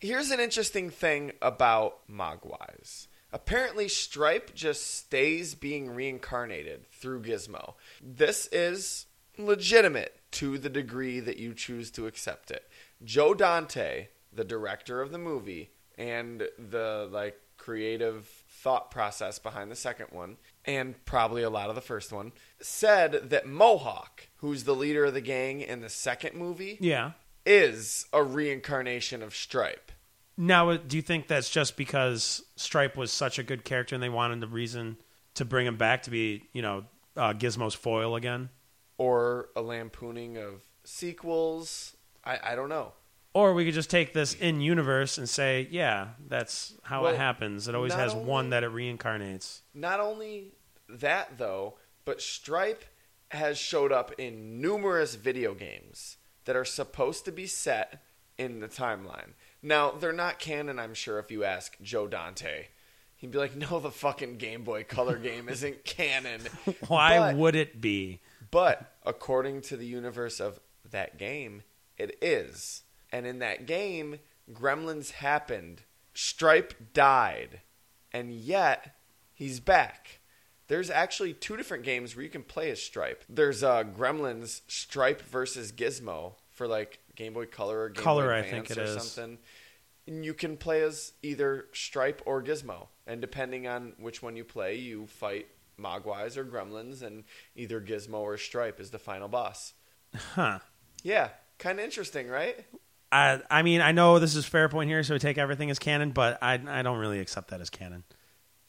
S3: Here's an interesting thing about Mogwais. Apparently, Stripe just stays being reincarnated through Gizmo. This is legitimate to the degree that you choose to accept it. Joe Dante, the director of the movie, and the like creative thought process behind the second one, and probably a lot of the first one, said that Mohawk, who's the leader of the gang in the second movie,
S5: Yeah.
S3: is a reincarnation of Stripe.
S5: Now, uh, do you think that's just because Stripe was such a good character and they wanted the reason to bring him back to be, you know, uh, Gizmo's foil again?
S3: Or a lampooning of sequels. I, I don't know.
S5: Or we could just take this in universe and say, yeah, that's how
S3: Well,
S5: it happens. It always
S3: not
S5: has
S3: only-
S5: one that it reincarnates.
S3: Not only that, though, but Stripe has showed up in numerous video games that are supposed to be set in the timeline. Now, they're not canon, I'm sure, if you ask Joe Dante. He'd be like, no, the fucking Game Boy Color game isn't canon.
S5: Why
S3: But-
S5: would it be?
S3: But according to the universe of that game, it is. And in that game, gremlins happened. Stripe died. And yet, he's back. There's actually two different games where you can play as Stripe. There's uh, Gremlins Stripe versus Gizmo for like Game Boy Color or Game
S5: Color,
S3: Boy
S5: I
S3: Advance
S5: think it
S3: or
S5: is.
S3: something. And you can play as either Stripe or Gizmo, and depending on which one you play, you fight Mogwais or Gremlins, and either Gizmo or Stripe is the final boss.
S5: Huh.
S3: Yeah, kind of interesting, right?
S5: I, I mean, I know this is fair point here, so we take everything as canon, but I, I don't really accept that as canon.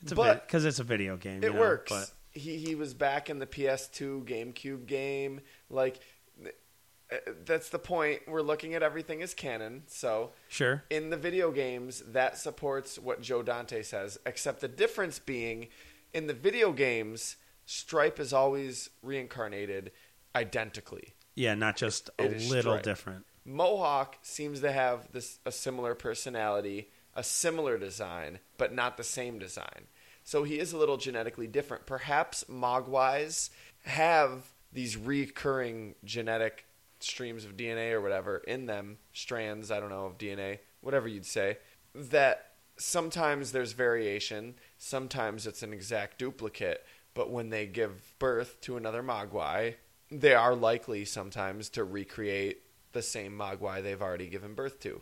S5: It's a
S3: But-
S5: because it's a video game. you
S3: It
S5: know,
S3: works.
S5: But
S3: He he was back in the PS2 GameCube game. Like th- uh, that's the point. We're looking at everything as canon. So
S5: sure.
S3: in the video games, that supports what Joe Dante says, except the difference being in the video games, Stripe is always reincarnated identically.
S5: Yeah, not just a
S3: It is
S5: little
S3: Stripe.
S5: different.
S3: Mohawk seems to have this a similar personality, a similar design, but not the same design. So he is a little genetically different. Perhaps Mogwais have these recurring genetic streams of DNA or whatever in them, strands, I don't know, of DNA, whatever you'd say, that sometimes there's variation, sometimes it's an exact duplicate, but when they give birth to another Mogwai, they are likely sometimes to recreate the same Mogwai they've already given birth to.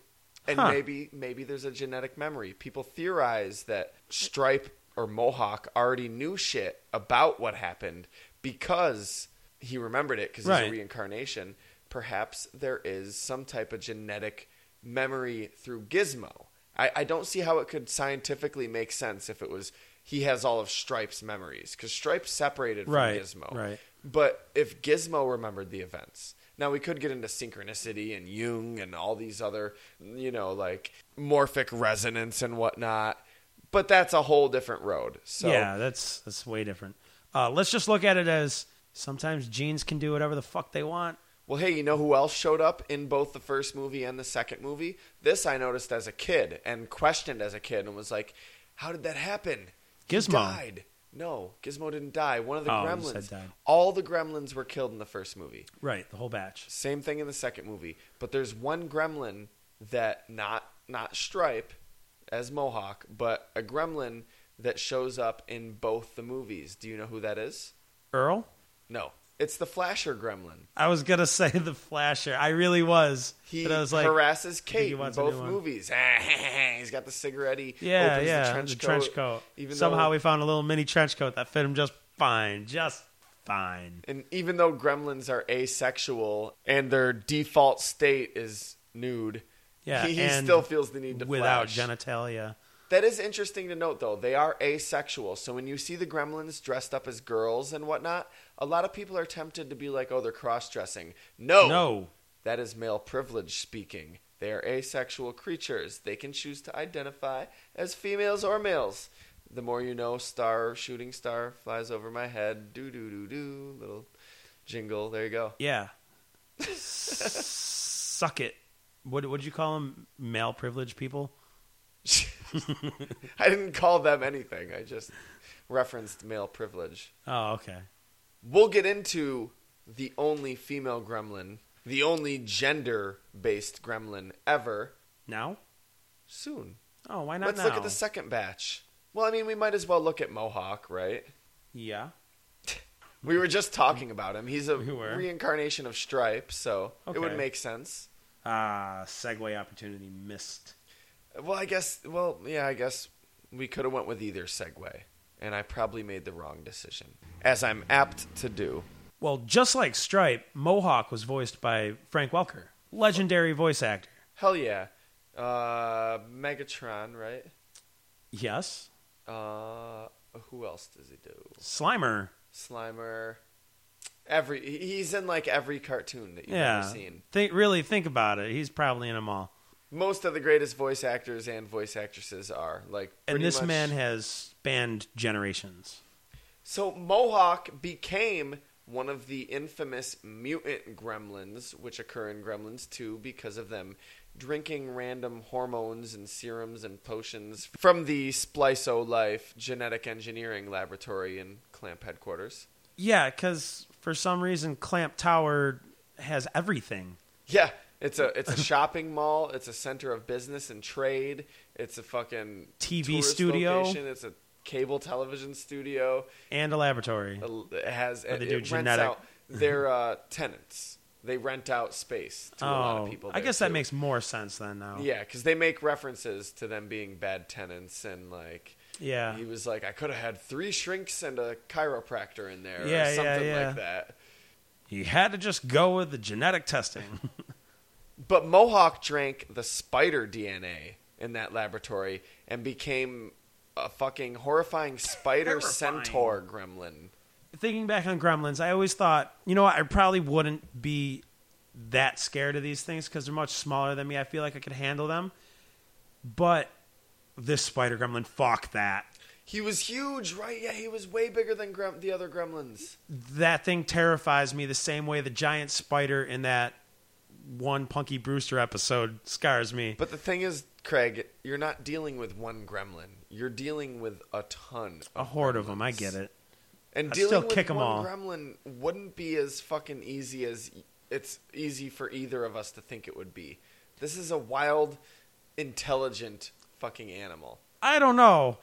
S3: And maybe maybe there's a genetic memory. People theorize that Stripe or Mohawk already knew shit about what happened because he remembered it because he's
S5: Right.
S3: a reincarnation. Perhaps there is some type of genetic memory through Gizmo. I, I don't see how it could scientifically make sense if it was he has all of Stripe's memories because Stripe's separated from
S5: Right,
S3: Gizmo.
S5: right.
S3: But if Gizmo remembered the events, now we could get into synchronicity and Jung and all these other, you know, like morphic resonance and whatnot. But that's a whole different road. So
S5: yeah, that's that's way different. Uh, let's just look at it as sometimes genes can do whatever the fuck they want.
S3: Well, hey, you know who else showed up in both the first movie and the second movie? This I noticed as a kid and questioned as a kid and was like, how did that happen? He
S5: Gizmo.
S3: died. No, Gizmo didn't die. One of the
S5: Oh, you said
S3: gremlins.
S5: died.
S3: All the gremlins were killed in the first movie.
S5: Right, the whole batch.
S3: Same thing in the second movie. But there's one gremlin that not not Stripe as Mohawk, but a gremlin that shows up in both the movies. Do you know who that is?
S5: Earl?
S3: No. It's the Flasher Gremlin.
S5: I was gonna <laughs> say the flasher. I really was.
S3: He
S5: but I was like,
S3: harasses
S5: think he
S3: Kate in
S5: wants a new
S3: both
S5: one.
S3: movies. <laughs> He's got the cigarette. He
S5: yeah,
S3: opens
S5: yeah,
S3: the trench coat. Even
S5: Somehow
S3: though,
S5: we found a little mini trench coat that fit him just fine, just fine.
S3: and even though gremlins are asexual and their default state is nude,
S5: Yeah,
S3: he, he
S5: and
S3: still feels the need to
S5: without
S3: flash.
S5: genitalia.
S3: That is interesting to note, though. They are asexual. So when you see the gremlins dressed up as girls and whatnot, a lot of people are tempted to be like, oh, they're cross dressing. No.
S5: No,
S3: That is male privilege speaking. They are asexual creatures. They can choose to identify as females or males. The more you know, star, shooting star flies over my head. Do, do, do, do. Little jingle. There you go. <laughs>
S5: yeah. Suck it. What would you call them? Male privileged people.
S3: <laughs> I didn't call them anything. I just referenced male privilege.
S5: Oh, okay.
S3: We'll get into the only female gremlin, the only gender based gremlin ever
S5: Now?
S3: soon.
S5: Oh, why not
S3: Let's
S5: now?
S3: look at the second batch. Well, I mean, we might as well look at Mohawk, right?
S5: Yeah.
S3: We were just talking about him. He's a
S5: We were.
S3: reincarnation of Stripe, so it would
S5: Okay.
S3: make sense.
S5: Ah, segue opportunity missed.
S3: Well, I guess. Well, yeah, I guess we could have went with either segue, and I probably made the wrong decision, as I'm apt to do.
S5: Well, just like Stripe, Mohawk was voiced by Frank Welker, legendary voice actor.
S3: Hell yeah, uh, Megatron, right?
S5: Yes.
S3: Uh, who else does he do?
S5: Slimer.
S3: Slimer. Every he- he's in like every cartoon that you've
S5: yeah.
S3: ever seen.
S5: Think really think about it. He's probably in them all.
S3: Most of the greatest voice actors and voice actresses are like.
S5: and
S3: pretty
S5: this
S3: much-
S5: man has spanned generations.
S3: So Mohawk became one of the infamous mutant gremlins, which occur in Gremlins 2 because of them drinking random hormones and serums and potions from the Spliso Life genetic engineering laboratory in Clamp headquarters.
S5: Yeah, because for some reason Clamp Tower has everything.
S3: Yeah, it's
S5: <laughs>
S3: a it's a shopping mall. It's a center of business and trade. It's a fucking
S5: TV
S3: tourist
S5: studio.
S3: Location. It's a cable television studio.
S5: And a laboratory.
S3: It has
S5: they
S3: it,
S5: do
S3: it rents
S5: genetic-
S3: out their uh, tenants. They rent out space to
S5: oh,
S3: a lot of people.
S5: I
S3: there,
S5: guess that
S3: too.
S5: makes more sense then now.
S3: yeah, because they make references to them being bad tenants and like
S5: Yeah.
S3: He was like, I could have had three shrinks and a chiropractor in there, or
S5: Yeah, yeah,
S3: something
S5: yeah.
S3: like that.
S5: He had to just go with the genetic testing.
S3: <laughs> But Mohawk drank the spider DNA in that laboratory and became a fucking horrifying spider
S5: Terrifying.
S3: centaur gremlin.
S5: Thinking back on Gremlins, I always thought, you know what, I probably wouldn't be that scared of these things because they're much smaller than me. I feel like I could handle them. But this spider gremlin, fuck that.
S3: He was huge, right? Yeah, he was way bigger than grem- the other gremlins.
S5: That thing terrifies me the same way the giant spider in that one Punky Brewster episode scars me.
S3: But the thing is, Craig, you're not dealing with one gremlin. You're dealing with a ton. Of
S5: A horde of them, I get it.
S3: And
S5: I'd
S3: dealing
S5: still
S3: with
S5: kick 'em
S3: one
S5: all.
S3: gremlin wouldn't be as fucking easy as it's easy for either of us to think it would be. This is a wild, intelligent fucking animal.
S5: I don't know.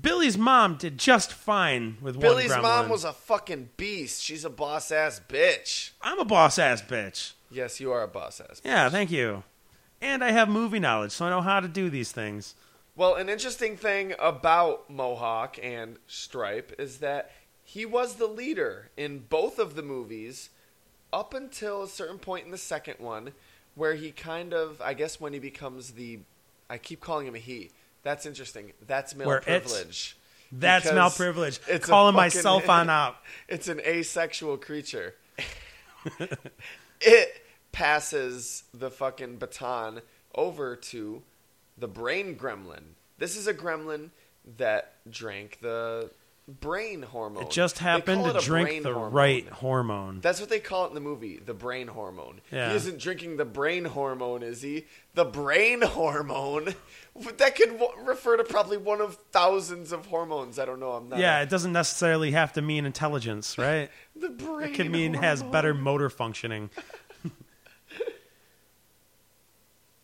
S5: Billy's mom did just fine with
S3: Billy's
S5: one gremlin.
S3: mom was a fucking beast. She's a boss ass bitch.
S5: I'm a boss ass bitch.
S3: Yes, you are a boss ass.
S5: Yeah, thank you. And I have movie knowledge, so I know how to do these things.
S3: Well, an interesting thing about Mohawk and Stripe is that he was the leader in both of the movies up until a certain point in the second one where he kind of, I guess, when he becomes the. I keep calling him a he. That's interesting. That's male
S5: Where it's-
S3: privilege.
S5: That's
S3: Because
S5: male privilege.
S3: it's a
S5: Calling
S3: fucking- <laughs>
S5: myself on out.
S3: It's an asexual creature. it passes the fucking baton over to the brain gremlin. This is a gremlin that drank the brain hormone.
S5: It just
S3: They
S5: happened
S3: call
S5: to
S3: it a brain
S5: drink the
S3: hormone.
S5: right hormone.
S3: That's what they call it in the movie, the brain hormone.
S5: Yeah.
S3: He isn't drinking the brain hormone, is he? The brain <laughs> hormone? That could w- refer to probably one of thousands of hormones. I don't know. I'm not.
S5: Yeah, it doesn't necessarily have to mean
S3: <laughs>
S5: intelligence, right?
S3: The brain.
S5: it could mean has better motor functioning.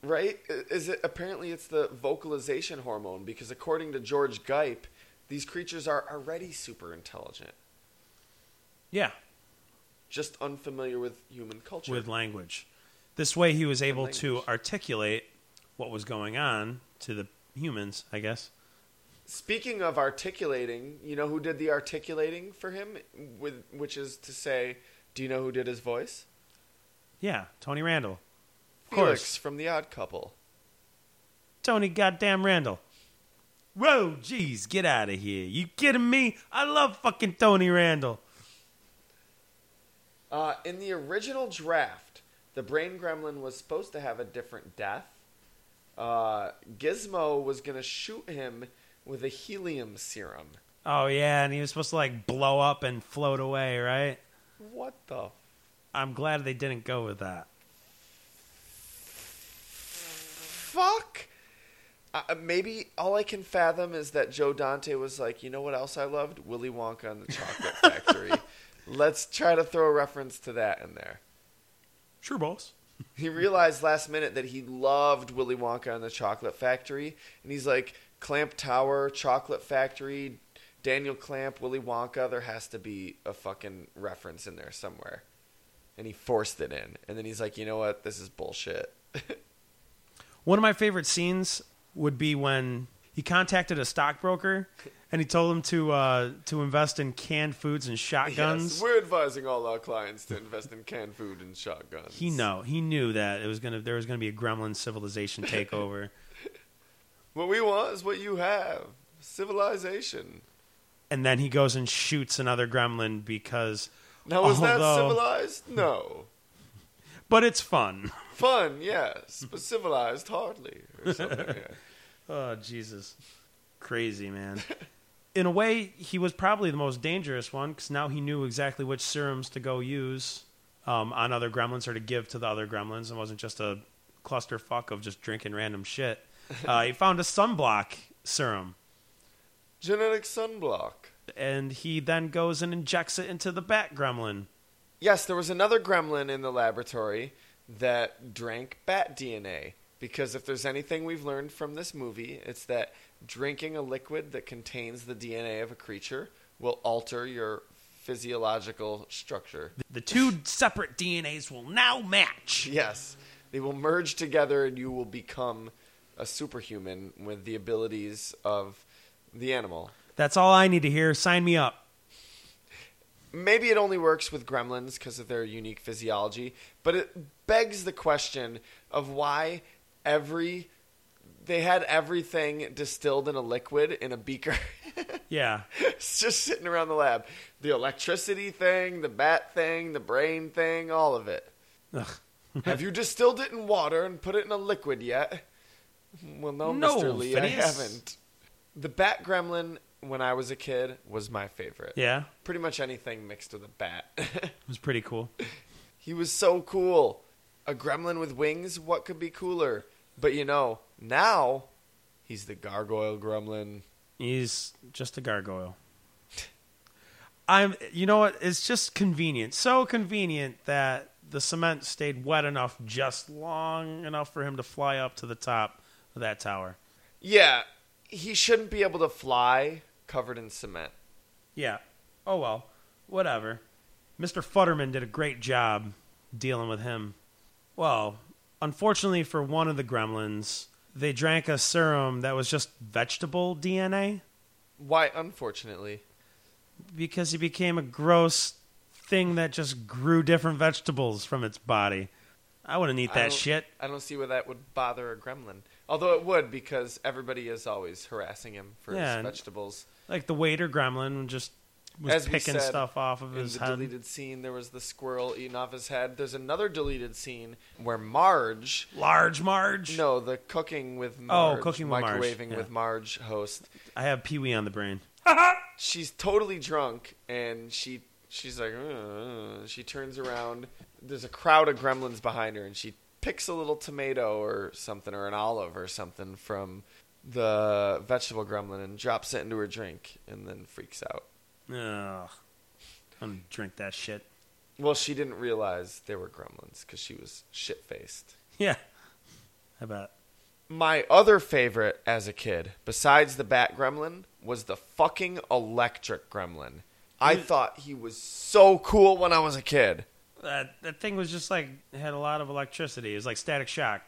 S3: right? Is it apparently it's the vocalization hormone because according to George Gipe, these creatures are already super intelligent,
S5: Yeah,
S3: just unfamiliar with human culture.
S5: with language. This way, he was able to articulate what was going on to the humans, I guess.
S3: Speaking of articulating, you know who did the articulating for him? With which is to say, do you know who did his voice?
S5: Yeah, Tony Randall. Of
S3: Felix
S5: course.
S3: from The Odd Couple.
S5: Tony goddamn Randall. Whoa, jeez, get out of here. You kidding me? I love fucking Tony Randall.
S3: Uh, in the original draft, the brain gremlin was supposed to have a different death. Uh, Gizmo was going to shoot him with a helium serum.
S5: Oh, yeah, and he was supposed to like blow up and float away, right?
S3: What the
S5: I'm glad they didn't go with that.
S3: fuck? Uh, uh, maybe all I can fathom is that Joe Dante was like, you know what else I loved? Willy Wonka and the Chocolate Factory. Let's try to throw a reference to that in there.
S5: Sure, boss.
S3: He realized last minute that he loved Willy Wonka and the Chocolate Factory, and he's like, Clamp Tower, Chocolate Factory, Daniel Clamp, Willy Wonka. There has to be a fucking reference in there somewhere. And he forced it in. And then he's like, you know what? This is bullshit.
S5: One of my favorite scenes would be when he contacted a stockbroker and he told him to uh, to invest in canned <laughs> foods and shotguns.
S3: Yes, we're advising all our clients to invest in canned food and shotguns.
S5: He know he knew that it was gonna there was gonna be a gremlin <laughs> civilization takeover.
S3: What we want is what you have. Civilization.
S5: and then he goes and shoots another gremlin because
S3: Now, is that
S5: Although-
S3: civilized? No.
S5: but it's fun. <laughs>
S3: Fun, yes, but civilized hardly. Or something,
S5: <laughs>
S3: yeah.
S5: Oh Jesus.
S3: <laughs>
S5: Crazy man. In a way, he was probably the most dangerous one because now he knew exactly which serums to go use um, on other gremlins or to give to the other gremlins. It wasn't just a clusterfuck of just drinking random
S3: <laughs>
S5: shit. Uh, he found a sunblock serum
S3: Genetic sunblock.
S5: and he then goes and injects it into the bat gremlin.
S3: Yes, there was another gremlin in the laboratory that drank bat DNA. Because if there's anything we've learned from this movie, it's that drinking a liquid that contains the DNA of a creature will alter your physiological structure.
S5: The two separate DNAs will now match.
S3: Yes, they will merge together, and you will become a superhuman with the abilities of The animal.
S5: That's all I need to hear. Sign me up.
S3: Maybe it only works with gremlins because of their unique physiology, but it begs the question of why every they had everything distilled in a liquid in a beaker. <laughs>
S5: Yeah.
S3: it's just sitting around the lab. The electricity thing, the bat thing, the brain thing, all of it.
S5: <laughs>
S3: Have you distilled it in water and put it in a liquid yet? Well, no,
S5: No,
S3: Mr. Lee, I
S5: Phineas.
S3: haven't. The bat gremlin, when I was a kid, was my favorite.
S5: Yeah. It
S3: Pretty much anything mixed with a bat. <laughs>
S5: was pretty cool.
S3: He was so cool. A gremlin with wings, what could be cooler? But you know, now he's the gargoyle gremlin.
S5: He's just a gargoyle. I'm you know what? It's just convenient. So convenient that the cement stayed wet enough just long enough for him to fly up to the top of that tower.
S3: Yeah, he shouldn't be able to fly covered in cement.
S5: Yeah. Oh well. Whatever. Mr. Futterman did a great job dealing with him. Well, unfortunately for one of the gremlins, they drank a serum that was just vegetable DNA
S3: Why, unfortunately.
S5: because he became a gross thing that just grew different vegetables from its body. I wouldn't eat
S3: I
S5: that
S3: don't-
S5: shit.
S3: I don't see where that would bother a gremlin. Although it would, because everybody is always harassing him for
S5: Yeah,
S3: his
S5: and-
S3: vegetables.
S5: Like the waiter gremlin just was
S3: As we
S5: picking
S3: said
S5: stuff off of
S3: In
S5: his
S3: the
S5: head.
S3: deleted scene, there was the squirrel eating off his head. There's another deleted scene where Marge
S5: Large Marge.
S3: No, the cooking with Marge.
S5: Oh, Cooking with Marge,
S3: microwaving
S5: yeah.
S3: with Marge host.
S5: I have Pee Wee on the brain.
S3: She's totally drunk, and she she's like, "Uh," she turns around. There's a crowd of gremlins behind her, and she picks a little tomato or something, or an olive or something from the vegetable gremlin, and drops it into her drink, and then freaks out.
S5: Ugh. I'm gonna drink that shit. <laughs>
S3: Well, she didn't realize they were gremlins because she was shit faced.
S5: Yeah. How about
S3: My other favorite as a kid, besides the Bat Gremlin, was the fucking Electric Gremlin. I thought he was so cool when I was a kid.
S5: that? That thing was just like had a lot of electricity. It was like Static Shock.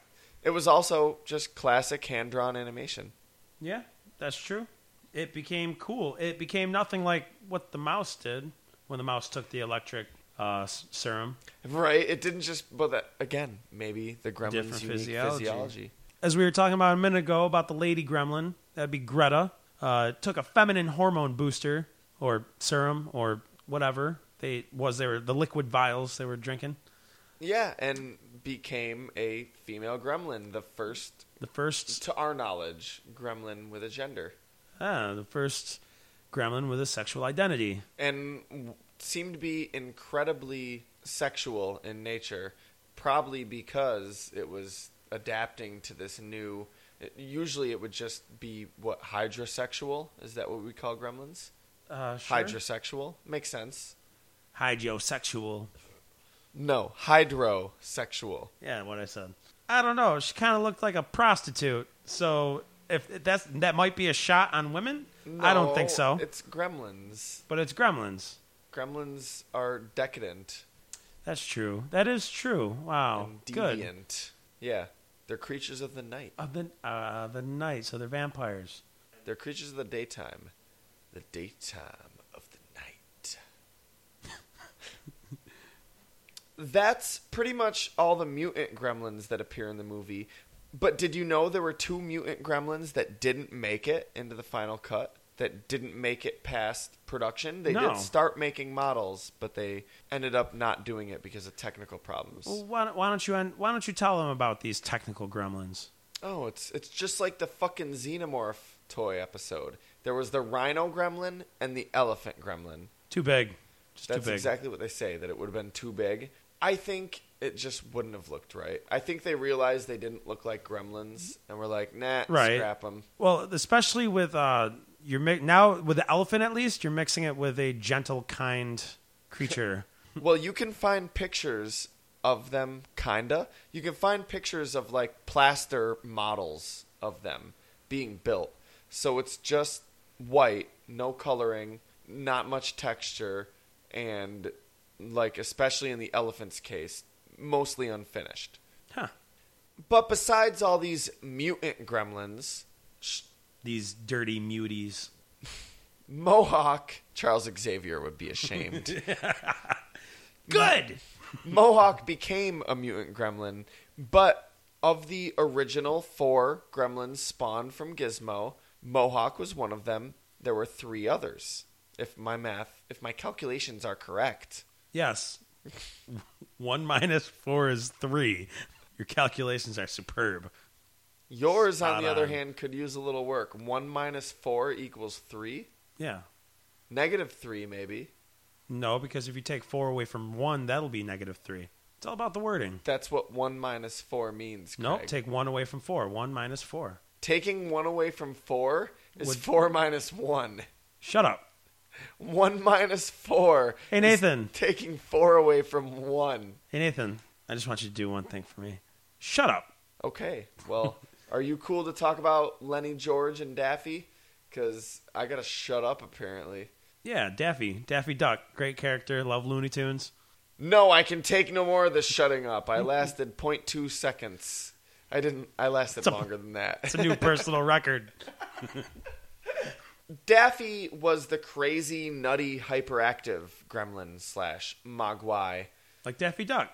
S3: It was also just classic hand drawn animation.
S5: Yeah, that's true. It became cool. It became nothing like what the mouse did when the mouse took the electric uh, s- serum.
S3: Right? It didn't just, but that, again, maybe the Gremlin's
S5: Different
S3: unique
S5: physiology.
S3: physiology.
S5: As we were talking about a minute ago about the lady gremlin, that'd be Greta. Uh, took a feminine hormone booster or serum or whatever they was. They were the liquid vials they were drinking.
S3: Yeah, and became a female Gremlin, the first,
S5: The first
S3: to our knowledge, Gremlin with a gender.
S5: ah, the first gremlin with a sexual identity.
S3: and w- seemed to be incredibly sexual in nature, probably because it was adapting to this new. it- usually, it would just be what hydrosexual is that what we call gremlins?
S5: Uh, sure.
S3: Hydrosexual makes sense.
S5: Hydrosexual.
S3: No, hydrosexual.
S5: Yeah, what I said. I don't know. She kind of looked like a prostitute. So if that's that might be a shot on women, I don't think
S3: No,
S5: so.
S3: It's gremlins.
S5: but it's gremlins.
S3: Gremlins are decadent
S5: That's true. That is true. Wow.
S3: and
S5: Good.
S3: deviant. Yeah, they're creatures of the night.
S5: Of the uh, the night, so they're vampires.
S3: They're creatures of the daytime. The daytime of the night. That's pretty much all the mutant gremlins that appear in the movie. But did you know there were two mutant gremlins that didn't make it into the final cut? That didn't make it past production? They
S5: No.
S3: did start making models, but they ended up not doing it because of technical problems.
S5: Well, why, don't- why don't you un- why don't you tell them about these technical gremlins?
S3: Oh, it's it's just like the fucking xenomorph toy episode. There was the rhino gremlin and the elephant gremlin.
S5: Too big. Just
S3: That's
S5: too big.
S3: exactly what they say that it would have been too big. I think it just wouldn't have looked right. I think they realized they didn't look like gremlins and were like, "Nah,
S5: Right.
S3: scrap them."
S5: Well, especially with uh, you're mi- now with the elephant. At least you're mixing it with a gentle, kind
S3: <laughs>
S5: creature.
S3: well, you can find pictures of them kinda. You can find pictures of like plaster models of them being built. So it's just white, no coloring, not much texture and like especially in the elephant's case, mostly unfinished.
S5: huh.
S3: But besides all these mutant gremlins, sh-
S5: these dirty muties.
S3: Mohawk Charles Xavier would be ashamed.
S5: Good.
S3: Mohawk became a mutant gremlin, but of the original four gremlins spawned from Gizmo, Mohawk was one of them. There were three others, if my math, if my calculations are correct.
S5: Yes. One minus four is three. Your calculations are superb.
S3: Yours, on
S5: Spot
S3: the other
S5: on.
S3: hand, could use a little work. One minus four equals three.
S5: Yeah.
S3: Negative three, maybe.
S5: No, because if you take four away from one, that'll be negative three. It's all about the wording.
S3: That's what one minus four means.
S5: No,
S3: Craig.
S5: take one away from four. One minus four.
S3: taking one away from four is
S5: Would-
S3: four minus one. <laughs>
S5: Shut up.
S3: One minus four.
S5: Hey, Nathan.
S3: Taking four away from one.
S5: Hey, Nathan. I just want you to do one thing for me. Shut up.
S3: Okay. Well, are you cool to talk about Lenny George and Daffy? Because I gotta shut up apparently.
S5: Yeah, Daffy. Daffy Duck. Great character. Love Looney Tunes.
S3: No, I can take no more of this shutting up. I lasted 0.2 seconds. I didn't. I lasted longer than that.
S5: It's a new personal record.
S3: <laughs> Daffy was the crazy, nutty, hyperactive gremlin slash mogwai.
S5: Like Daffy Duck.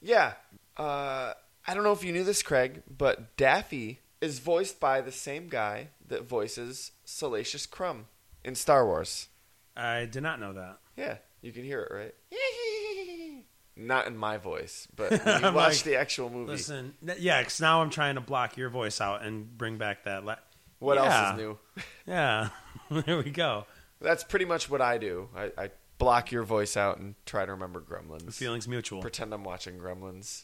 S3: Yeah. Uh, I don't know if you knew this, Craig, but Daffy is voiced by the same guy that voices Salacious Crumb in Star Wars.
S5: I did not know that.
S3: Yeah, you can hear it, right?
S5: <laughs>
S3: Not in my voice, but when you watch the actual movie.
S5: Listen, th- yeah, 'cause now I'm trying to block your voice out and bring back that. La-
S3: what
S5: yeah.
S3: else is new?
S5: Yeah, <laughs> there we go.
S3: That's pretty much what I do. I, I block your voice out and try to remember Gremlins.
S5: Feelings mutual.
S3: Pretend I'm watching Gremlins.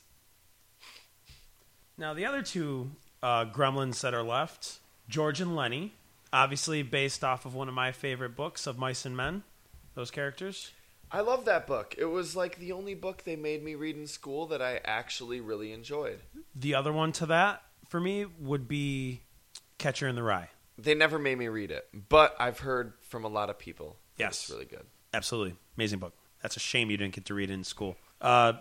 S5: Now the other two uh, gremlins that are left, George and Lenny, obviously based off of one of my favorite books of Mice and Men. Those characters.
S3: I love that book. It was like the only book they made me read in school that I actually really enjoyed.
S5: The other one to that for me would be Catcher in the Rye.
S3: They never made me read it, but I've heard from a lot of people. that
S5: Yes.
S3: It's really good.
S5: Absolutely. Amazing book. That's a shame you didn't get to read it in school. Uh,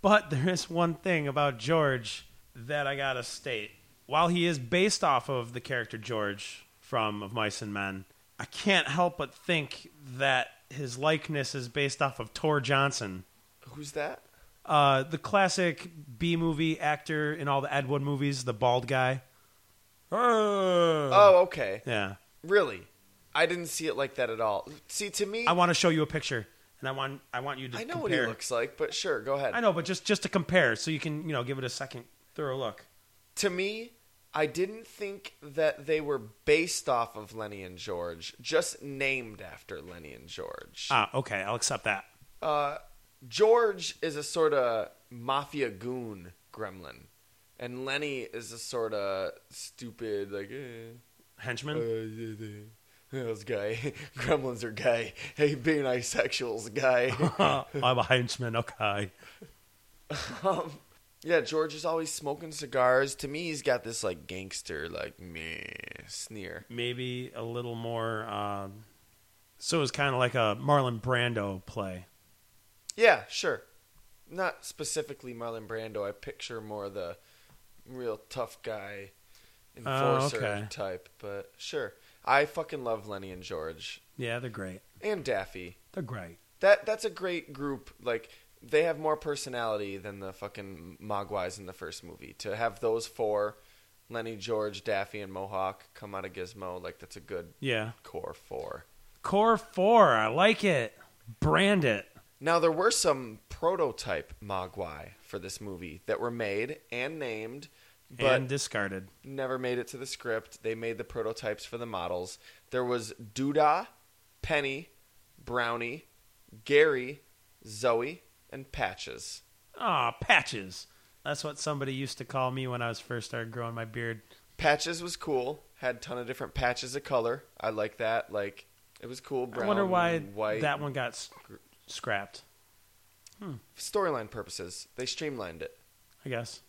S5: but <laughs> there is one thing about George that I got to state. While he is based off of the character George from Of Mice and Men, I can't help but think that his likeness is based off of Tor Johnson.
S3: Who's that?
S5: Uh, the classic B movie actor in all the Ed Wood movies, the bald guy. Um,
S3: Oh, okay.
S5: Yeah.
S3: Really? I didn't see it like that at all. See, to me,
S5: I
S3: I,
S5: want to show you a picture, and I want I want you to
S3: know
S5: compare.
S3: what he looks like, but sure, go ahead.
S5: I know, but just just to compare, so you can you know give it a second thorough look.
S3: to me, I didn't think that they were based off of Lenny and George, just named after Lenny and George.
S5: Ah, okay, I'll accept that.
S3: Uh, George is a sort of mafia goon gremlin, and Lenny is a sort of stupid, like, eh,
S5: Henchman.
S3: uh, yeah, yeah. How's guy? <laughs> Gremlins are gay. Hey, being asexuals, guy.
S5: <laughs> I'm a henchman. Okay.
S3: um, yeah, George is always smoking cigars. To me, he's got this like gangster, like meh sneer.
S5: Maybe a little more. Um, so it was kind of like a Marlon Brando play.
S3: Yeah, sure. Not specifically Marlon Brando. I picture more the real tough guy enforcer
S5: okay.
S3: type, but sure. I fucking love Lenny and George
S5: Yeah, they're great.
S3: and Daffy.
S5: They're great.
S3: That that's a great group. Like they have more personality than the fucking Mogwais in the first movie. To have those four, Lenny, George, Daffy, and Mohawk come out of Gizmo, like that's a good
S5: Yeah.
S3: core four.
S5: Core four. I like it. Brand it.
S3: Now there were some prototype Mogwai for this movie that were made and named, but
S5: and discarded.
S3: never made it to the script. They made the prototypes for the models. There was Duda, Penny, Brownie, Gary, Zoe, and Patches.
S5: Ah, patches. That's what somebody used to call me when I was first started growing my beard.
S3: Patches was cool. Had ton of different patches of color. I like that. Like it was cool. Brown,
S5: I wonder why
S3: white.
S5: that one got sc- scrapped.
S3: Storyline purposes, they streamlined it.
S5: I guess.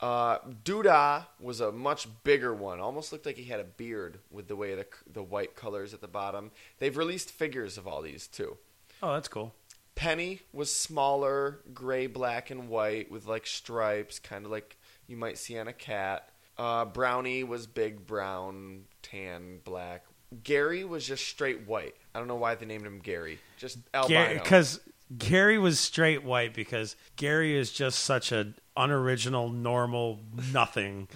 S3: Uh, Duda was a much bigger one. Almost looked like he had a beard with the way the the white colors at the bottom. They've released figures of all these too.
S5: Oh, that's cool.
S3: Penny was smaller, gray, black, and white with like stripes, kind of like you might see on a cat. Uh, Brownie was big brown, tan, black. Gary was just straight white. I don't know why they named him Gary. Just albino.
S5: Because Gary was straight white because Gary is just such an unoriginal, normal nothing.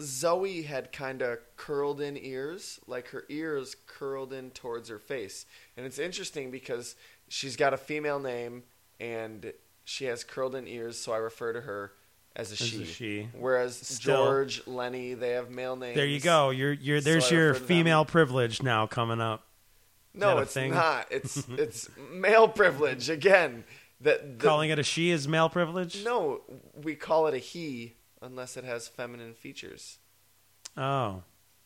S3: Zoe had kind of curled in ears, like her ears curled in towards her face. And it's interesting because she's got a female name and she has curled in ears, so I refer to her as a
S5: a
S3: she.
S5: she.
S3: Whereas
S5: Still.
S3: George, Lenny, they have male names.
S5: there you go. You're, you're,
S3: So
S5: there's
S3: I
S5: your
S3: refer to them-
S5: female privilege now coming up.
S3: No,
S5: that a
S3: it's
S5: thing?
S3: not.
S5: <laughs>
S3: It's it's male privilege again. That the,
S5: Calling it a she is male privilege?
S3: no, we call it a he unless it has feminine features.
S5: Oh.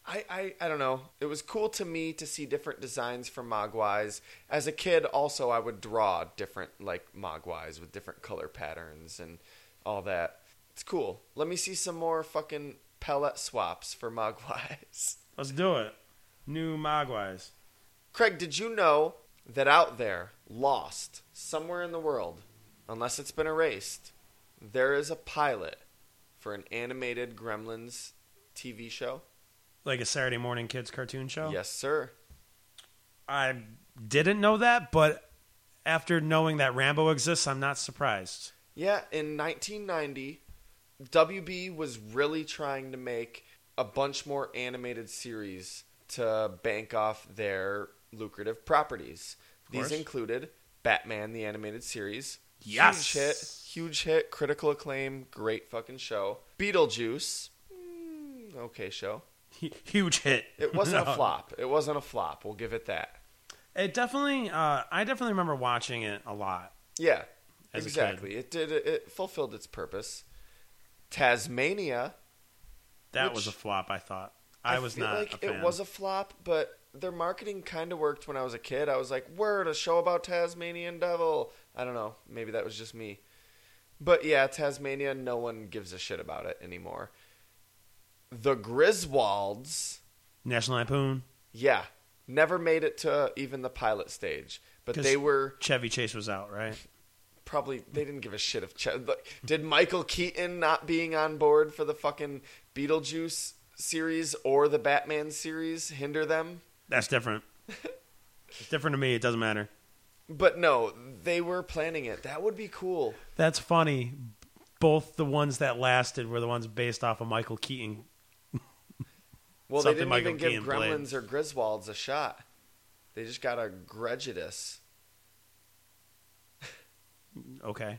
S3: I, I, I don't know. It was cool to me to see different designs for Mogwais. As a kid, also, I would draw different, like, Mogwais with different color patterns and all that. It's cool. Let me see some more fucking pellet swaps for Mogwais. <laughs>
S5: Let's do it. New Mogwais.
S3: Craig, did you know that out there, lost, somewhere in the world, unless it's been erased, there is a pilot for an animated Gremlins TV show?
S5: Like a Saturday morning kids cartoon show?
S3: Yes, sir.
S5: I didn't know that, but after knowing that Rambo exists, I'm not surprised.
S3: Yeah, in 1990, WB was really trying to make a bunch more animated series to bank off their lucrative properties. These included Batman the animated series.
S5: Yes!
S3: Huge hit, huge hit, critical acclaim, great fucking show. Beetlejuice. mm, okay show.
S5: Hu- Huge hit. <laughs>
S3: It wasn't a flop. It wasn't a flop. We'll give it that.
S5: It definitely, uh, I definitely remember watching it a lot.
S3: Yeah,
S5: As a kid.
S3: exactly. It did. It, it fulfilled its purpose. Tasmania
S5: That
S3: Which-
S5: was a flop, I thought. I, was
S3: feel
S5: not
S3: Like
S5: a fan.
S3: It was a flop, but their marketing kind of worked when I was a kid. I was like, "Word, a show about Tasmanian devil." I don't know. Maybe that was just me. But yeah, Tasmania. No one gives a shit about it anymore. The Griswolds.
S5: National Lampoon.
S3: Yeah, never made it to even the pilot stage. But
S5: 'Cause
S3: they were
S5: Chevy Chase was out, right?
S3: probably they didn't give a shit if Ch- like, did Michael Keaton not being on board for the fucking Beetlejuice series or the Batman series hinder them?
S5: That's different.
S3: <laughs>
S5: it's different to me. It doesn't matter.
S3: But no, they were planning it. That would be cool.
S5: That's funny. Both the ones that lasted were the ones based off of Michael Keaton.
S3: Well,
S5: Something
S3: they didn't
S5: Michael
S3: even give
S5: Keaton played.
S3: Gremlins or Griswolds a shot. They just got a Grudgeous.
S5: Okay.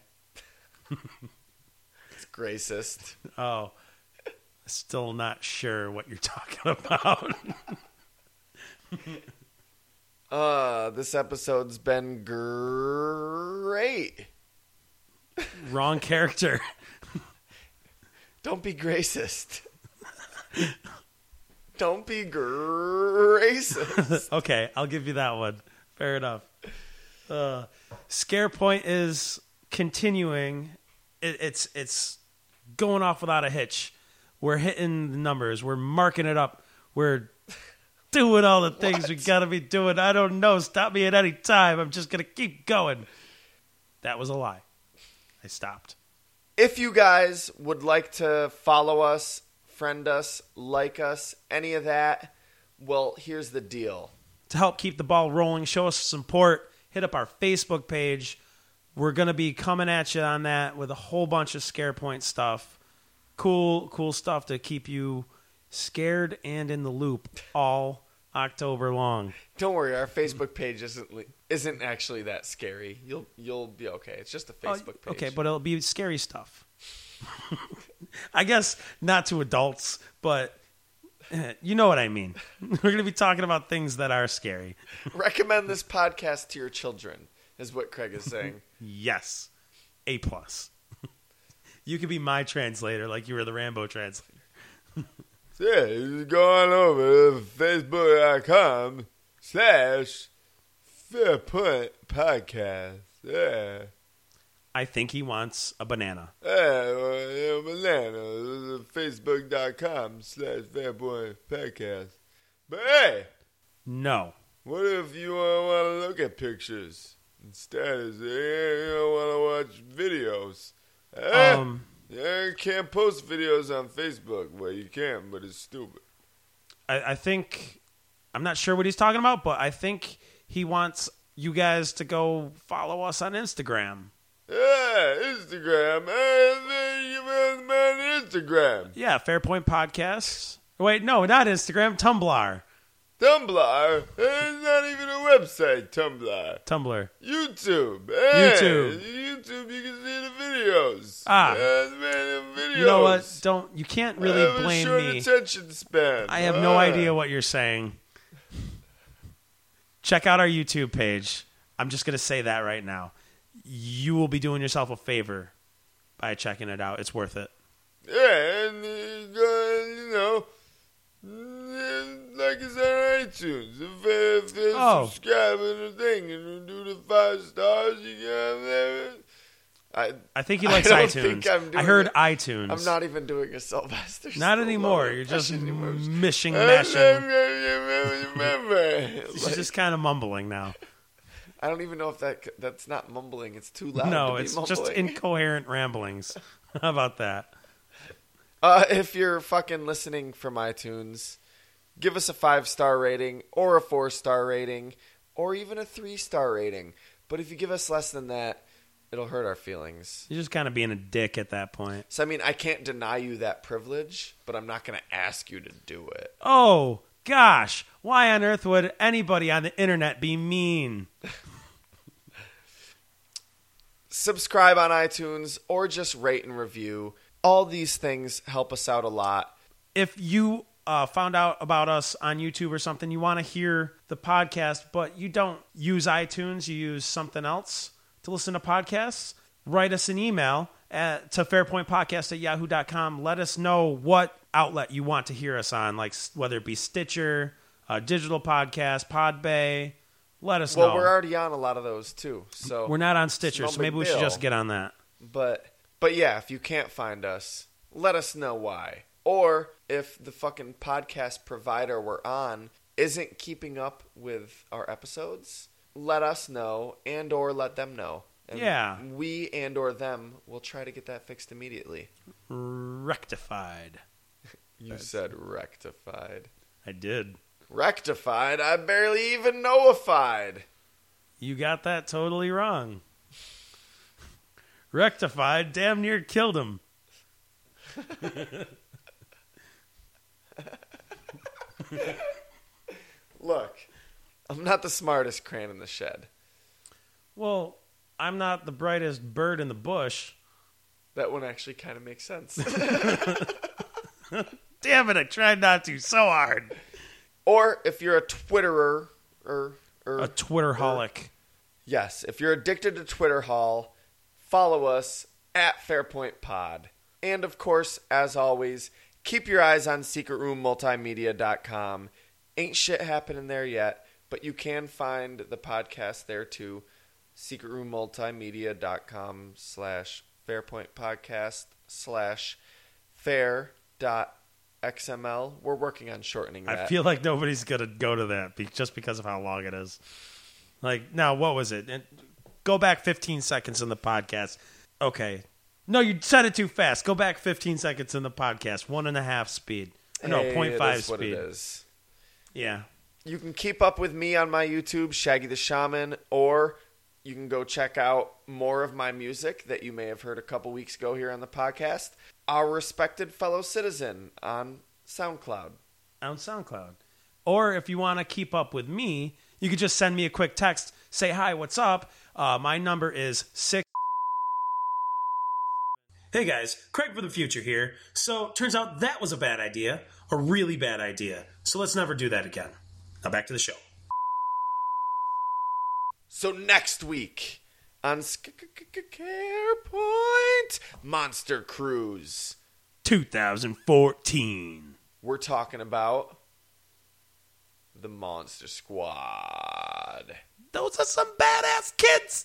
S3: It's gracist.
S5: Oh, still not sure what you're <laughs> talking about. <laughs>
S3: Uh, this episode's been great.
S5: Wrong character.
S3: Don't be gracist. Don't be gracist.
S5: <laughs> okay, I'll give you that one. Fair enough. Uh, scare point is continuing. It, it's it's going off without a hitch. We're hitting the numbers. We're marking it up. We're <laughs> doing all the things we gotta be doing. I don't know. Stop me at any time. I'm just gonna keep going. That was a lie. I stopped.
S3: If you guys would like to follow us, friend us, like us, any of that, well, here's the deal.
S5: to help keep the ball rolling, show us some support, hit up our Facebook page. We're going to be coming at you on that with a whole bunch of scare point stuff. Cool, cool stuff to keep you scared and in the loop all October long.
S3: Don't worry, our Facebook page isn't le- isn't actually that scary. You'll you'll be okay. It's just a Facebook page.
S5: Oh, Okay, but it'll be scary stuff. <laughs> I guess not to adults, but eh, you know what I mean. <laughs> We're going to be talking about things that are scary.
S3: recommend this podcast to your children is what Craig is
S5: <laughs>
S3: saying.
S5: Yes. A plus. <laughs> you could be my translator like you were the Rambo translator.
S3: yeah, it's going over to facebook.com slash fairpoint podcast. Yeah.
S5: I think he wants a banana.
S3: Yeah, banana. Facebook.com slash fairpoint podcast. But hey,
S5: No.
S3: What if you want to look at pictures instead? Is you don't want to watch videos? Eh?
S5: Um
S3: you Yeah, you can't post videos on Facebook. Well, you can, but it's stupid.
S5: I, I think I'm not sure what he's talking about, but I think he wants you guys to go follow us on Instagram.
S3: Yeah, Eh, Instagram. Everything you man, man, Instagram.
S5: Yeah, Fairpoint Podcasts. Wait, no, not Instagram, Tumblr.
S3: Tumblr. It's not even a website, Tumblr.
S5: Tumblr.
S3: YouTube. Hey,
S5: YouTube.
S3: YouTube, you can see the videos.
S5: Ah.
S3: Yes, man, the videos.
S5: You know what? Don't you can't
S3: I have
S5: really
S3: a
S5: blame
S3: short
S5: me.
S3: attention span.
S5: I have no
S3: Ah.
S5: idea what you're saying. Check out our YouTube page. I'm just going to say that right now. You will be doing yourself a favor by checking it out. It's worth it.
S3: Yeah, and uh, you know, mm, like it's on iTunes. If, if, if
S5: Oh.
S3: subscribe to the thing and do the five stars, you get there. I,
S5: I think
S3: <laughs>
S5: he
S3: I
S5: likes
S3: don't
S5: iTunes.
S3: think I'm
S5: I
S3: doing
S5: heard
S3: it.
S5: iTunes.
S3: I'm not even doing a Sylvester.
S5: Not
S3: Stallone
S5: anymore. You're just
S3: impression anymore.
S5: mishing, mashing.
S3: <laughs> Remember,
S5: She's just kind of mumbling now.
S3: <laughs> I don't even know if that that's not mumbling. It's too loud. to
S5: No,
S3: be
S5: it's just
S3: mumbling. <laughs>
S5: incoherent ramblings. How about that?
S3: Uh, <laughs> if you're fucking listening from iTunes, give us a five star rating or a four star rating or even a three star rating. But if you give us less than that, it'll hurt our feelings.
S5: You're just kind of being a dick at
S3: <laughs>
S5: that point.
S3: So, I mean, I can't deny you that privilege, but I'm not going to ask you to do it.
S5: Oh, gosh. Why on earth would anybody on the internet be mean?
S3: subscribe on iTunes or just rate and review. All these things help us out a lot.
S5: if you uh, found out about us on YouTube or something, you want to hear the podcast, but you don't use iTunes, you use something else to listen to podcasts, write us an email at, to fairpointpodcast at yahoo.com. Let us know what outlet you want to hear us on, like s- whether it be Stitcher, uh, Digital Podcast, Podbay. Let us
S3: Well,
S5: know.
S3: we're already on a lot of those too. So
S5: We're not on Stitcher,
S3: no
S5: so
S3: big
S5: maybe we should
S3: deal.
S5: just get on that.
S3: But but yeah, if you can't find us, let us know why. Or if the fucking podcast provider we're on isn't keeping up with our episodes, let us know and or let them know. And
S5: Yeah.
S3: We and or them will try to get that fixed immediately.
S5: Rectified.
S3: You said rectified.
S5: I did.
S3: Rectified? I barely even notified.
S5: You got that totally wrong. Rectified damn near killed him.
S3: Look, I'm not the smartest crane in the shed.
S5: Well, I'm not the brightest bird in the bush.
S3: That one actually kind of makes sense.
S5: <laughs> Damn it, I tried not to so hard.
S3: or if you're a Twitterer, er, or, or
S5: A Twitterholic.
S3: yes, if you're addicted to Twitter haul, follow us at Fairpoint Pod. And of course, as always, keep your eyes on secretroommultimedia.com. Ain't shit happening there yet, but you can find the podcast there too. secretroommultimedia.com slash fairpoint podcast slash fair dot xml. We're working on shortening that.
S5: I feel like nobody's gonna go to that be- just because of how long it is. Like, now what was it? And go back 15 seconds in the podcast. Okay. No, you said it too fast. Go back 15 seconds in the podcast. One and a half speed. No,
S3: Hey,
S5: point
S3: it
S5: five 0.5
S3: is
S5: speed.
S3: what it is.
S5: Yeah.
S3: You can keep up with me on my YouTube, Shaggy the Shaman, or you can go check out more of my music that you may have heard a couple weeks ago here on the podcast. Our respected fellow citizen on SoundCloud.
S5: on SoundCloud. Or if you want to keep up with me, you could just send me a quick text, say hi, what's up? Uh, my number is six. Hey guys, Craig for the future here. So turns out that was a bad idea, a really bad idea. So let's never do that again. Now back to the show.
S3: So next week on Point Monster Cruise,
S5: 2014.
S3: we're talking about the Monster Squad.
S5: Those are some badass kids.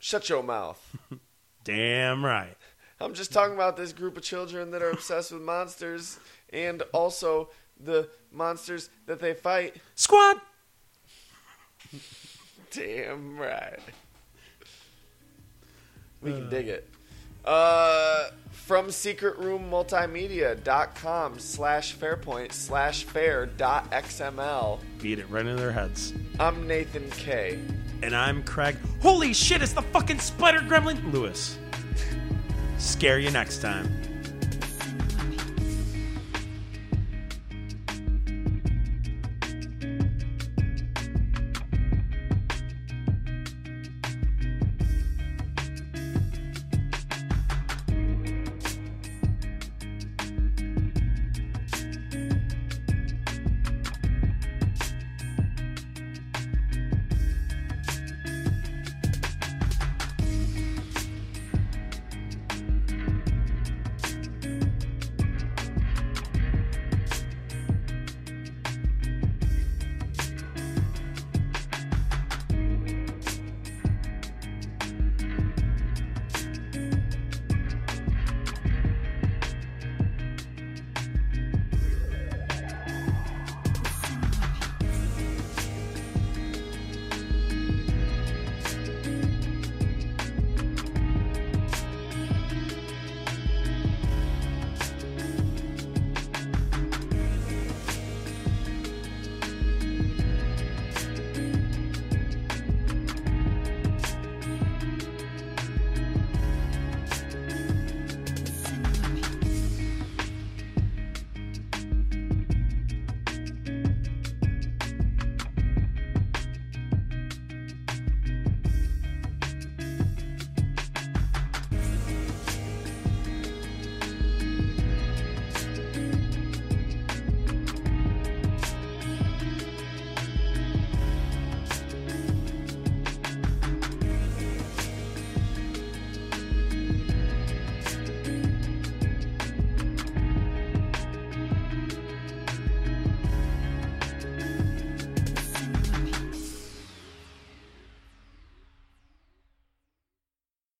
S3: Shut your mouth.
S5: <laughs> Damn right.
S3: I'm just talking about this group of children that are obsessed with monsters and also the monsters that they fight.
S5: Squad.
S3: Damn right. We can dig it. Uh, from secretroommultimedia.com slash fairpoint slash fair dot xml.
S5: Beat it right into their heads.
S3: I'm Nathan K.
S5: And I'm Craig. Holy shit, it's the fucking spider gremlin! Lewis. Scare you next time.